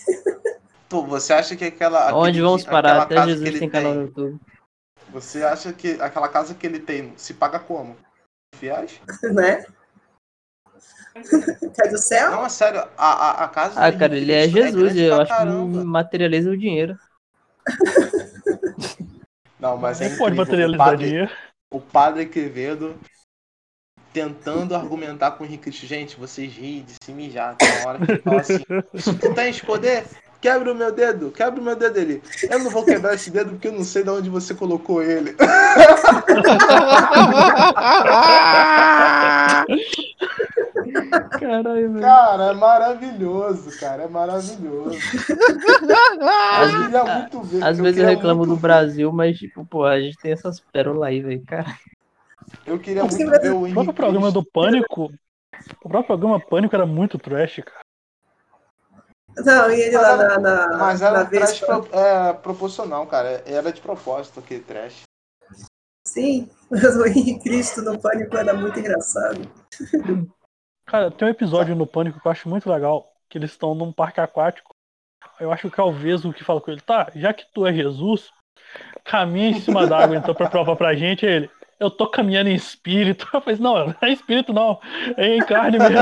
Speaker 3: tu- você acha que aquela. aquele-
Speaker 8: Onde vamos parar?
Speaker 3: aquela
Speaker 8: Até
Speaker 3: casa que
Speaker 8: Jesus
Speaker 3: ele
Speaker 8: tem canal no YouTube.
Speaker 3: Você acha que aquela casa que ele tem se paga como? Fiéis?
Speaker 5: né? Cai do céu?
Speaker 3: Não, é sério, a, a, a casa
Speaker 8: Ah,
Speaker 3: do
Speaker 8: cara,
Speaker 3: Henrique
Speaker 8: ele é
Speaker 3: Cristo
Speaker 8: Jesus,
Speaker 3: grande
Speaker 8: eu
Speaker 3: pra
Speaker 8: acho que
Speaker 3: caramba.
Speaker 8: materializa o dinheiro.
Speaker 3: Não, mas é
Speaker 4: Você pode
Speaker 3: incrível, o
Speaker 4: materializar
Speaker 3: padre,
Speaker 4: dinheiro.
Speaker 3: o padre Quevedo tentando argumentar com o Henrique Cristo. Gente, vocês riem de se mijar. Tem uma hora que ele fala assim: "Se Tu tens poder? Quebra o meu dedo, quebra o meu dedo dele. Eu não vou quebrar esse dedo porque eu não sei de onde você colocou ele.
Speaker 8: Caralho, velho.
Speaker 3: Cara, é maravilhoso, cara, é maravilhoso.
Speaker 8: Às,
Speaker 3: Eu queria
Speaker 8: a-
Speaker 3: muito ver.
Speaker 8: às vezes eu
Speaker 3: queria
Speaker 8: reclamo
Speaker 3: muito
Speaker 8: do Brasil, mas, tipo, pô, a gente tem essas pérolas aí, velho, cara.
Speaker 3: Eu queria
Speaker 5: Você
Speaker 3: muito
Speaker 5: vai-
Speaker 3: ver o
Speaker 4: O
Speaker 3: Henrique
Speaker 4: próprio programa
Speaker 3: Cristo.
Speaker 4: do Pânico. O próprio programa Pânico era muito trash, cara.
Speaker 5: Não, e ele lá na, na,
Speaker 3: Mas
Speaker 5: na
Speaker 3: era trash
Speaker 5: Vespa.
Speaker 3: pro- é, proporcional, cara. Era de propósito aquele trash.
Speaker 5: Sim, assim, mas o Henrique Cristo no pânico era muito engraçado.
Speaker 4: Cara, tem um episódio no Pânico que eu acho muito legal, que eles estão num parque aquático. Eu acho que é o Vesgo que fala com ele, tá, já que tu é Jesus, caminha em cima d'água então pra provar pra gente ele. Eu tô caminhando em espírito. Eu falei, não, não é espírito não, é em carne mesmo.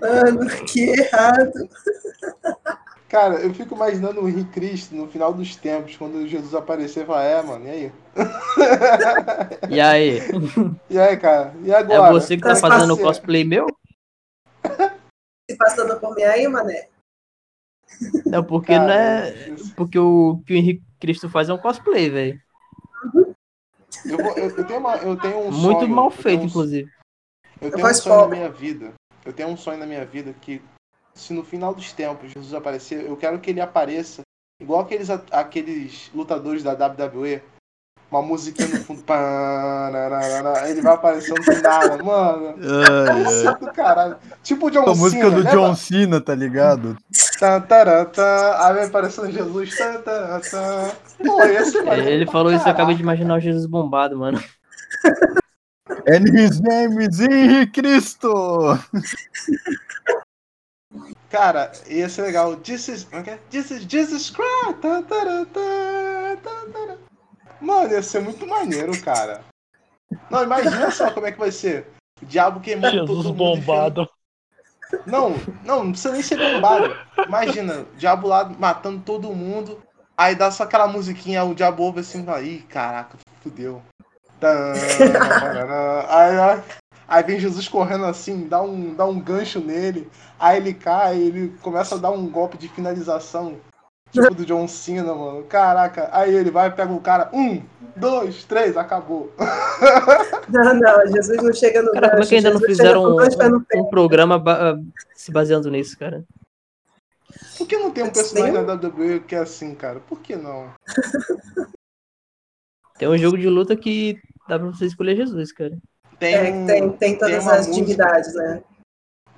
Speaker 5: Mano, que errado.
Speaker 3: Cara, eu fico imaginando o Henrique Cristo no final dos tempos, quando Jesus aparecer e falar, é, mano, e aí?
Speaker 8: E aí,
Speaker 3: E aí, cara? E agora? assim,
Speaker 8: é você que tá
Speaker 5: Mas
Speaker 8: fazendo o
Speaker 3: parceiro.
Speaker 8: cosplay meu?
Speaker 5: Se passando por mim aí, mané.
Speaker 8: Não, porque não é. Porque o que o Henrique Cristo faz é um cosplay, velho.
Speaker 3: Eu, vou- eu- eu tenho uma- eu tenho um
Speaker 8: Muito
Speaker 3: sonho,
Speaker 8: mal
Speaker 3: eu tenho
Speaker 8: feito,
Speaker 3: um-
Speaker 8: inclusive.
Speaker 2: É
Speaker 3: Eu
Speaker 5: Eu
Speaker 3: tenho um
Speaker 5: faço
Speaker 3: sonho na
Speaker 5: pau.
Speaker 3: minha vida. Eu tenho um sonho na minha vida que, se no final dos tempos Jesus aparecer, eu quero que ele apareça igual aqueles, a- aqueles lutadores da WWE. Uma musiquinha no fundo. panararara, Ele vai aparecendo do nada, mano. Isso é do caralho. Tipo o John
Speaker 2: A música
Speaker 3: Cena,
Speaker 2: do
Speaker 3: né,
Speaker 2: John
Speaker 3: mano?
Speaker 2: Cena, tá ligado?
Speaker 3: Tá, tará, tá. Aí vai aparecendo Jesus. Tá, tará, tá. Pô, ia ser maneiro
Speaker 8: Ele
Speaker 3: pra
Speaker 8: falou isso, eu
Speaker 3: caralho.
Speaker 8: acabei de imaginar o Jesus bombado, mano.
Speaker 2: And his name is Henrique Cristo!
Speaker 3: Cara, ia ser legal. This is, como é que é? This is Jesus Christ. Tá, tará, tá, tá, tará. Mano, ia ser muito maneiro, cara. Não, imagina só como é que vai ser. O diabo queimando todo
Speaker 4: Jesus
Speaker 3: mundo. enfiando-
Speaker 4: bombado.
Speaker 3: Não, não, não precisa nem ser bombado. Imagina, diabo lá matando todo mundo, aí dá só aquela musiquinha, o diabo ouve assim, fala, ih, caraca, fudeu. Tã, tarará. Aí, ó, aí vem Jesus correndo assim, dá um, dá um gancho nele, aí ele cai, ele começa a dar um golpe de finalização, tipo do John Cena, mano. Caraca, aí ele vai, pega o cara, um, dois, três, acabou.
Speaker 5: Não, não, Jesus não chega no
Speaker 1: Cara, como é que ainda não
Speaker 5: Jesus
Speaker 1: fizeram
Speaker 5: chega com
Speaker 1: um,
Speaker 5: dois pés no pé.
Speaker 1: um programa ba- ah, se baseando nisso, cara?
Speaker 3: Por que não tem um personagem da WWE que é assim, cara? Por que não?
Speaker 1: Tem um jogo de luta que dá pra você escolher Jesus, cara.
Speaker 3: Tem,
Speaker 5: É, que tem, tem todas
Speaker 3: uma
Speaker 5: as
Speaker 3: música.
Speaker 5: divindades, né?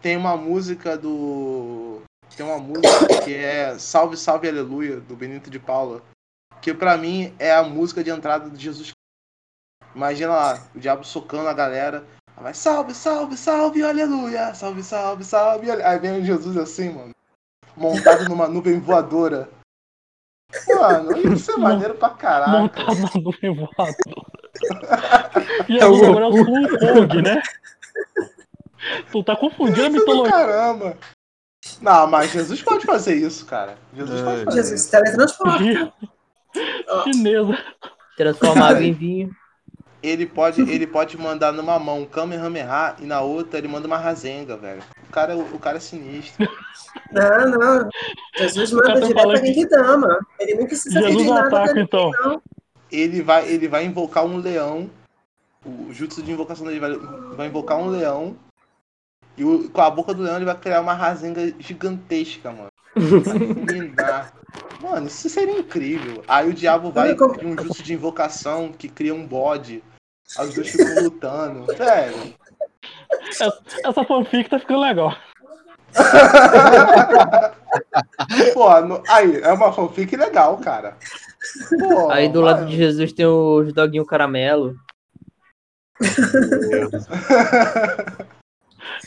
Speaker 3: tem uma música do. Tem uma música que é Salve, Salve, Aleluia, do Benito de Paula. Que pra mim é a música de entrada de Jesus Cristo. Imagina lá, o diabo socando a galera. Aí Vai, salve, salve, salve, aleluia, salve, salve, salve. ale-" Aí vem o Jesus assim, mano. Montado numa nuvem voadora. Mano, isso é maneiro pra caralho.
Speaker 4: Montado no revoador. E
Speaker 1: É o
Speaker 4: Jesus agora é o Sun Kong, né? Tu tá confundindo
Speaker 3: Isso
Speaker 4: a
Speaker 3: é do
Speaker 4: mitologia.
Speaker 3: caramba. Não, mas Jesus pode fazer isso, cara. Jesus pode
Speaker 2: É.
Speaker 3: fazer
Speaker 5: Jesus se teletransporta.
Speaker 4: Chinesa.
Speaker 1: Transformar água em vinho.
Speaker 3: ele pode, ele pode mandar numa mão um Kamehameha e na outra ele manda uma Razenga, velho. O cara, é- o cara é sinistro.
Speaker 5: Não, não. Jesus
Speaker 4: cara
Speaker 5: manda
Speaker 4: tá
Speaker 5: direto
Speaker 4: falando
Speaker 5: pra Genkidama. Ele não precisa
Speaker 4: Jesus
Speaker 5: pedir nada
Speaker 4: ataca,
Speaker 5: pra
Speaker 4: então.
Speaker 3: Ele vai, ele vai invocar um leão. O jutsu de invocação dele vai, vai invocar um leão. E o- com a boca do leão ele vai criar uma Razenga gigantesca, mano. Vai fulminar. Mano, isso seria incrível. Aí o diabo vai
Speaker 5: Como-
Speaker 3: de um jutsu de invocação que cria um bode. Aí os dois ficam lutando. Velho.
Speaker 4: Essa fanfic tá ficando legal.
Speaker 3: Pô, no- aí, é uma fanfic legal, cara. Pô,
Speaker 1: Aí do lado de Jesus tem o doguinho caramelo.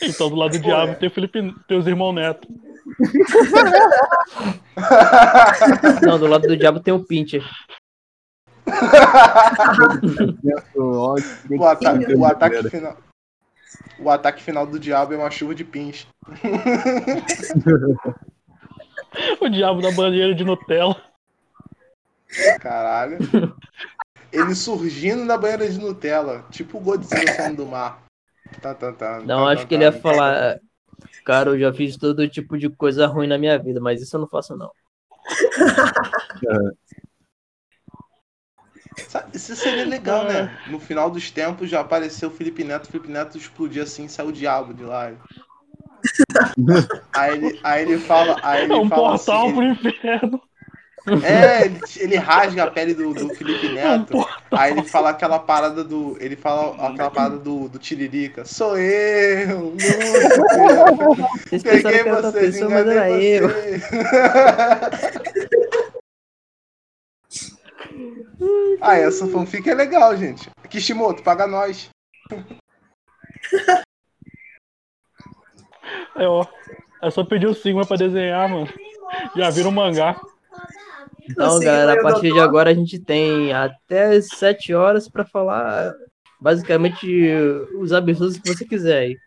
Speaker 4: Então, do lado do diabo
Speaker 3: é.
Speaker 4: tem o Felipe, tem os irmãos Neto.
Speaker 1: Não, do lado do diabo tem o Pincher.
Speaker 3: O ataque,
Speaker 4: é
Speaker 3: o ataque final. O ataque final do diabo é uma chuva de pins.
Speaker 4: O diabo da banheira de Nutella.
Speaker 3: Caralho. Ele surgindo na banheira de Nutella, tipo o Godzilla saindo do mar. Tá, tá, tá,
Speaker 1: Não,
Speaker 3: tá,
Speaker 1: acho
Speaker 3: tá,
Speaker 1: que ele é ia
Speaker 3: tá.
Speaker 1: falar. Cara, eu já fiz todo tipo de coisa ruim na minha vida, mas isso eu não faço, não.
Speaker 3: Sabe, Isso seria legal, né?
Speaker 1: Ah.
Speaker 3: No final dos tempos já apareceu o Felipe Neto, o Felipe Neto explodia assim, saiu o diabo de lá. aí, ele, aí ele fala. Aí ele
Speaker 4: É um
Speaker 3: fala
Speaker 4: portal
Speaker 3: assim,
Speaker 4: pro inferno.
Speaker 3: É, ele, ele rasga a pele do, do Felipe
Speaker 4: É um
Speaker 3: Neto.
Speaker 4: portal.
Speaker 3: Aí ele fala aquela parada do. Ele fala
Speaker 1: é
Speaker 3: aquela parada do, do Tiririca. Sou eu! Lúcifer,
Speaker 1: Vocês pensaram
Speaker 3: Peguei
Speaker 1: que era outra
Speaker 3: vocês,
Speaker 1: pessoa, mas era
Speaker 3: enganei
Speaker 1: eu.
Speaker 3: vocês. Ah, essa fanfic é legal, gente. Kishimoto, paga nós.
Speaker 4: É, ó. É só pedir o Sigma pra desenhar, mano. Já viram um mangá.
Speaker 1: Então,
Speaker 5: Assim,
Speaker 1: galera,
Speaker 5: eu
Speaker 1: a partir de
Speaker 5: dou-
Speaker 1: agora a gente tem até 7 horas pra falar basicamente os absurdos que você quiser aí.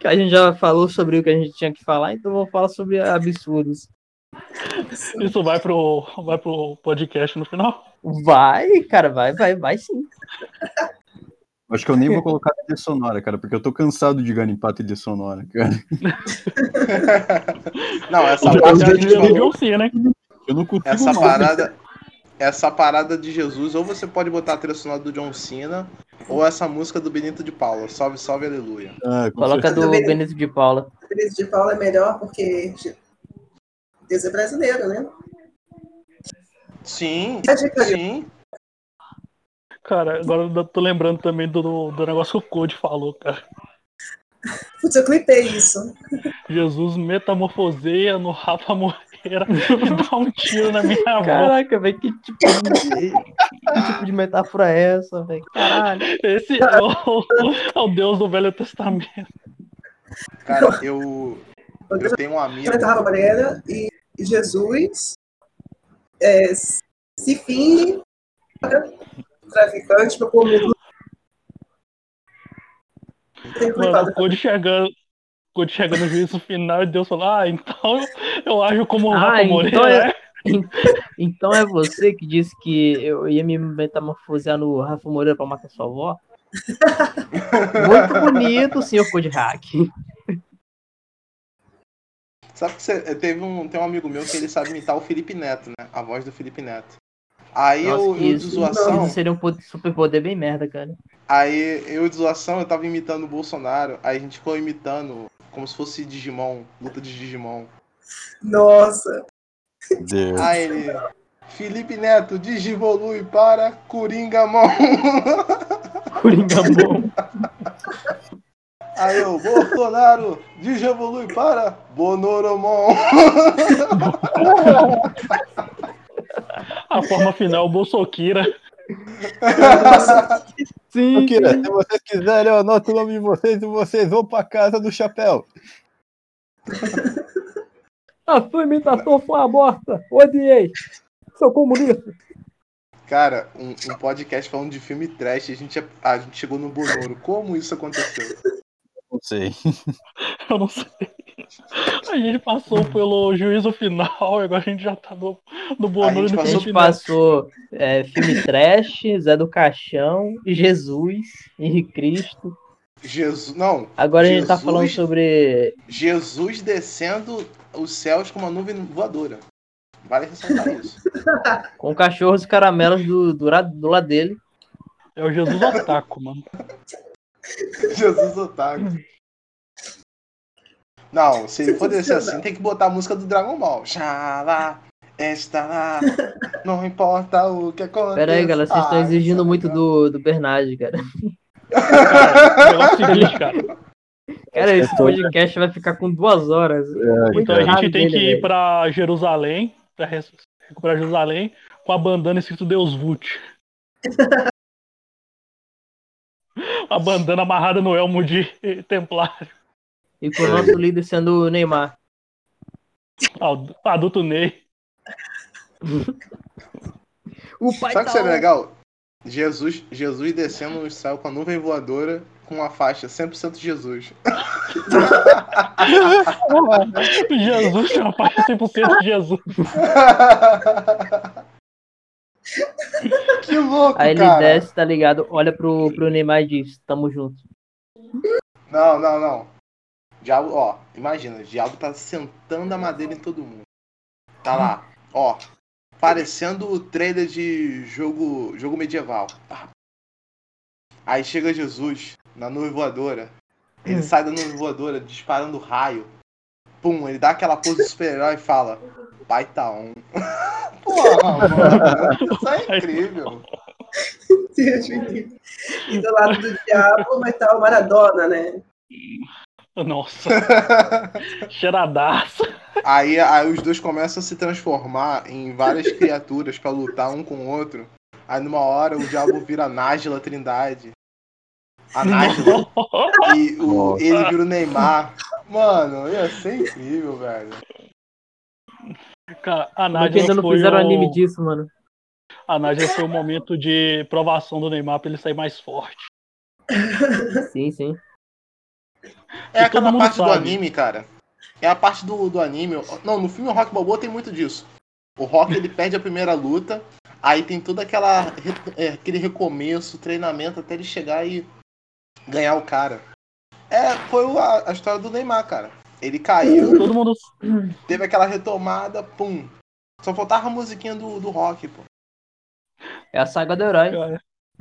Speaker 1: Que a gente já falou sobre o que a gente tinha que falar, então vou falar sobre absurdos.
Speaker 4: Isso vai pro, vai pro podcast no final.
Speaker 1: Vai, cara, vai, vai, vai sim.
Speaker 2: Acho que eu nem vou colocar trilha sonora, cara, porque eu tô cansado de garimpar trilha sonora, cara.
Speaker 3: Não, essa parte
Speaker 4: O podcast
Speaker 3: que a gente
Speaker 4: é do
Speaker 3: falou.
Speaker 4: John Cena, hein?
Speaker 2: Eu não né? consigo
Speaker 3: Essa
Speaker 2: mais.
Speaker 3: parada, essa parada de Jesus, ou você pode botar a trilha sonora do John Cena, ou essa música do Benito de Paula, Salve, Salve, Aleluia.
Speaker 2: Ah, com
Speaker 1: Coloca do
Speaker 5: Também.
Speaker 1: Benito de Paula.
Speaker 5: O Benito de Paula é melhor porque Deus é brasileiro, né?
Speaker 3: Sim,
Speaker 5: É de Cali-
Speaker 3: sim.
Speaker 4: Cara, agora eu tô lembrando também do, do, do negócio que o Code falou, cara.
Speaker 5: Putz, eu clipei isso.
Speaker 4: Jesus metamorfoseia no Rafa Moreira e dá um tiro na minha avó.
Speaker 1: Caraca, velho, que tipo de, que tipo de metáfora é essa, velho? Caralho.
Speaker 4: Esse é o, é o Deus do Velho Testamento.
Speaker 3: Cara, eu,
Speaker 5: Eu
Speaker 3: eu tenho um amigo.
Speaker 5: Planeta Rafa Moreira e Jesus é, se finge traficante para comer Tem
Speaker 4: Mano,
Speaker 5: clipado.
Speaker 4: o Cody chegando. o Cody chegando no juízo final e Deus falou: Ah, então eu ajo como o
Speaker 1: Ah,
Speaker 4: Rafa
Speaker 1: então
Speaker 4: Moreira.
Speaker 1: Então é você que disse que eu ia me metamorfosear no Rafa Moreira pra matar sua avó? Muito bonito, senhor Code Hack.
Speaker 3: Sabe que você, teve um, tem um amigo meu que ele sabe imitar o Felipe Neto, né? A voz do Felipe Neto. Aí eu,
Speaker 1: Nossa, que
Speaker 3: eu de
Speaker 1: isso,
Speaker 3: zoação,
Speaker 1: isso seria um po- superpoder bem merda, cara.
Speaker 3: aí eu de zoação, eu tava imitando o Bolsonaro, aí a gente ficou imitando como se fosse Digimon, luta de Digimon.
Speaker 5: Nossa,
Speaker 2: Deus.
Speaker 3: Aí ele, Felipe Neto, Digivolui para Coringamon.
Speaker 1: Coringa bom.
Speaker 3: Aí eu, Bolsonaro, Digivolui para Bonoromon.
Speaker 4: A forma final, Bolsoquira.
Speaker 1: Sim,
Speaker 2: Kira, né, se vocês quiserem, eu anoto o nome de vocês e vocês vão pra casa do chapéu.
Speaker 9: A sua imitação foi uma bosta. Odiei. Sou comunista.
Speaker 3: Cara, um, um podcast falando de filme trash, a gente, a gente chegou no Bonoro. Como isso aconteceu?
Speaker 2: Não sei.
Speaker 4: Eu não sei. A gente passou pelo juízo final, agora a gente já tá no, no
Speaker 3: A
Speaker 4: Bonoro
Speaker 3: gente
Speaker 4: no
Speaker 1: A
Speaker 3: passou
Speaker 4: juízo
Speaker 1: gente
Speaker 4: final.
Speaker 1: passou é, filme trash, Zé do Caixão, Jesus, Henrique Cristo.
Speaker 3: Jesus. Não,
Speaker 1: Agora a gente tá
Speaker 3: Jesus.
Speaker 1: falando sobre
Speaker 3: Jesus descendo os céus com uma nuvem voadora. Vale ressaltar isso.
Speaker 1: com cachorros e caramelos do, do, ra- do lado dele.
Speaker 4: É o Jesus Otaku, mano.
Speaker 3: Jesus otaku. Não, se ele for descer assim, tem que botar a música do Dragon Ball. Xalá, está lá, não importa o que aconteça.
Speaker 1: Pera aí, galera, vocês estão
Speaker 3: Ah,
Speaker 1: exigindo
Speaker 3: isso é
Speaker 1: muito
Speaker 3: legal.
Speaker 1: do, do Bernard, cara.
Speaker 4: Cara, o negócio é o seguinte, cara.
Speaker 1: Cara, esse
Speaker 2: tô-
Speaker 1: podcast vai ficar com duas horas.
Speaker 2: É,
Speaker 1: Muito
Speaker 4: Então a gente
Speaker 1: errado
Speaker 4: tem
Speaker 1: dele,
Speaker 4: que ir
Speaker 1: velho.
Speaker 4: pra Jerusalém, pra res- recuperar Jerusalém, com a bandana escrito Deus Vult. A bandana amarrada no elmo de Templário.
Speaker 1: E com o nosso líder sendo o Neymar.
Speaker 4: Ad- Adulto Ney.
Speaker 1: O pai
Speaker 3: Sabe o que
Speaker 1: tá
Speaker 3: seria
Speaker 1: on.
Speaker 3: legal? Jesus, Jesus descendo no céu com a nuvem voadora com a faixa 100% Jesus.
Speaker 4: Jesus, rapaz, 100% Jesus.
Speaker 3: que louco,
Speaker 1: Aí ele
Speaker 3: cara.
Speaker 1: desce, tá ligado? Olha pro, pro Neymar e diz, tamo junto.
Speaker 3: Não, não, não. Diabo, ó, imagina, o diabo tá sentando a madeira em todo mundo. Tá lá, ó, parecendo o trailer de jogo, jogo medieval. Pá. Aí chega Jesus na nuvem voadora. Ele sai da nuvem voadora disparando raio. Pum, ele dá aquela pose de super-herói e fala: Pai tá on. Porra, mano, isso é incrível.
Speaker 5: Deus me livre. E do lado do diabo vai estar o Maradona, né?
Speaker 4: Nossa, cheiradaço.
Speaker 3: Aí, aí os dois começam a se transformar em várias criaturas pra lutar um com o outro. Aí numa hora o diabo vira Nájila Trindade. A Nájila. E o,
Speaker 2: Nossa.
Speaker 3: ele vira o Neymar. Mano, ia ser incrível, velho.
Speaker 4: Cara,
Speaker 1: Como
Speaker 4: a
Speaker 1: é que
Speaker 4: Nádia
Speaker 1: ainda não
Speaker 4: foi
Speaker 1: fizeram
Speaker 4: o...
Speaker 1: anime disso, mano?
Speaker 4: A Nádia foi o momento de provação do Neymar pra ele sair mais forte.
Speaker 1: Sim, sim.
Speaker 3: É
Speaker 4: E
Speaker 3: aquela
Speaker 4: todo mundo
Speaker 3: parte do
Speaker 4: sabe.
Speaker 3: anime, cara. É a parte do, do anime. Não, no filme Rock Balboa tem muito disso. O Rock ele perde a primeira luta, aí tem todo aquela, re- é, aquele recomeço, treinamento até ele chegar e ganhar o cara. É, foi o- a, a história do Neymar, cara. Ele caiu,
Speaker 4: Todo mundo
Speaker 3: teve aquela retomada, pum. Só faltava a musiquinha do, do Rock, pô.
Speaker 1: É a saga do herói.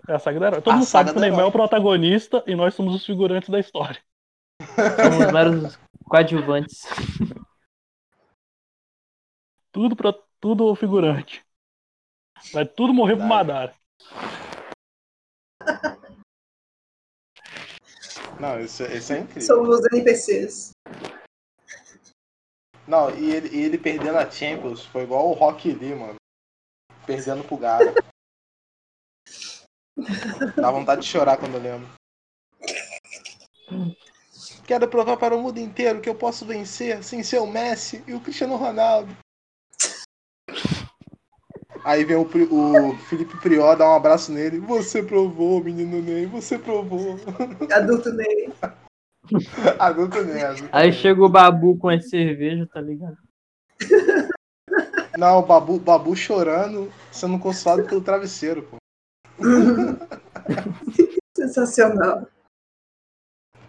Speaker 4: É a saga do herói.
Speaker 3: A
Speaker 4: Todo mundo
Speaker 3: saga
Speaker 4: sabe que
Speaker 3: do
Speaker 4: o Neymar é
Speaker 3: herói.
Speaker 4: o protagonista e nós somos os figurantes da história.
Speaker 1: Somos meros coadjuvantes.
Speaker 4: Tudo, pro, tudo figurante. Vai tudo morrer pro Madara.
Speaker 3: Não, isso, isso é incrível.
Speaker 5: Somos os NPCs.
Speaker 3: Não, e ele, e ele perdendo a Champions foi igual o Rock Lee, mano. Perdendo pro Gara. Dá vontade de chorar quando eu lembro. Quero provar para o mundo inteiro que eu posso vencer sem ser o Messi e o Cristiano Ronaldo. Aí vem o, Pri- o Felipe Prió, dá um abraço nele. Você provou, menino Ney, você provou. Ah,
Speaker 5: Adulto Ney.
Speaker 3: Adulto Ney, adulto
Speaker 1: Aí
Speaker 3: Ney.
Speaker 1: chega o Babu com a cerveja, tá ligado?
Speaker 3: Não, o Babu, Babu chorando, sendo consolado pelo travesseiro, pô.
Speaker 5: Sensacional.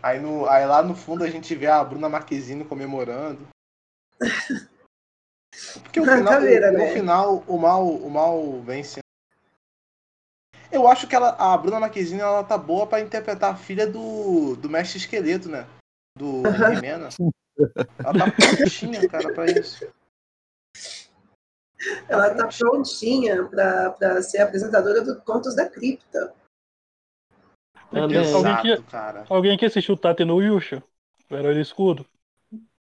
Speaker 3: Aí, no, aí lá no fundo a gente vê a Bruna Marquezine comemorando. Porque no
Speaker 5: Ah,
Speaker 3: final,
Speaker 5: caveira,
Speaker 3: no
Speaker 5: né?
Speaker 3: final o, mal, o mal vence. né? Eu acho que ela, a Bruna Marquezine ela tá boa pra interpretar a filha do, do mestre esqueleto, né? Do
Speaker 5: Aham.
Speaker 3: Jimena. Ela tá prontinha, cara, pra isso.
Speaker 5: Ela tá prontinha pra, pra ser apresentadora do Contos da Cripta.
Speaker 1: Ela é-
Speaker 4: Alguém que-
Speaker 3: Exato, cara.
Speaker 4: Alguém que assistiu Tati no Yusha? O herói do escudo?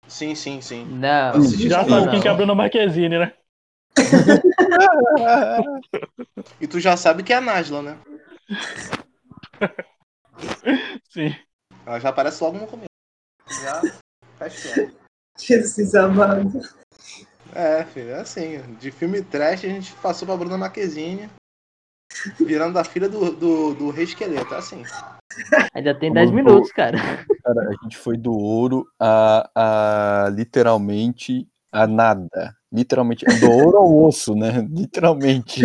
Speaker 3: Sim, sim, sim.
Speaker 1: Não.
Speaker 2: Assisti
Speaker 4: Já
Speaker 2: tudo.
Speaker 4: sabe quem que é a Bruna Marquezine, né?
Speaker 3: E tu já sabe que é a Najla, né?
Speaker 4: Sim.
Speaker 3: Ela já aparece logo no começo. Já faz piada.
Speaker 5: Jesus amado.
Speaker 3: É, filho, é assim. De filme trash a gente passou pra Bruna Marquezine, virando a filha do, do, do Rei Esqueleto. É assim.
Speaker 1: Ainda tem 10
Speaker 2: Vamos pro-
Speaker 1: minutos, cara.
Speaker 2: Cara, a gente foi do ouro a, a literalmente a nada. Literalmente, do ouro ao osso, né? Literalmente.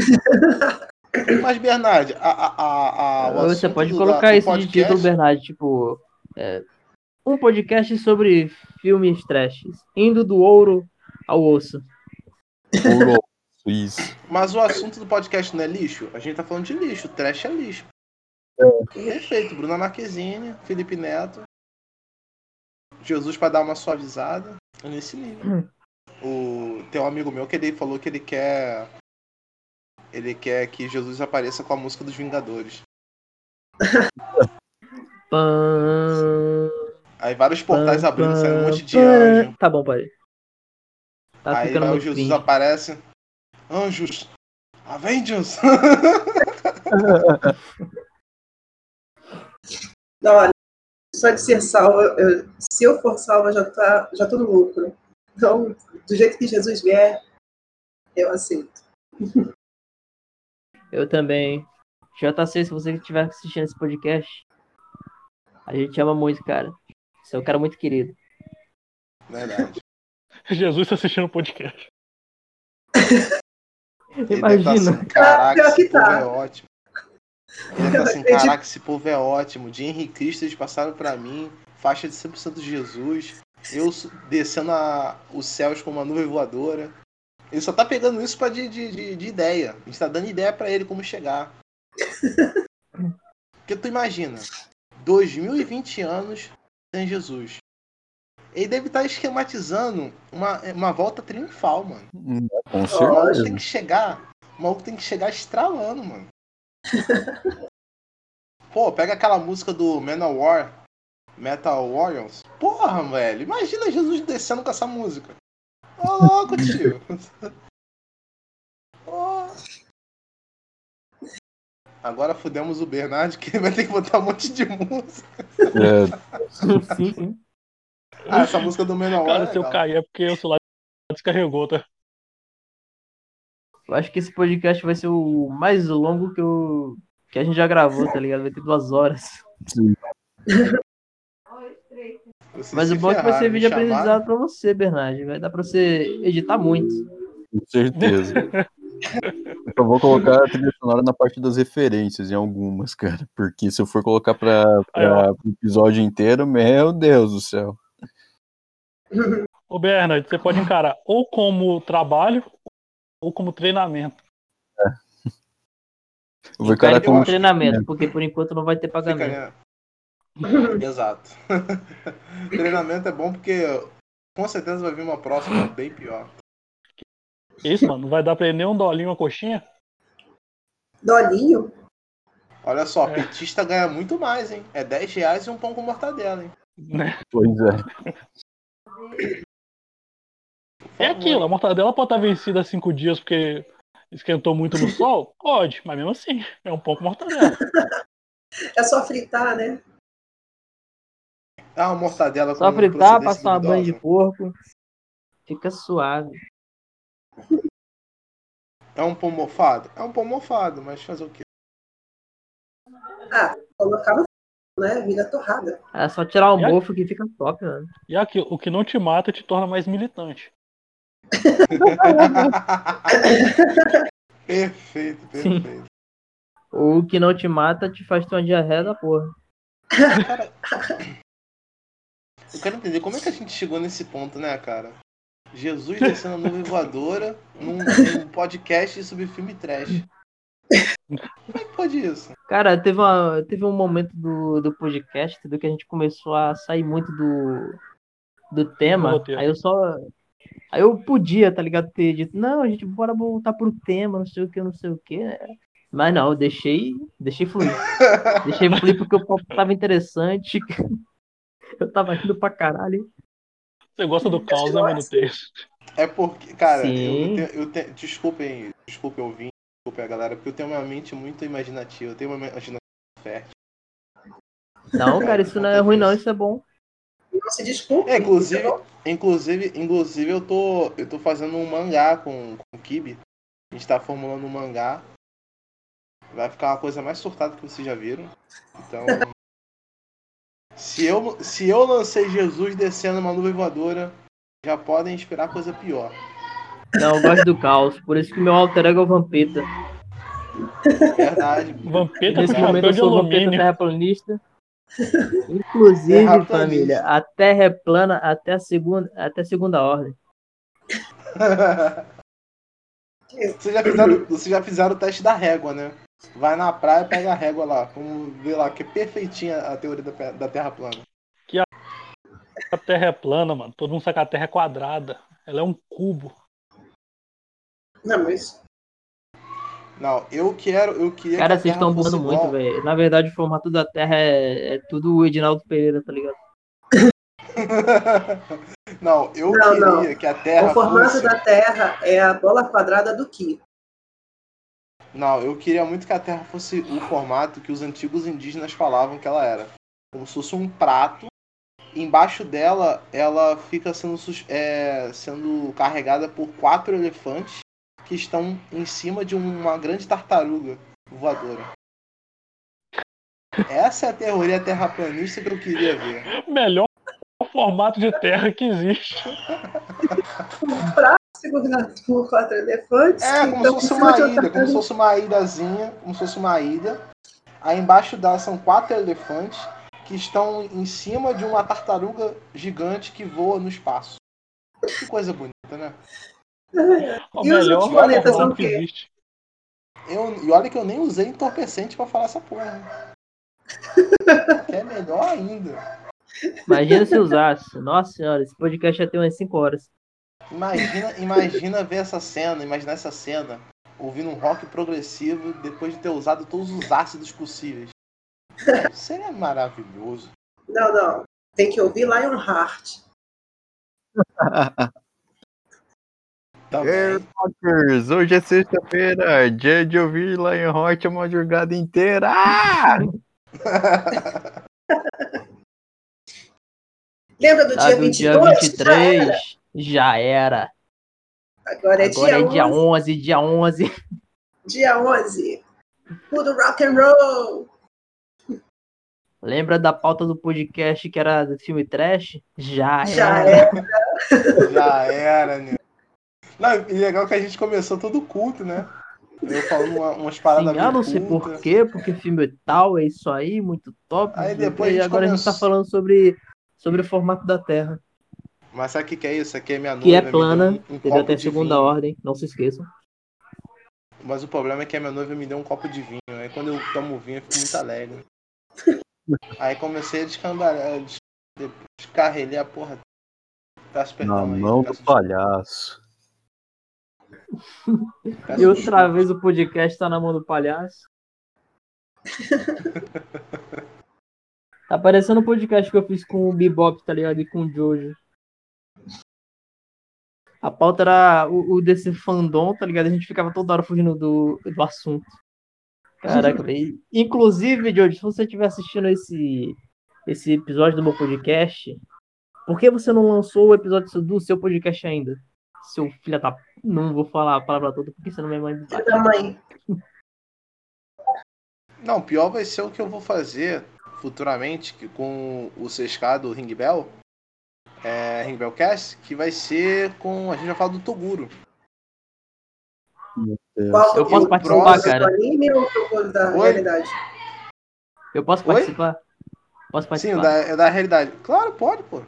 Speaker 3: Mas, Bernard, a, a, a, a, Ah, o
Speaker 1: Você
Speaker 3: assunto
Speaker 1: pode
Speaker 3: do-
Speaker 1: colocar
Speaker 3: da- do
Speaker 1: isso de
Speaker 3: podcast-
Speaker 1: título, Bernardo, tipo. é, um podcast sobre filmes trashes. Indo do ouro ao osso.
Speaker 2: Ouro ao osso, isso.
Speaker 3: Mas o assunto do podcast não é lixo? A gente tá falando de lixo. Trash é lixo.
Speaker 1: É.
Speaker 3: Perfeito. Bruna Marquezine, Felipe Neto, Jesus pra dar uma suavizada. É nesse
Speaker 1: Hum.
Speaker 3: nível. O, tem um amigo meu que ele falou que ele quer. Ele quer que Jesus apareça com a música dos Vingadores.
Speaker 1: Pã,
Speaker 3: Aí vários portais
Speaker 1: pã,
Speaker 3: abrindo, saindo um monte de
Speaker 1: pã, pã.
Speaker 3: anjo.
Speaker 1: Tá bom, parei. Tá
Speaker 3: aí
Speaker 1: ficando
Speaker 3: vai o
Speaker 1: muito
Speaker 3: Jesus
Speaker 1: cringe.
Speaker 3: aparece. Anjos! Avengers!
Speaker 5: Não, olha, só de ser salva, eu- se eu for salva, já, tá, já tô no lucro. Então, do jeito que Jesus vier, eu aceito.
Speaker 1: Eu também. JC, se você estiver assistindo esse podcast, a gente ama muito, cara. Você é um cara muito querido.
Speaker 3: Verdade.
Speaker 4: Jesus tá assistindo o podcast.
Speaker 3: Ele deve tá
Speaker 1: Imagina.
Speaker 3: assim, Caraca,
Speaker 5: pior
Speaker 3: esse
Speaker 5: que tá.
Speaker 3: povo é ótimo. Ele deve tá assim,
Speaker 5: acredito.
Speaker 3: caraca, esse povo é ótimo. De Henrique Cristo eles passaram pra mim. Faixa de 100% de Jesus. Eu su- descendo a- os céus com uma nuvem voadora. Ele só tá pegando isso pra de, de, de- de ideia. A gente tá dando ideia pra ele como chegar. Porque tu imagina, 2020 anos sem Jesus. Ele deve estar esquematizando uma, uma volta triunfal, mano.
Speaker 2: Hum, Com
Speaker 3: O maluco
Speaker 2: certeza.
Speaker 3: tem que chegar. O maluco tem que chegar estralando, mano. Pô, pega aquela música do Manowar, Metal Warriors. Porra, velho. Imagina Jesus descendo com essa música. Ô, louco, tio. Ô. Agora fudemos o Bernard, que ele vai ter que botar um monte de música.
Speaker 2: É,
Speaker 1: Sim, sim.
Speaker 3: Ah, essa música do Manowar.
Speaker 4: Cara,
Speaker 3: é
Speaker 4: se eu
Speaker 3: legal.
Speaker 4: cair é porque o celular descarregou, tá?
Speaker 1: Eu acho que esse podcast vai ser o mais longo que, eu... que a gente já gravou, tá ligado? Vai ter duas horas.
Speaker 3: Vocês
Speaker 1: Mas
Speaker 3: se
Speaker 1: o bom é que vai ser vídeo
Speaker 3: ferraram, me chamaram.
Speaker 1: aprendizado pra você, Bernard. Vai dar pra você editar muito.
Speaker 2: com certeza. Eu vou colocar a trilha sonora na parte das referências, em algumas, cara. Porque se eu for colocar pra, pra pro episódio inteiro, meu Deus do céu.
Speaker 4: Ô Bernard, você pode encarar ou como trabalho ou como treinamento.
Speaker 2: Eu vou
Speaker 1: Cara,
Speaker 2: encarar
Speaker 1: com
Speaker 2: como.
Speaker 1: um treinamento, porque por enquanto não vai ter
Speaker 3: Fica,
Speaker 1: pagamento.
Speaker 3: né? Exato. Treinamento é bom porque com certeza vai vir uma próxima bem pior.
Speaker 4: Que Isso, mano, não vai dar pra ele nem um dolinho, uma coxinha?
Speaker 5: Dolinho?
Speaker 3: Olha só,
Speaker 4: É.
Speaker 3: petista ganha muito mais, hein? É 10 reais e um pão com mortadela, hein?
Speaker 4: Né?
Speaker 2: Pois é.
Speaker 4: É aquilo, a mortadela pode estar vencida há cinco dias porque esquentou muito no sol? Pode, mas mesmo assim, é um pouco mortadela.
Speaker 5: É só fritar, né?
Speaker 3: Ah, uma mortadela com
Speaker 1: Só fritar,
Speaker 3: procedência
Speaker 1: passar uma banha de
Speaker 3: duvidosa.
Speaker 1: porco. Fica suave.
Speaker 3: É um pão mofado? É um pão mofado, mas fazer o quê?
Speaker 5: Ah, colocar no né? Vida torrada.
Speaker 1: É só tirar o mofo que fica top, mano.
Speaker 4: E aqui, o que não te mata te torna mais militante.
Speaker 3: perfeito, perfeito.
Speaker 1: O que não te mata te faz ter uma diarreia da porra.
Speaker 3: Cara, eu quero entender como é que a gente chegou nesse ponto, né, cara? Jesus descendo a nuvem voadora num, num podcast sobre filme trash. Como é que pode isso?
Speaker 1: Cara, teve, uma, teve um momento do, do podcast do que a gente começou a sair muito do, do tema.
Speaker 4: Do roteiro.
Speaker 1: aí eu só. Aí eu podia, tá ligado? Ter dito, não, a gente bora voltar pro tema, não sei o que, não sei o que. Mas não, eu deixei. Deixei fluir. deixei fluir porque o papo tava interessante. Eu tava rindo pra caralho.
Speaker 4: Você gosta do caos, né, mano? Texto.
Speaker 3: É porque, cara,
Speaker 1: Sim.
Speaker 3: eu, eu tenho, eu tenho- Desculpem, desculpem ouvir, desculpem a galera, porque eu tenho uma mente muito imaginativa, eu tenho uma imaginação fértil.
Speaker 1: Não, cara, isso não é ruim, não, isso é bom.
Speaker 5: Não se desculpe.
Speaker 3: É, inclusive,
Speaker 5: entendeu?
Speaker 3: inclusive, inclusive eu tô. Eu tô fazendo um mangá com, com o Kibi. A gente tá formulando um mangá. Vai ficar uma coisa mais surtada que vocês já viram. Então. se, eu, se eu lancei Jesus descendo uma nuvem voadora, já podem esperar coisa pior.
Speaker 1: Não, eu gosto do caos. Por isso que meu alter ego é o Vampeta.
Speaker 3: Verdade.
Speaker 4: Vampeta com
Speaker 1: Nesse momento
Speaker 4: chapéu
Speaker 1: eu
Speaker 4: de
Speaker 1: sou o Vampeta
Speaker 4: alumínio.
Speaker 1: terraplanista. Inclusive,
Speaker 3: Terraplanista.
Speaker 1: família, a terra é plana até a segunda, até a segunda ordem.
Speaker 3: Vocês já, fizeram, vocês já fizeram o teste da régua, né? Vai na praia, pega a régua lá. Vamos ver lá, que é perfeitinha a teoria da, pe- da Terra plana.
Speaker 4: A terra é plana, mano. Todo mundo sabe que a terra é quadrada. Ela é um cubo.
Speaker 5: Não, mas.
Speaker 3: Não, eu quero, eu queria
Speaker 1: Cara,
Speaker 3: que
Speaker 1: vocês
Speaker 3: a Terra é
Speaker 1: estão
Speaker 3: fosse
Speaker 1: mudando muito,
Speaker 3: igual-
Speaker 1: velho. Na verdade, o formato da terra é, é tudo o Edinaldo Pereira, tá ligado?
Speaker 3: não, eu
Speaker 5: Não,
Speaker 3: queria que a Terra
Speaker 5: O formato
Speaker 3: fosse...
Speaker 5: da Terra é a bola quadrada do Ki.
Speaker 3: Não, eu queria muito que a Terra fosse o formato que os antigos indígenas falavam que ela era. Como se fosse um prato. Embaixo dela, ela fica sendo, sus- é, sendo carregada por quatro elefantes que estão em cima de uma grande tartaruga voadora. Essa é a teoria terraplanista que eu queria ver.
Speaker 4: Melhor formato de terra que existe.
Speaker 5: Segurado por quatro elefantes.
Speaker 3: É,
Speaker 5: que
Speaker 3: como se
Speaker 5: estão Então, em cima
Speaker 3: fosse uma
Speaker 5: de
Speaker 3: ilha, como
Speaker 5: tartaruga.
Speaker 3: se fosse uma ilhazinha, como se fosse uma ilha. Aí embaixo dela são quatro elefantes que estão em cima de uma tartaruga gigante que voa no espaço. Que coisa bonita, né?
Speaker 5: E
Speaker 4: O
Speaker 5: os
Speaker 4: melhor
Speaker 5: outros planetas são
Speaker 4: formato
Speaker 5: o
Speaker 4: que
Speaker 5: quê?
Speaker 4: existe.
Speaker 3: Eu, e olha que eu nem usei entorpecente pra falar essa porra. né? Que é melhor ainda.
Speaker 1: Imagina se usasse. Nossa senhora, esse podcast já tem umas 5 horas.
Speaker 3: Imagina, imagina ver essa cena, imaginar essa cena, ouvindo um rock progressivo depois de ter usado todos os ácidos possíveis. Seria maravilhoso.
Speaker 5: Não, não. Tem que ouvir Lionheart.
Speaker 3: Também.
Speaker 2: É, fuckers, hoje é sexta-feira, dia de ouvir Lionheart a madrugada inteira. Ah!
Speaker 5: Lembra
Speaker 3: Ah,
Speaker 5: do
Speaker 1: Tá
Speaker 5: dia
Speaker 1: do
Speaker 5: 22?
Speaker 1: dia 23, já era.
Speaker 5: Agora é
Speaker 1: Agora é
Speaker 5: dia,
Speaker 1: dia
Speaker 5: 11.
Speaker 1: 11, dia 11.
Speaker 5: Dia 11. Tudo rock and roll.
Speaker 1: Lembra da pauta do podcast que era do filme trash? Já,
Speaker 5: Já
Speaker 1: era.
Speaker 5: é.
Speaker 3: Já era, né? Não, e legal que a gente começou todo culto, né? Eu falando uma- umas paradas
Speaker 1: Sim, ah,
Speaker 3: meio
Speaker 1: não sei
Speaker 3: cultas.
Speaker 1: porquê, porque filme tal, é isso aí, muito top.
Speaker 3: Aí
Speaker 1: não sei o
Speaker 3: depois
Speaker 1: quê,
Speaker 3: a
Speaker 1: e
Speaker 3: gente
Speaker 1: agora a gente tá
Speaker 3: começa-
Speaker 1: falando sobre, sobre o formato da Terra,
Speaker 3: Mas sabe o que, que é isso? Aqui é minha
Speaker 1: que
Speaker 3: noiva.
Speaker 1: é
Speaker 3: me deu
Speaker 1: plana,
Speaker 3: um, um
Speaker 1: entendeu?
Speaker 3: copo
Speaker 1: Até
Speaker 3: de
Speaker 1: segunda
Speaker 3: vinho.
Speaker 1: ordem, não se esqueçam.
Speaker 3: Mas o problema é que a minha noiva me deu um copo de vinho. Aí quando eu tomo vinho, eu fico muito alegre. Aí comecei a descambarar, des- de- descarrelei a porra. Peço
Speaker 2: Na
Speaker 3: perdão aí,
Speaker 2: mão do
Speaker 3: peço-
Speaker 2: palhaço.
Speaker 3: peço
Speaker 1: E outra
Speaker 3: desculpa.
Speaker 1: vez o podcast tá na mão do palhaço. tá parecendo o podcast que eu fiz com o Bebop, tá ligado? E com o Jojo. A pauta era o, o desse fandom, tá ligado? A gente ficava toda hora fugindo do, do assunto. Caraca, velho. Inclusive, Jojo, se você estiver assistindo esse, esse episódio do meu podcast, por que você não lançou o episódio do seu podcast ainda? Seu filho da Não vou falar a palavra toda porque senão minha mãe me bate.
Speaker 5: Da mãe.
Speaker 3: Não, pior vai ser o que eu vou fazer futuramente que com o CSK do Ring Bell, é, Ring Bell Cast, que vai ser com. A gente vai falar do Toguro.
Speaker 5: Qual-
Speaker 1: Eu posso
Speaker 5: o
Speaker 1: participar,
Speaker 5: próximo
Speaker 1: cara?
Speaker 5: anime ou o jogo da
Speaker 3: Oi?
Speaker 5: realidade?
Speaker 1: Eu posso
Speaker 3: Oi?
Speaker 1: participar? Posso
Speaker 3: Sim, o
Speaker 1: participar?
Speaker 3: da, é da realidade. Claro, pode, pô.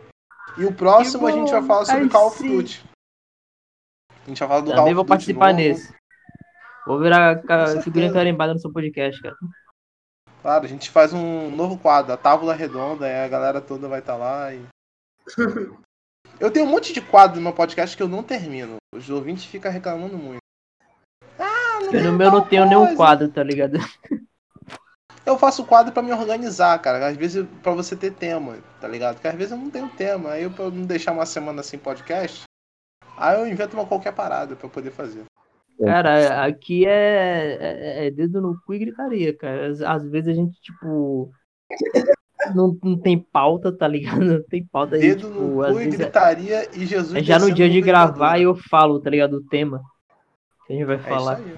Speaker 3: E o próximo a gente vai falar sobre
Speaker 1: aí
Speaker 3: Call of
Speaker 1: sim.
Speaker 3: Duty. A gente vai falar do Call
Speaker 1: Também
Speaker 3: of
Speaker 1: vou
Speaker 3: Duty
Speaker 1: participar
Speaker 3: novo.
Speaker 1: nesse. Vou virar ca-
Speaker 3: certeza.
Speaker 1: figurinha carimbada no seu podcast, cara.
Speaker 3: Claro, a gente faz um novo quadro, a Tábula Redonda, aí a galera toda vai estar lá. e- Eu tenho um monte de quadro no meu podcast que eu não termino. Os ouvintes ficam reclamando muito. Ah, não
Speaker 1: Eu no
Speaker 3: tem
Speaker 1: meu
Speaker 3: tal
Speaker 1: não tenho nenhum
Speaker 3: coisa.
Speaker 1: quadro, tá ligado?
Speaker 3: Eu faço quadro pra me organizar, cara. Às vezes pra você ter tema, tá ligado? Porque às vezes eu não tenho tema. Aí eu, pra eu não deixar uma semana sem podcast, aí eu invento uma qualquer parada pra eu poder fazer.
Speaker 1: Cara, aqui é, é- é dedo no cu e gritaria, cara. Às, às vezes a gente, tipo. Não, não tem pauta, tá ligado? Não tem pauta aí,
Speaker 3: Dedo
Speaker 1: tipo,
Speaker 3: no
Speaker 1: às
Speaker 3: cu e
Speaker 1: vezes é-
Speaker 3: gritaria e Jesus.
Speaker 1: é já no
Speaker 3: descendo
Speaker 1: dia de
Speaker 3: ventilador.
Speaker 1: gravar eu falo, tá ligado? O tema que a gente vai
Speaker 3: É isso
Speaker 1: falar.
Speaker 3: aí.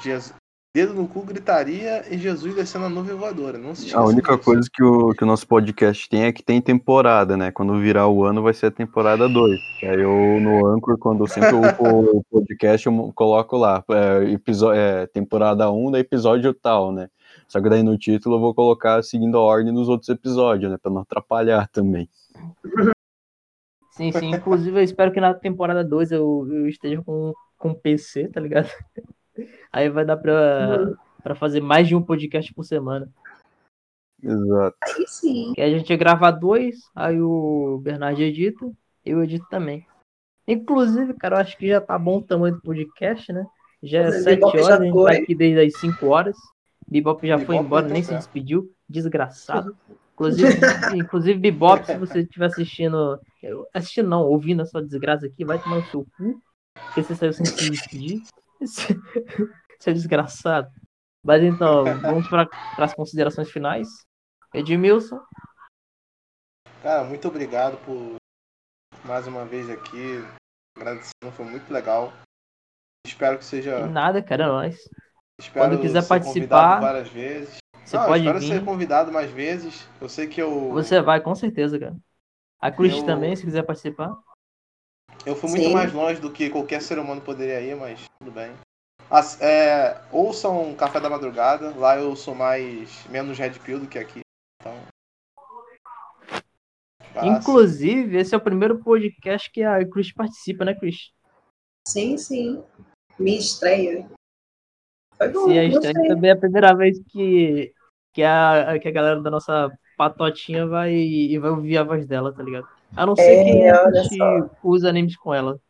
Speaker 3: Jesus. Dedo no cu, gritaria e Jesus descendo a nuvem voadora. Não se esqueça
Speaker 2: A única
Speaker 3: disso.
Speaker 2: coisa que o, que o nosso podcast tem é que tem temporada, né? Quando virar o ano vai ser a temporada 2. Aí eu, no Anchor, quando sempre eu upo o podcast, eu mo- coloco lá, é, episo- é, temporada 1 um da episódio tal, né? Só que daí no título eu vou colocar seguindo a ordem dos outros episódios, né? Pra não atrapalhar também.
Speaker 1: Sim, sim. Inclusive, eu espero que na temporada 2 eu, eu esteja com, com PC, tá ligado? Aí vai dar
Speaker 3: Uhum.
Speaker 1: pra, pra fazer mais de um podcast por semana.
Speaker 2: Exato.
Speaker 5: Aí sim.
Speaker 1: Que a gente ia gravar dois, aí o Bernardo edita, eu edito também. Inclusive, cara, eu acho que já tá bom o tamanho do podcast, né? Já é
Speaker 5: Mas
Speaker 1: 7
Speaker 5: Bebop
Speaker 1: horas,
Speaker 5: já
Speaker 1: a gente
Speaker 5: foi.
Speaker 1: tá aqui desde as 5 horas. Bebop já foi
Speaker 3: Bebop
Speaker 1: embora,
Speaker 5: então
Speaker 3: tá
Speaker 1: nem se
Speaker 3: certo.
Speaker 1: despediu. Desgraçado. Inclusive, inclusive Bebop, se você estiver assistindo. Assistindo não, ouvindo essa desgraça aqui, vai tomar no seu cu. Porque você saiu sem se despedir. Você é desgraçado. Mas então, vamos para as considerações finais. Edmilson.
Speaker 3: Cara, muito obrigado por mais uma vez aqui. Agradecendo, foi muito legal. Espero
Speaker 1: Que
Speaker 3: que seja.
Speaker 1: Nada, cara, é nóis.
Speaker 3: Espero
Speaker 1: Quando quiser
Speaker 3: ser
Speaker 1: participar,
Speaker 3: convidado várias vezes.
Speaker 1: Você
Speaker 3: Não, eu
Speaker 1: pode
Speaker 3: espero
Speaker 1: vir.
Speaker 3: ser convidado mais vezes. Eu sei que eu.
Speaker 1: Você vai, com certeza, cara. A Cruz
Speaker 3: Eu-
Speaker 1: também, se quiser participar.
Speaker 3: Eu fui muito
Speaker 5: Sim.
Speaker 3: mais longe do que qualquer ser humano poderia ir, mas tudo bem. As, é, ouçam Café da Madrugada, lá eu sou mais menos red pill do que aqui. Então. Ah, Passa.
Speaker 1: Inclusive, esse é o primeiro podcast que a Cruz participa, né, Cruz?
Speaker 5: Sim, sim. Minha estreia. Foi bom,
Speaker 1: Se a
Speaker 5: gostei.
Speaker 1: estreia também é a primeira vez que, que, a, que a galera da nossa patotinha vai, e vai ouvir a voz dela, tá ligado? A não ser
Speaker 5: É,
Speaker 1: quem
Speaker 5: olha
Speaker 1: assiste os animes com ela.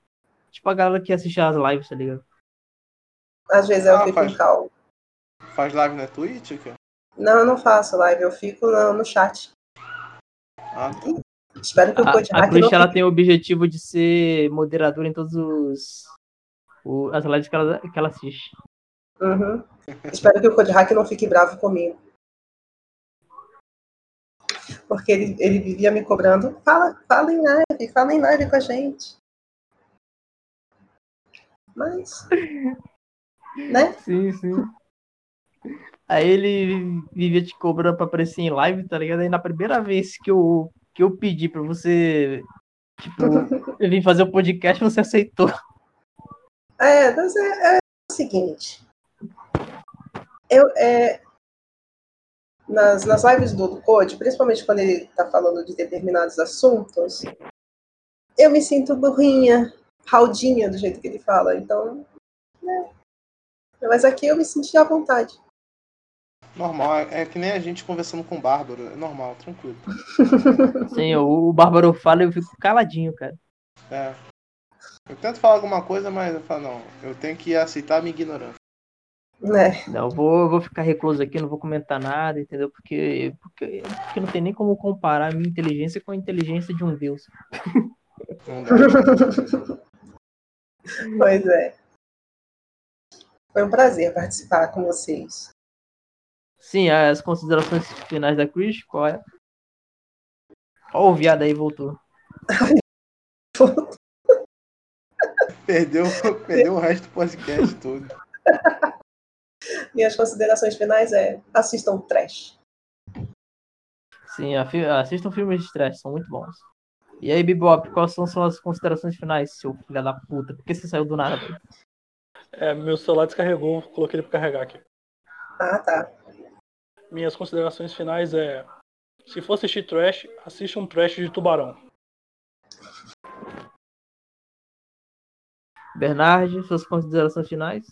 Speaker 1: Tipo a galera que assiste as lives, tá ligado?
Speaker 5: Às vezes eu
Speaker 3: Ah,
Speaker 5: fico
Speaker 3: faz-
Speaker 5: em cal.
Speaker 3: Faz live na Twitch? Cara?
Speaker 5: Não, eu não faço live, eu fico no, no chat.
Speaker 3: Ah, tá.
Speaker 5: Espero que o podcast
Speaker 1: A, a Cruz,
Speaker 5: não
Speaker 1: ela tem o objetivo de ser moderadora em todos os... o- as lives que ela, que ela assiste.
Speaker 5: Uhum. Espero que o Code Hack não fique bravo comigo. Porque ele, ele vivia me cobrando. Fala, fala em live, fala em live com a gente. Mas. Né?
Speaker 1: Sim, sim. Aí ele vivia te cobrando pra aparecer em live, tá ligado? Aí na primeira vez que eu, que eu pedi pra você, tipo, eu vim fazer o podcast, você aceitou.
Speaker 5: É, mas é, é o seguinte. Eu, é, nas, nas lives do do Code, principalmente quando ele está falando de determinados assuntos, eu me sinto burrinha, raudinha do jeito que ele fala. Então, né. Mas aqui eu me senti à vontade.
Speaker 3: Normal, é, é que nem a gente conversando com o Bárbaro. É normal, tranquilo.
Speaker 1: Sim, o, o Bárbaro fala e eu fico caladinho, cara.
Speaker 3: É. Eu tento falar alguma coisa, mas eu falo, não, eu tenho que aceitar a minha ignorância.
Speaker 5: Né?
Speaker 1: Não, eu vou, eu vou ficar recluso aqui, não vou comentar nada, entendeu? Porque, porque, porque não tem nem como comparar a minha inteligência com a inteligência de um deus.
Speaker 3: Não dá.
Speaker 5: Pois é. Foi um prazer participar com vocês.
Speaker 1: Sim, as considerações finais da Chris, qual é? Ó, o viado aí voltou.
Speaker 3: Perdeu, perdeu o resto do podcast todo.
Speaker 5: Minhas considerações finais é assistam trash.
Speaker 1: Sim, a fi- assistam filmes de trash, são muito bons. E aí, Bibop, quais são suas considerações finais, seu filho da puta? Por que você saiu do nada? velho?
Speaker 4: É, meu celular descarregou, coloquei ele pra carregar aqui.
Speaker 5: Ah, tá.
Speaker 4: Minhas considerações finais é. Se for assistir trash, assista um trash de tubarão.
Speaker 1: Bernard, suas considerações finais?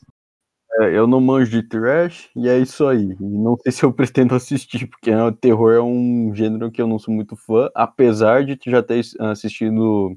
Speaker 2: É, eu não manjo de trash e é isso aí. E não sei se eu pretendo assistir, porque né, o terror é um gênero que eu não sou muito fã, apesar de já ter assistido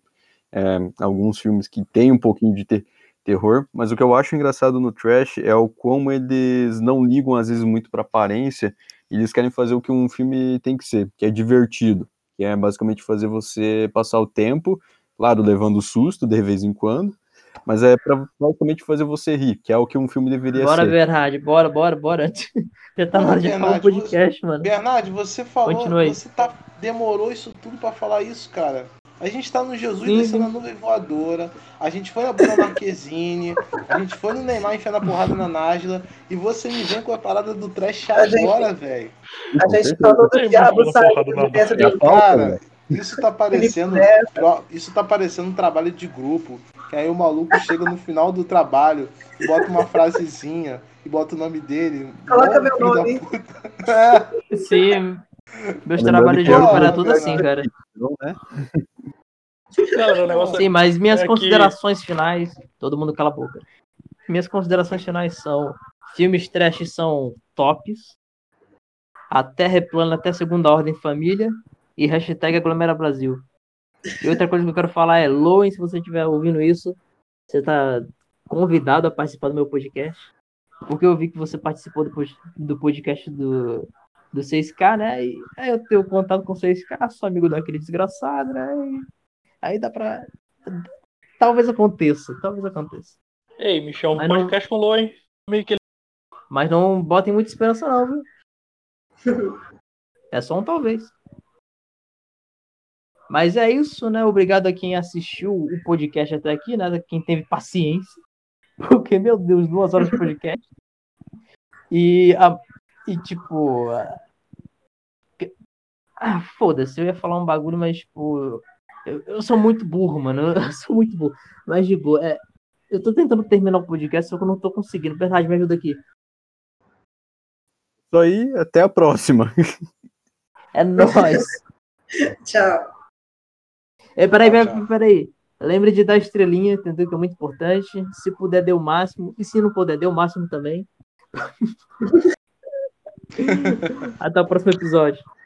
Speaker 2: é, alguns filmes que tem um pouquinho de ter- terror. Mas o que eu acho engraçado no trash é o como eles não ligam às vezes muito para aparência. e Eles querem fazer o que um filme tem que ser, que é divertido, que é basicamente fazer você passar o tempo, claro, levando susto de vez em quando. Mas é pra basicamente fazer você rir, que é o que um filme deveria
Speaker 1: bora,
Speaker 2: ser.
Speaker 1: Bernard, bora, bora, bora. Já tá na hora de acabar o
Speaker 3: Bernard, você-
Speaker 1: podcast, mano.
Speaker 3: Bernard, você falou,
Speaker 1: Continue aí.
Speaker 3: você tá, demorou isso tudo pra falar isso, cara. A gente tá no Jesus
Speaker 1: Sim,
Speaker 3: descendo a nuvem voadora, a gente foi na Bruna Marquezine, a gente foi no Neymar enfiando a porrada na Nájila, e você me vem com a parada do trash
Speaker 5: gente-
Speaker 3: agora, velho.
Speaker 5: A gente né? falou
Speaker 4: Tem
Speaker 5: do diabo
Speaker 4: muito porrada na
Speaker 5: saindo de dentro
Speaker 2: É a
Speaker 5: do
Speaker 2: falta,
Speaker 3: Cara,
Speaker 2: velho.
Speaker 3: Isso tá parecendo.
Speaker 5: Felipe
Speaker 3: pro- Isso tá parecendo um trabalho de grupo. Que aí o maluco chega no final do trabalho, bota uma frasezinha e bota o nome dele.
Speaker 5: Coloca
Speaker 3: Bom,
Speaker 5: meu
Speaker 3: filho da É.
Speaker 5: nome.
Speaker 3: puta.
Speaker 1: Sim. Meus
Speaker 2: Lembrando
Speaker 1: trabalhos de
Speaker 2: que-
Speaker 1: grupo
Speaker 3: Ah,
Speaker 1: era tudo
Speaker 3: cara.
Speaker 1: assim, cara.
Speaker 2: Não, né?
Speaker 4: Galera, o negócio é.
Speaker 1: Sim, mas minhas
Speaker 4: É que-
Speaker 1: considerações finais. Todo mundo cala a boca. Minhas considerações finais são: filmes trash são tops. A Terra é plana até segunda ordem família. E hashtag aglomera Brasil. E outra coisa que eu quero falar é: Loen, se você estiver ouvindo isso, você tá convidado a participar do meu podcast. Porque eu vi que você participou do, pod- do podcast do, do 6K, né? E aí eu tenho contato com o 6K, sou amigo daquele desgraçado, né? E aí dá pra. Talvez aconteça, talvez aconteça.
Speaker 4: Ei, me chama um
Speaker 1: Mas não-
Speaker 4: podcast com o Lô, hein? Meio que ele
Speaker 1: Mas não botem muita esperança, não, viu? É só um talvez. Mas é isso, né? Obrigado a quem assistiu o podcast até aqui, né? A Quem teve paciência. Porque, meu Deus, duas horas de podcast. E, a- e tipo. a- que- Ah, foda-se, eu ia falar um bagulho, mas, tipo. Eu, eu sou muito burro, mano. Eu sou muito burro. Mas, tipo, é, eu tô tentando terminar o podcast, só que eu não tô conseguindo. Bernard, me ajuda aqui.
Speaker 2: Isso aí, até a próxima.
Speaker 1: É nóis.
Speaker 5: Tchau.
Speaker 1: É, peraí,
Speaker 3: Tchau,
Speaker 1: peraí, peraí. Lembre de dar estrelinha, entendeu? Que é muito importante. Se puder, dê o máximo. E se não puder, dê o máximo também. Até o próximo episódio.